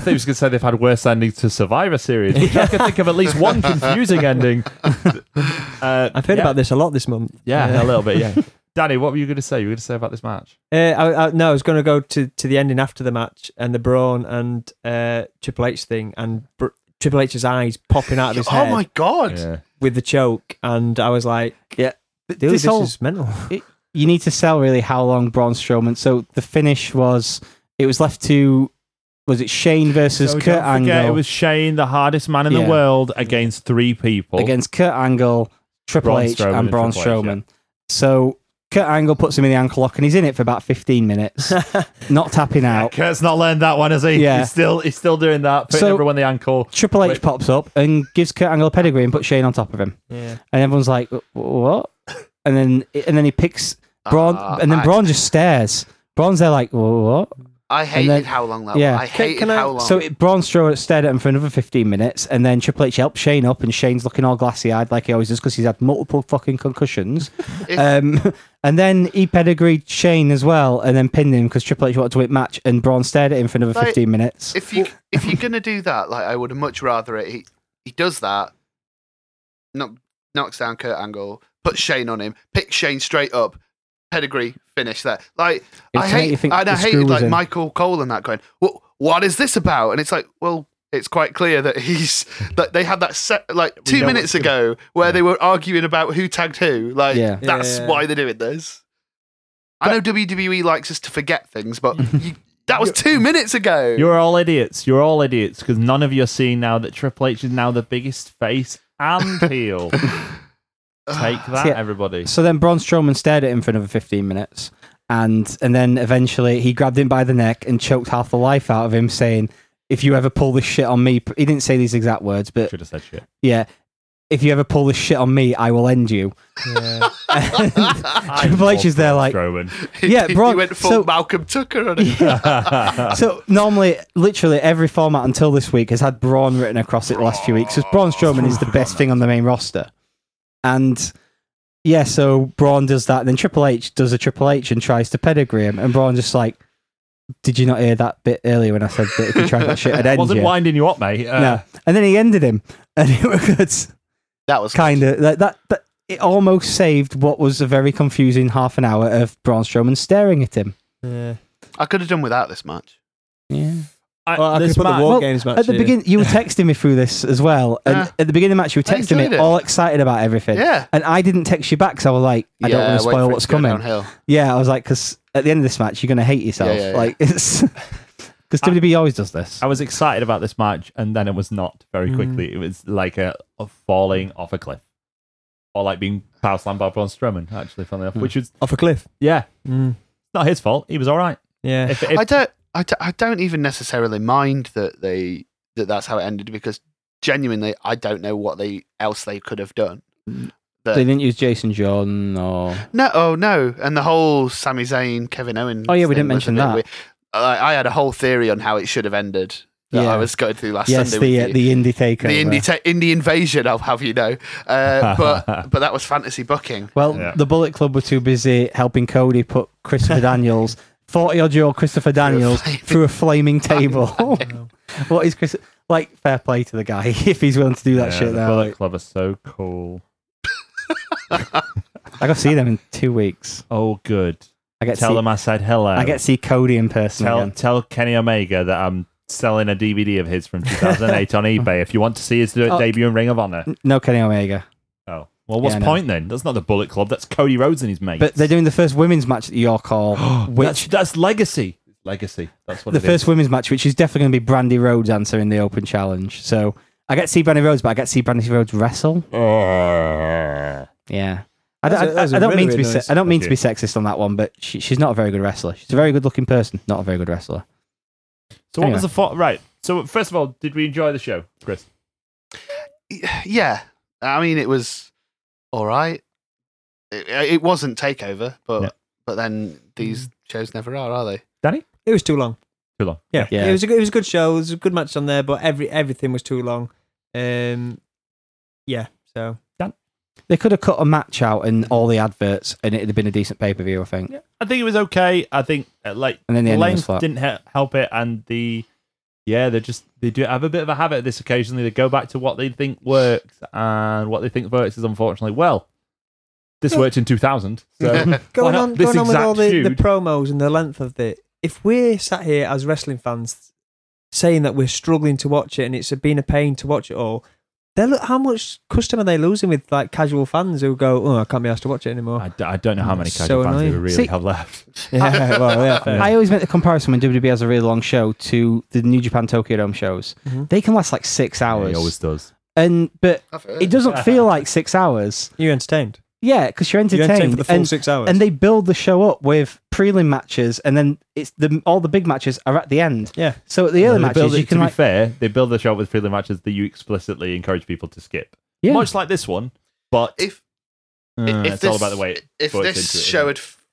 think he was going to say they've had worse endings to Survivor Series, which I could think of at least one confusing ending. Uh, I've heard yeah, about this a lot this month. Yeah, a little bit. Yeah. Danny, what were you going to say? You were going to say about this match? Uh, I, I, no, I was going to go to, to the ending after the match and the Braun and uh, Triple H thing and Br- Triple H's eyes popping out of his oh head my god. Yeah. with the choke, and I was like, Yeah. dude, This this, whole- is mental." you need to sell really how long Braun Strowman. So the finish was it was left to was it Shane versus So Kurt don't forget, Angle It was Shane, the hardest man in Yeah. the world, against three people. against Kurt Angle, Triple Braun H, Strowman and and Braun Triple H, Strowman. So Kurt Angle puts him in the ankle lock and he's in it for about fifteen minutes, not tapping out. Kurt's not learned that one, has he? Yeah. He's still he's still doing that, putting So- everyone in the ankle. Triple H Wait. pops up and gives Kurt Angle a pedigree and puts Shane on top of him, Yeah, and everyone's like, "Wh- "What?" And then and then he picks Braun, Ah, and then I- Braun just stares. Braun's there like, "Wh- "What?" I hated then- how long that yeah. was. Oh, I Can- hated can I- how long. So it, Braun Strowman stared at him for another 15 minutes, and then Triple H helped Shane up, and Shane's looking all glassy eyed like he always does because he's had multiple fucking concussions. If- um, and then he pedigreed Shane as well, and then pinned him because Triple H wanted to win match, and Braun stared at him for another Like, 15 minutes. if you if you're gonna do that, like I would much rather it he, he does that, knock, knocks down Kurt Angle, puts Shane on him, picks Shane straight up, pedigree, finish there. Like It I was to make you hate think and the I screw hated was like in. Michael Cole and that going, well, what is this about? And it's like, well, it's quite clear that he's that they had that set like two know minutes what's gonna- ago where they were arguing about who tagged who. Like Yeah. that's Yeah. why they're doing this. I know WWE likes us to forget things, but you, that was two minutes ago. You're all idiots. You're all idiots because none of you are seeing now that Triple H is now the biggest face and heel. Take that, Yeah. everybody. So then Braun Strowman stared at him for another 15 minutes, and and then eventually he grabbed him by the neck and choked half the life out of him, saying, "If you ever pull this shit on me," he didn't say these exact words, but Should have said shit. yeah. If you ever pull this shit on me, I will end you. yeah. Triple H is there like, Strowman. Yeah, Braun- he went full so- Malcolm Tucker on it. So normally, literally every format until this week has had Braun written across it the last few weeks because Braun Strowman is the best thing on the main roster. And yeah, so Braun does that, and then Triple H does a Triple H and tries to pedigree him, and Braun just like, did you not hear that bit earlier when I said that if you tried that shit, I'd end Wasn't you? winding you up, mate. Uh, no, and then he ended him, and it was That was kind of like that. that it almost saved what was a very confusing half an hour of Braun Strowman staring at him. yeah. I could have done without this match. Yeah. I- Well, I could this put the match- war games match at the in. beginning you were texting me through this as well and Yeah. at the beginning of the match you were I texting Ah. Oh, enjoyed me it. all excited about everything Yeah. and I didn't text you back so I was like I don't Yeah, want wait to for spoil it what's to go coming downhill. yeah I was like because at the end of this match you're going to hate yourself yeah, yeah. like it's because WWE always does this I was excited about this match, and then it was not Mm. very quickly. It was like a, a falling off a cliff, or like being power slammed by Braun Strowman. Hmm. Actually, funnily enough, which was off a cliff. yeah, Mm. not his fault. He was all right. Yeah, If, if, I don't. I, d- I don't even necessarily mind that they that that's how it ended because genuinely I don't know what they else they could have done. That- They didn't use Jason Jordan or no, oh no, and the whole Sami Zayn Kevin Owens. Oh, yeah, we didn't thing was a mention bit that. weird. I, I had a whole theory on how it should have ended that Yeah. I was going through last yes, Sunday. the uh, with you. the indie takeover. the indie te- indie invasion, I'll have you know. Uh, but but that was fantasy booking. well, Yeah. the Bullet Club were too busy helping Cody put Christopher Daniels, forty odd year old Christopher Daniels, flaming through a flaming table. what is Chris? Like fair play to the guy if he's willing to do that Yeah, shit. the Now, Bullet like, Club are so cool. I got to see them in two weeks. Oh, good. I get to Tell see, them I said hello. I get to see Cody in person. tell again. tell Kenny Omega that I'm selling a DVD of his from 2008 on eBay. If you want to see his de- Oh. debut in Ring of Honor. No Kenny Omega. Oh, well, what's Yeah, I the know. point then? That's not the Bullet Club. That's Cody Rhodes and his mates. But they're doing the first women's match at York Hall, That's, which that's legacy. Legacy. That's what the it is. first women's match, which is definitely going to be Brandy Rhodes answering the open challenge. So I get to see Brandy Rhodes, but I get to see Brandy Rhodes wrestle. Yeah. I don't, That's a- that's I, I a don't really mean to be nice- se- I don't mean to Thank be sexist on that one, but she, she's not a very good wrestler. She's a very good looking person, not a very good wrestler. So what Anyway. was the fo- right? So first of all, did we enjoy the show, Chris? Yeah, I mean it was all right. It, uh, it wasn't Takeover, but No. but then these shows never are, are they? It was too long. Too long. Yeah, Yeah. It was a good, it was a good show. It was a good match on there, but every everything was too long. Um, yeah. So They could have cut a match out and all the adverts, and it'd have been a decent pay per view, I think. I think it was okay. I think uh, like And then the ending was length flat. didn't he- help it, and the yeah, they just they do have a bit of a habit of this occasionally. They go back to what they think works, and what they think works is unfortunately well. This worked in 2000, so going not? on, This going on with exact all the, the feud. promos and the length of it. If we're sat here as wrestling fans saying that we're struggling to watch it and it's been a pain to watch it all, they look how much customer they losing with like casual fans who go, "Oh, I can't be asked to watch it anymore." I, d- I don't know how many That's casual so fans they annoying. really See- have left. yeah, well, yeah, fair. I always make the comparison when WWE has a really long show to the New Japan Tokyo Dome shows. Mhm. They can last like six hours, He always does. and but I've heard. it doesn't feel like six hours. You're entertained. Yeah, because you're You're entertained, entertained for the full and, six hours. and they build the show up with prelim matches, and then it's the all the big matches are at the end. yeah. So at the early They build matches, it- you to can be like, fair, they build the show up with freely matches that you explicitly encourage people to skip, yeah, much like this one. But If uh, if it's this, all about the way. It if works this into it, isn't show it? had, f-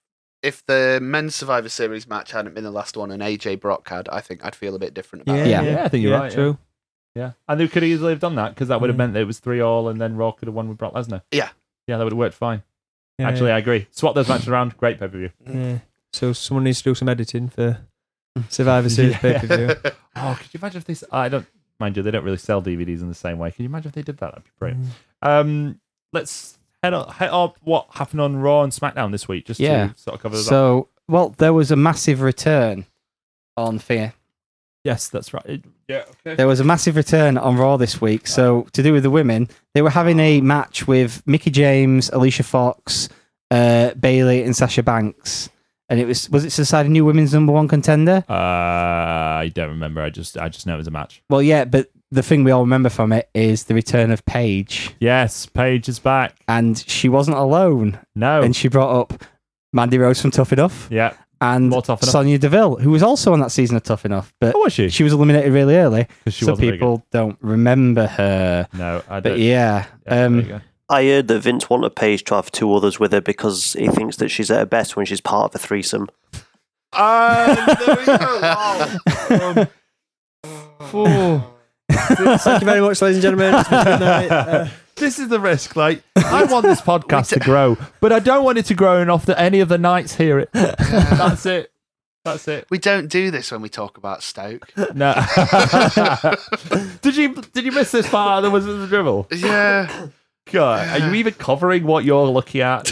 if the men's Survivor Series match hadn't been the last one and AJ Brock had, I think I'd feel a bit different about Yeah, it. Yeah. Yeah, I think you're right, yeah. True. Yeah, and they could have easily have done that because that would have Yeah. meant that it was three all, and then Raw could have won with Brock Lesnar. Yeah. yeah, that would have worked fine. Yeah, Actually, I agree. Swap those matches around. Great pay per view. yeah. So someone needs to do some editing for Survivor Series Yeah. pay per view. Oh, could you imagine if they? s- I don't mind you. They don't really sell DVDs in the same way. Can you imagine if they did that? That'd be brilliant. Mm. Um, let's head on, head up what happened on Raw and SmackDown this week. Just Yeah. to sort of cover that. So, well, there was a massive return on Fear. yes, that's right. It- yeah. Okay. There was a massive return on Raw this week. So, to do with the women, they were having a match with Mickey James, Alicia Fox, uh, Bailey, and Sasha Banks. And it was was it Society New Women's number one contender? Uh, I don't remember. I just I just know it was a match. Well, yeah, but the thing we all remember from it is the return of Paige, Yes, Paige is back. and she wasn't alone, No. and she brought up Mandy Rose from Tough Enough Oh. yeah. and More Tough Enough. Sonia Deville, who was also on that season of Tough Enough, but Oh, was she? she was eliminated really early. 'Cause she so wasn't very people don't remember her. good. No, I But don't. yeah, Yeah, there you um, go. I heard that Vince wanted Paige to have two others with her because he thinks that she's at her best when she's part of a threesome. Um, Thank you very much, ladies and gentlemen. It's been a good night. Uh, this is the risk. Like, I want this podcast to grow, but I don't want it to grow enough that any of the knights hear it. That's it. That's it. We don't do this when we talk about Stoke. No. did you did you miss this part? There was the dribble. Yeah, God, are you even covering what you're looking at?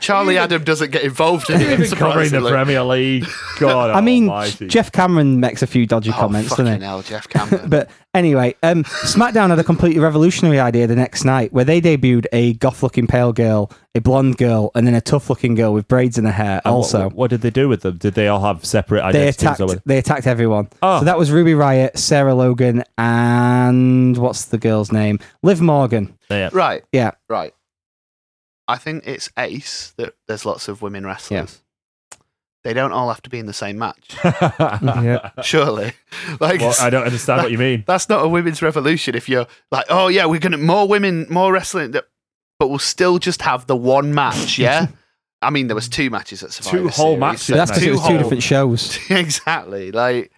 Charlie Adam doesn't get involved in Are you it. even covering the surprisingly. Premier League? God, I mean, almighty. Jeff Cameron makes a few dodgy Oh, comments, fucking doesn't he? hell, Jeff Cameron. But anyway, um, SmackDown had a completely revolutionary idea the next night where they debuted a goth looking pale girl, a blonde girl, and then a tough looking girl with braids in her hair. And what- also, what, did they do with them? Did they all have separate they identities? attacked, or were- they attacked everyone. Oh. So that was Ruby Riot, Sarah Logan, and what's the girl's name? Liv Morgan. Yeah. right, Yeah. right. I think it's ace that there's lots of women wrestlers. they don't all have to be in the same match. yeah. Surely, like Well, I don't understand what you mean. that's not a women's revolution. If you're like, oh yeah, we're gonna more women, more wrestling, that- but we'll still just have the one match. Yeah, I mean there was two matches at Survivor Two whole Series, matches, so But that's no, because it two was two whole- different shows. exactly. Like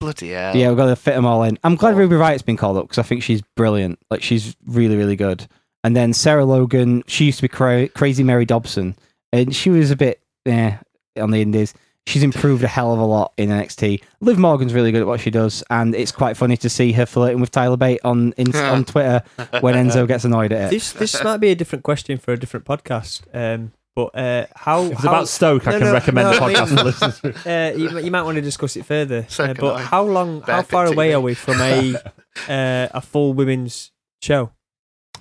bloody hell. Oh. Yeah, we've got to fit them all in. I'm glad Ruby Riot's been called up because I think she's brilliant. Like, she's really, really good. And then Sarah Logan, she used to be cra- Crazy Mary Dobson, and she was a bit eh, on the indies. She's improved a hell of a lot in NXT. Liv Morgan's really good at what she does, and it's quite funny to see her flirting with Tyler Bate on in, on Twitter when Enzo gets annoyed at it. This this might be a different question for a different podcast. Um, but uh, how If it's how- about Stoke, I No, can no, recommend no, the I mean- podcast for listeners. Uh, you, you might want to discuss it further. So Uh, can but I. how long, how Bad far bit away TV. are we from a uh, a full women's show?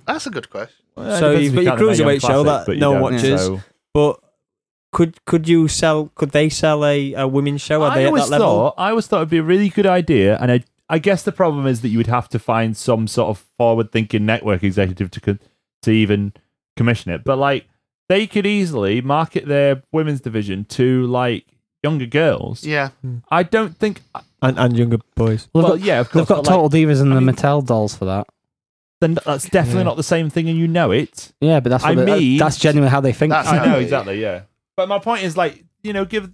that's a good question. So you've got your cruiserweight show that but you no don't, one watches. so- But could could you sell? Could they sell a, a women's show? Are I they at always that level? thought I always thought it'd be a really good idea, and I I guess the problem is that you would have to find some sort of forward-thinking network executive to co- to even commission it. But like they could easily market their women's division to like younger girls. Yeah, I don't think. and, and younger boys. Well, well, they've got, yeah, of they've course. got but, like, Total Divas and I the mean- Mattel dolls for that. then that's definitely Yeah. not the same thing, and you know it. Yeah, but that's I what they- mean- that's genuinely how they think. That's I how know it- exactly. Yeah, but my point is like you know give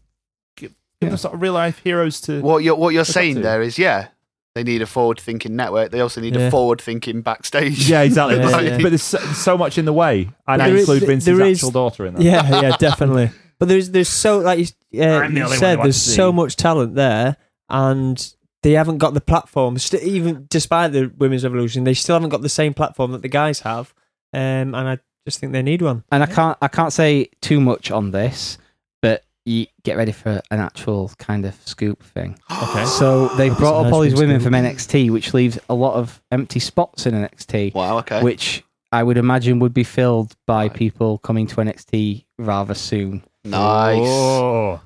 give, give Yeah. them sort of real life heroes to. what you're what you're up saying to? there is yeah, they need a forward-thinking network. They also need Yeah. a forward-thinking backstage. Yeah, exactly. Yeah, There's- yeah. But there's so, so much in the way, and I There is- include there Vince's is- actual daughter in that. Yeah, yeah, definitely. But there's there's so like you, s- uh, I'm the only you one who said, wants there's to so see. much talent there, and they haven't got the platform. St- even despite the women's revolution, they still haven't got the same platform that the guys have. Um, and I just think they need one. and I can't I can't say too much on this, but you get ready for an actual kind of scoop thing. Okay. So they brought up nice all these big women scoop. from NXT, which leaves a lot of empty spots in NXT, Wow. Okay. which I would imagine would be filled by people coming to NXT rather soon. nice. Oh.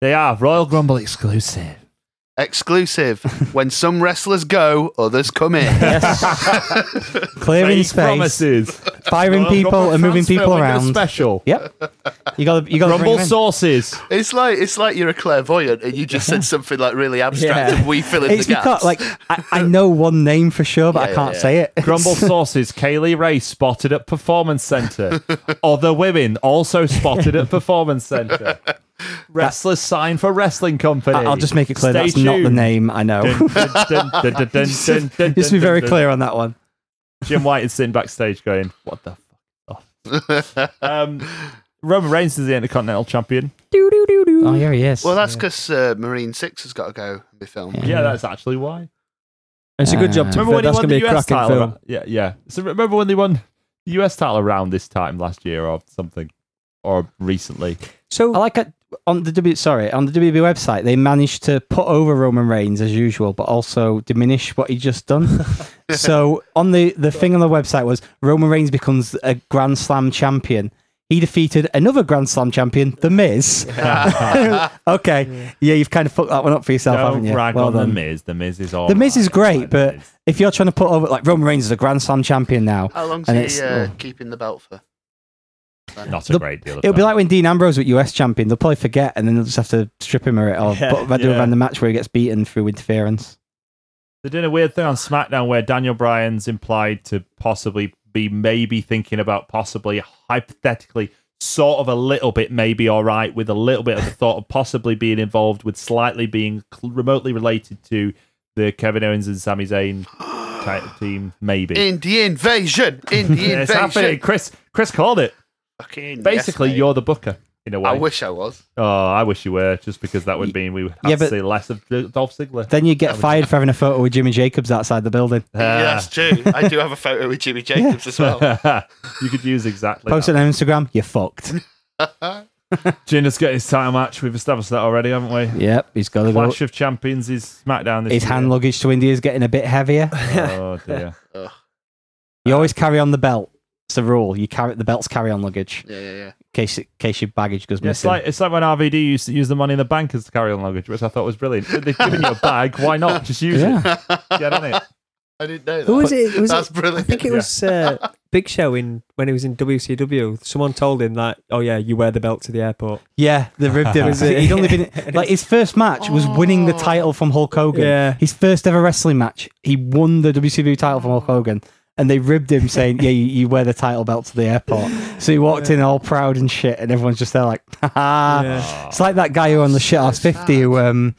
They are Royal Grumble exclusive. Exclusive. when some wrestlers go, others come in. Clearing Fake space, promises. firing Royal people Grumble and moving transfer people window around. Special. Yep, you got you got to bring Grumble them in. sources. It's like it's like you're a clairvoyant and you just said something like really abstract Yeah. and we fill in It's the because gaps. like I, I know one name for sure, but Yeah, I yeah, can't yeah. say it. Grumble sources. Kaylee Ray spotted at Performance Center. Other women also spotted at Performance Center. Wrestlers sign for wrestling company. I- I'll just make it clear Stay that's not the tuned. name. I know. Dun, dun, dun, dun, dun, dun, dun, dun, Just be dun, very dun. clear on that one. Jim White is sitting backstage going, "What the fuck?" um, Roman Reigns is the Intercontinental Champion. Oh, yeah, he is. well, that's because uh, Marine Six has got to go and be filmed. Yeah, that's actually why. It's a good job. To Uh, be Remember fair. when he That's won gonna be the a US cracking title? film. ar- Yeah, yeah. So remember when they won the US title around this time last year or something, or recently? So I like it on the W. Sorry, on the WB website, they managed to put over Roman Reigns as usual, but also diminish what he just done. so on the the thing on the website was Roman Reigns becomes a Grand Slam champion. He defeated another Grand Slam champion, The Miz. okay, yeah. you've kind of fucked that one up for yourself, haven't Don't you? rag well on done. the Miz. The Miz is all. The Miz right. I is like great, The but Miz. if you're trying to put over like Roman Reigns is a Grand Slam champion now, How long's And he it's- uh, oh. keeping the belt for? not a the- great deal. Of It'll be time. like when Dean Ambrose was US champion. They'll probably forget, and then they'll just have to strip him of it, or Yeah, put, do yeah. a random match where he gets beaten through interference. They did a weird thing on SmackDown where Daniel Bryan's implied to possibly be maybe thinking about possibly hypothetically sort of a little bit maybe all right with a little bit of the thought of possibly being involved with slightly being cl- remotely related to the Kevin Owens and Sami Zayn type team maybe. In the invasion, in the Yeah, it's happening. invasion. Chris Chris called it. Fucking Basically, yes, mate. you're the booker in a way. I wish I was. oh, I wish you were just because that would mean we would have Yeah, to but- see less of Dolph Ziggler. Then you get fired for having a photo with Jimmy Jacobs outside the building. yeah, that's true. I do have a photo with Jimmy Jacobs as well. you could use exactly. Post that. it on Instagram. You're fucked. Jinder getting his title match. We've established that already, haven't we? yep, he's got to go. Clash of Champions is SmackDown this His year. hand luggage to India is getting a bit heavier. Oh dear. You always carry on the belt. It's a rule. You carry the belt's carry on luggage Yeah, yeah, yeah. in case in case your baggage goes Yeah, it's missing. like it's like when RVD used to use the money in the bank as the carry-on luggage, which I thought was brilliant. They've given you a bag. Why not just use yeah, it? Get on it. I didn't know that. Who was it? Was That's it, brilliant. I think it was uh, Big Show in when he was in WCW. Someone told him that, oh yeah, you wear the belt to the airport. Yeah, the ribbed him. Was it? He'd only been like his first match was winning Oh. the title from Hulk Hogan. Yeah. his first ever wrestling match, he won the WCW title from Hulk Hogan, and they ribbed him saying, "Yeah, you, you wear the title belt to the airport." So he walked in all proud and shit, and everyone's just there like, "Ha ha!" Yeah. It's like that guy who on the shit ass fifty who um,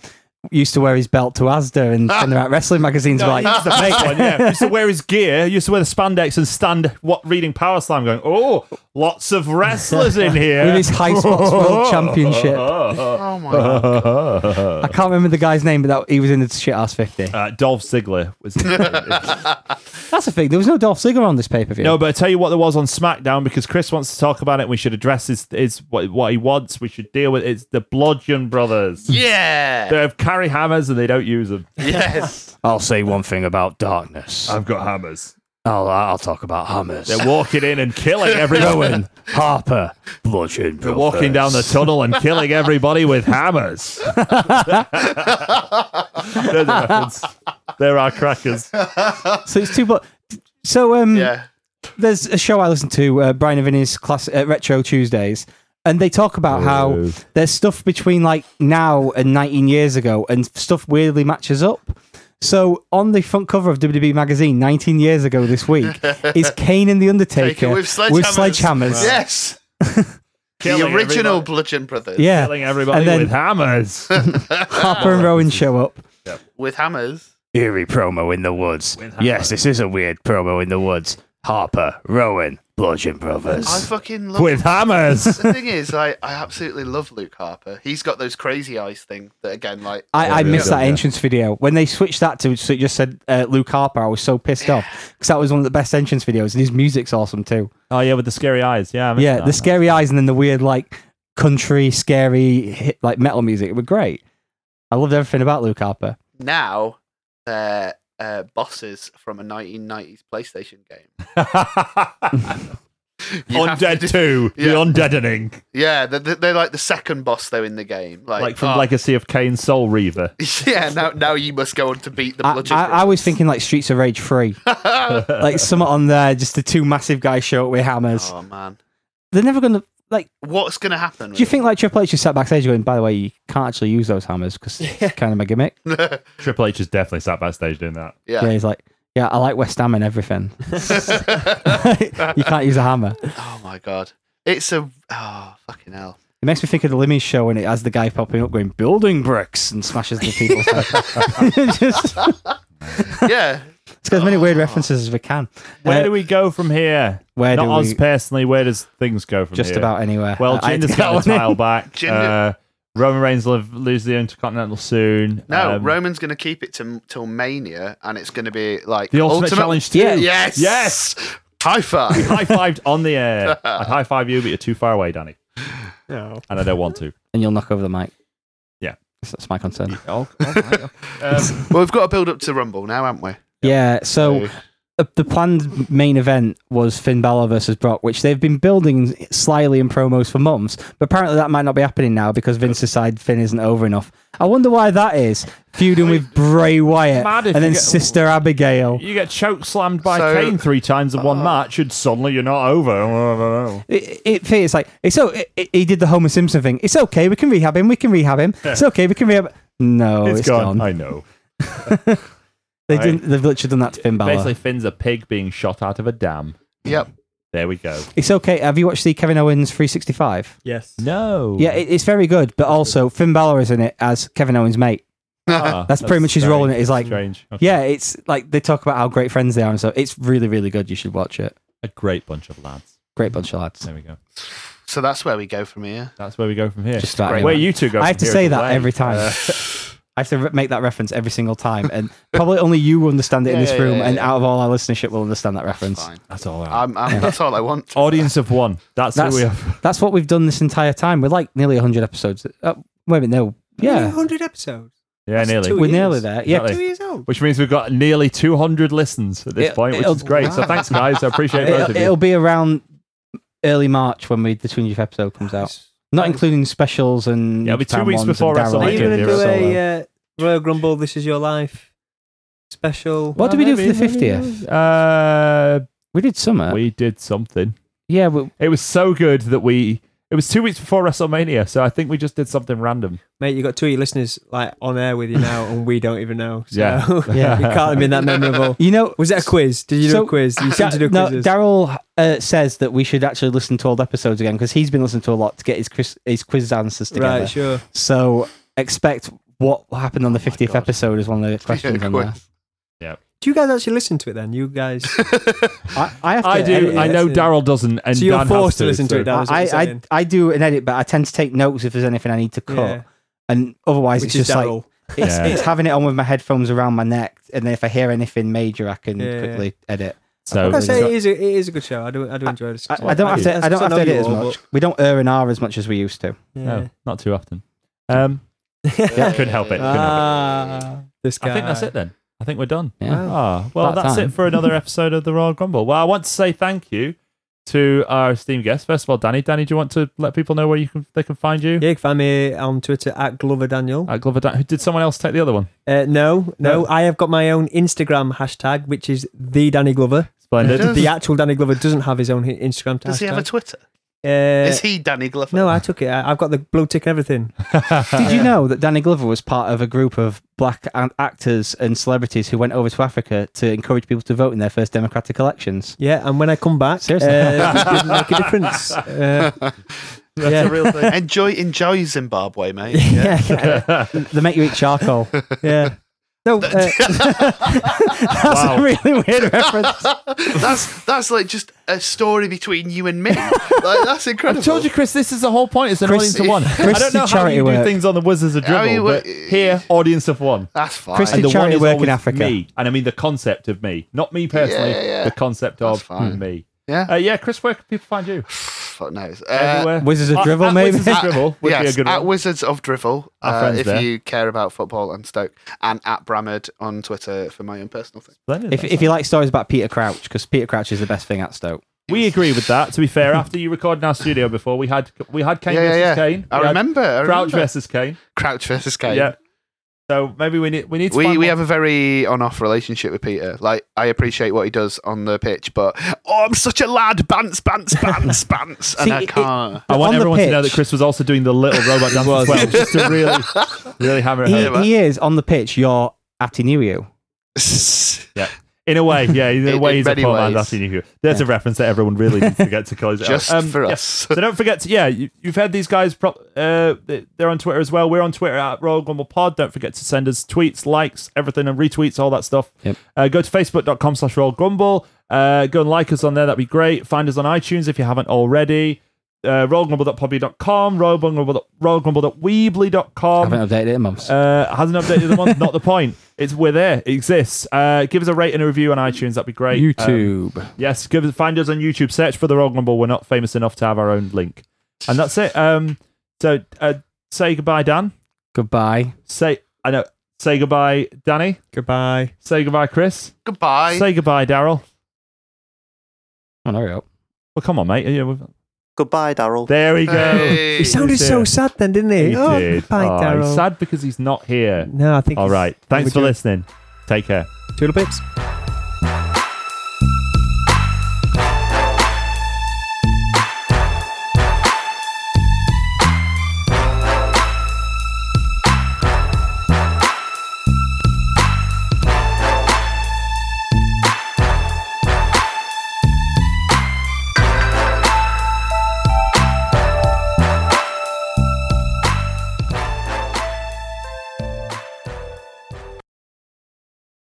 used to wear his belt to ASDA and send them out wrestling magazines. were like, He's the fake one, yeah. He used to wear his gear, he used to wear the spandex and stand what reading Power Slam going, oh, lots of wrestlers in here. With his High Spots World Championship. Oh my god. I can't remember the guy's name, but that, he was in the shit ass fifty. Uh, Dolph Ziggler was. That's the thing. There was no Dolph Ziggler on this pay per view. no, but I tell you what, there was on SmackDown because Chris wants to talk about it. We should address his, his what, what he wants. We should deal with it. It's the Blodgeon Brothers. They Yeah. have carry hammers and they don't use them. yes. I'll say one thing about darkness. I've got hammers. I'll, I'll talk about hammers. They're walking in and killing everyone. Rowan, Harper, Bludgeon. They're walking down the tunnel and killing everybody with hammers. There's a reference. There are crackers. So it's two, but so um, Yeah. there's a show I listen to, uh, Brian and Vinny's class uh, Retro Tuesdays, and they talk about how there's stuff between like now and 19 years ago, and stuff weirdly matches up. So on the front cover of WWE magazine 19 years ago this week is Kane and the Take it Undertaker with sledgehammers. sledgehammers. Yes. The Killing original everybody- Bludgeon Brothers. Yeah, Killing everybody and then with hammers. Harper and Rowan show up. With hammers. eerie promo in the woods. Yes, this is a weird promo in the woods. Harper, Rowan, Bludgeon I Brothers. fucking love with hammers. The thing is, I, I absolutely love Luke Harper. He's got those crazy eyes thing that again, like I, I missed that entrance video when they switched that to so it just said uh, Luke Harper. I was so pissed off because that was one of the best entrance videos, and his music's awesome too. Oh yeah, with the scary eyes. Yeah, I missed yeah, that. the scary eyes and then the weird like country scary hit, like metal music. It was great. I loved everything about Luke Harper. now they're uh, bosses from a 1990s PlayStation game. You have to Undead do- Two, the Yeah. undeadening, Yeah, they're, they're they're like the second boss though in the game. Like, like from oh, Legacy of Kane, Soul Reaver. yeah. Now now you must go on to beat the I, Bludgeon. I, I was thinking like Streets of Rage three, like someone on there, just the two massive guys show up with hammers. oh man, They're never gonna like. what's gonna happen? Do you think like Triple H just sat backstage going, "By the way, you can't actually use those hammers because it's kind of my gimmick." Triple H is definitely sat backstage doing that. Yeah. Yeah, he's like, yeah, I like West Ham and everything. you can't use a hammer. It Oh my god, it's a oh fucking hell. makes me think of the Limmy show when it has the guy popping up going building bricks and smashes the people's head. Just, Yeah, it's got as many weird references as we can. Where Uh, do we go from here? where Not do us we- personally. Where does things go from just here? about anywhere. Well, I- I had to Jinder's get got the one in. title back. Jinder- Uh, Roman Reigns lo- lose the Intercontinental soon. no, Um, Roman's gonna keep it to, till Mania, and it's gonna be like The Ultimate, Challenge too. Yeah. Yes, Yes. high five. high fived on the air. I'd high five you, but you're too far away, Danny, No. and I don't want to. and you'll knock over the mic. Yeah. Oh, That's, that's my concern. Um, well, we've got to build up to Rumble now, haven't we? Yeah. So uh, the planned main event was Finn Balor versus Brock, which they've been building slyly in promos for months. But apparently that might not be happening now because Vince decided Finn isn't over enough. I wonder why that is. Feuding with Bray Wyatt Mad if and then you get- Sister Abigail. you get choke slammed by So- Kane three times in one match, and suddenly you're not over. It, it feels like it's so. It, it- he did the Homer Simpson thing. It's okay. We can rehab him. We can rehab him. It's okay. We can rehab. Oh, No, it's gone. I know. I- They didn't. They've literally done that to Finn Balor. Basically, Finn's a pig being shot out of a dam. Yep. There we go. It's okay. Have you watched the Kevin Owens 365? Yes. No. Yeah, it, it's very good. But also, Finn Balor is in it as Kevin Owens' mate. Ah, That's pretty much his role in it, is like- strange. Okay. Yeah, it's like they talk about how great friends they are and so it's really, really good. You should watch it. a great bunch of lads. Great bunch of lads. There we go. So that's where we go from here. That's where we go from here. Just about Where anywhere. you two go? I from have to here say is that away. every time. Uh, I have to re- make that reference every single time, and probably only you will understand it in Yeah, this yeah, room, yeah, and yeah. out of all our listenership, will understand that reference. Fine. that's all. Right. I'm, I'm, that's all I want. Audience of one. That's, That's who we are. that's what we've done this entire time. We're like nearly 100 episodes. Uh, wait a minute, no, yeah, 100 episodes. Yeah, nearly. two we're years. nearly there. Yeah, Exactly. Two years old. Which means we've got nearly 200 listens at this It- point, which it'll- is great. So thanks, guys. I appreciate both it'll, of you. it'll be around early March when we the 200th episode comes out, not including specials and Yeah, it'll be two fan weeks ones and before WrestleMania. Daryl Are I you did going hear it to do solo. a uh, Royal Grumble This Is Your Life special. What did we do for the 50th? Uh, We did summer. we did something. yeah, we, It was so good that we. It was two weeks before WrestleMania, so I think we just did something random. Mate, you got two of your listeners like on air with you now, and we don't even know. So Yeah. yeah, it can't have been that memorable. you know, Was it a quiz? Did you do a quiz? You seem Da- to do no, quizzes. Daryl uh, says that we should actually listen to old episodes again because he's been listening to a lot to get his quiz, his quiz answers together. right, sure. So expect what happened Oh on the 50th episode is one of the questions on quiz. there. Do you guys actually listen to it then? You guys. I, I have to I do. edit I it. know Yeah. Daryl doesn't, and So you're Dan has forced to listen to so- it, Dan. That was what I, you're I, saying. I do an edit, but I tend to take notes if there's anything I need to cut. Yeah. And otherwise, it's Which is just like Daryl. it's, Yeah. it's having it on with my headphones around my neck, and then if I hear anything major, I can Yeah. quickly edit. So Like I I've say got- it is, a, it is a good show. I do I do enjoy this. I, I don't have to. I don't have to edit as much. We don't err and R as much as we used to. no, not too often. Um, couldn't help it. Couldn't help it. Ah, this guy. I think that's it then. I think we're done. Yeah. Ah, well, About that's time. it for another episode of the Royal Grumble. Well, I want to say thank you to our esteemed guest. First of all, Danny. Danny, do you want to let people know where you can they can find you? Yeah, you can find me on Twitter at Glover Daniel. At Glover Dan- did someone else take the other one? Uh, no, no, No. I have got my own Instagram hashtag, which is the Danny Glover. Splendid. Does- The actual Danny Glover doesn't have his own hi- Instagram. Does he have a Twitter? hashtag. Uh, Is he Danny Glover? No, I took it. I, I've got the blue tick and everything. Did you know that Danny Glover was part of a group of black an- actors and celebrities who went over to Africa to encourage people to vote in their first democratic elections? Yeah, and when I come back, Seriously? uh, it didn't make a difference. Uh, yeah. enjoy, enjoy Zimbabwe, mate. yeah, yeah, They make you eat charcoal. yeah. No, uh, That's a really weird reference. that's that's like just a story between you and me. Like, that's incredible. I told you, Chris, this is the whole point. It's an Chris- audience of one. I Chris don't know did how charity you do work. things on the Wizards of How you Dribble, but work- here, audience of one. That's fine. Chris And did the one charity is work in always Africa. me. And I mean the concept of me. Not me personally, Yeah, yeah. the concept That's of fine. me. Yeah. Uh, yeah, Chris, where can people find you? Fuck knows. Uh, Everywhere. Wizards of At- Drivel, at maybe? Wizards of at- Drivel would yes, be a good at one. Wizards of Drivel, Our uh, friends if there. you care about football and Stoke, and at Bramard on Twitter for my own personal thing. Splendid, If, that's if you like stories about Peter Crouch, because Peter Crouch is the best thing at Stoke. We agree with that. To be fair, after you recorded in our studio before, we had we had Kane yeah, versus yeah, yeah. Kane. I We had remember. I Crouch remember. versus Kane. Crouch versus Kane. Yeah. So maybe we need we need to We, find we one- have a very on off relationship with Peter. Like I appreciate what he does on the pitch, but oh, I'm such a lad, bants, bants, bants, bants, and See, I it- can't. I want on the everyone to know that pitch- Chris was also doing the little robot dance as well, just to really, really hammer it He, home. but- he is on the pitch. Your Atinu. Just In a way, yeah, in a In- way, in he's a many poor man. ways. That's in you. There's a reference that everyone really needs to get to close it out. Um, for yeah. us. So don't forget to yeah, you, you've heard these guys. Pro- uh, they- they're on Twitter as well. We're on Twitter at Royal Grumble Pod. Don't forget to send us tweets, likes, everything, and retweets, all that stuff. Yep. Uh, go to facebook.com slash Royal Grumble. Uh, go and like us on there. That'd be great. Find us on iTunes if you haven't already. Uh, royalgrumble.podbean.com, royalgrumble- I royalgrumble.weebly.com. haven't updated it in months. Uh, hasn't updated the month. Not the point. It's we're there. It exists. Uh, give us a rate and a review on iTunes. That'd be great. Um, yes. Give us, find us on YouTube. Search for the Royal Rumble. We're not famous enough to have our own link. And that's it. Um. So uh, say goodbye, Dan. Goodbye. Say I know. Say goodbye, Danny. goodbye. Say goodbye, Chris. Goodbye. Say goodbye, Daryl. Come on, hurry up. Well, come on, mate. Yeah, we've- Goodbye, Daryl. There we go. Hey. He sounded so Yeah. sad then, didn't He he? oh, did. Bye, Oh, he's Daryl. sad because he's not here. No, I think. All he's- right. Thanks for Overdue. listening. Take care. Toodle pips.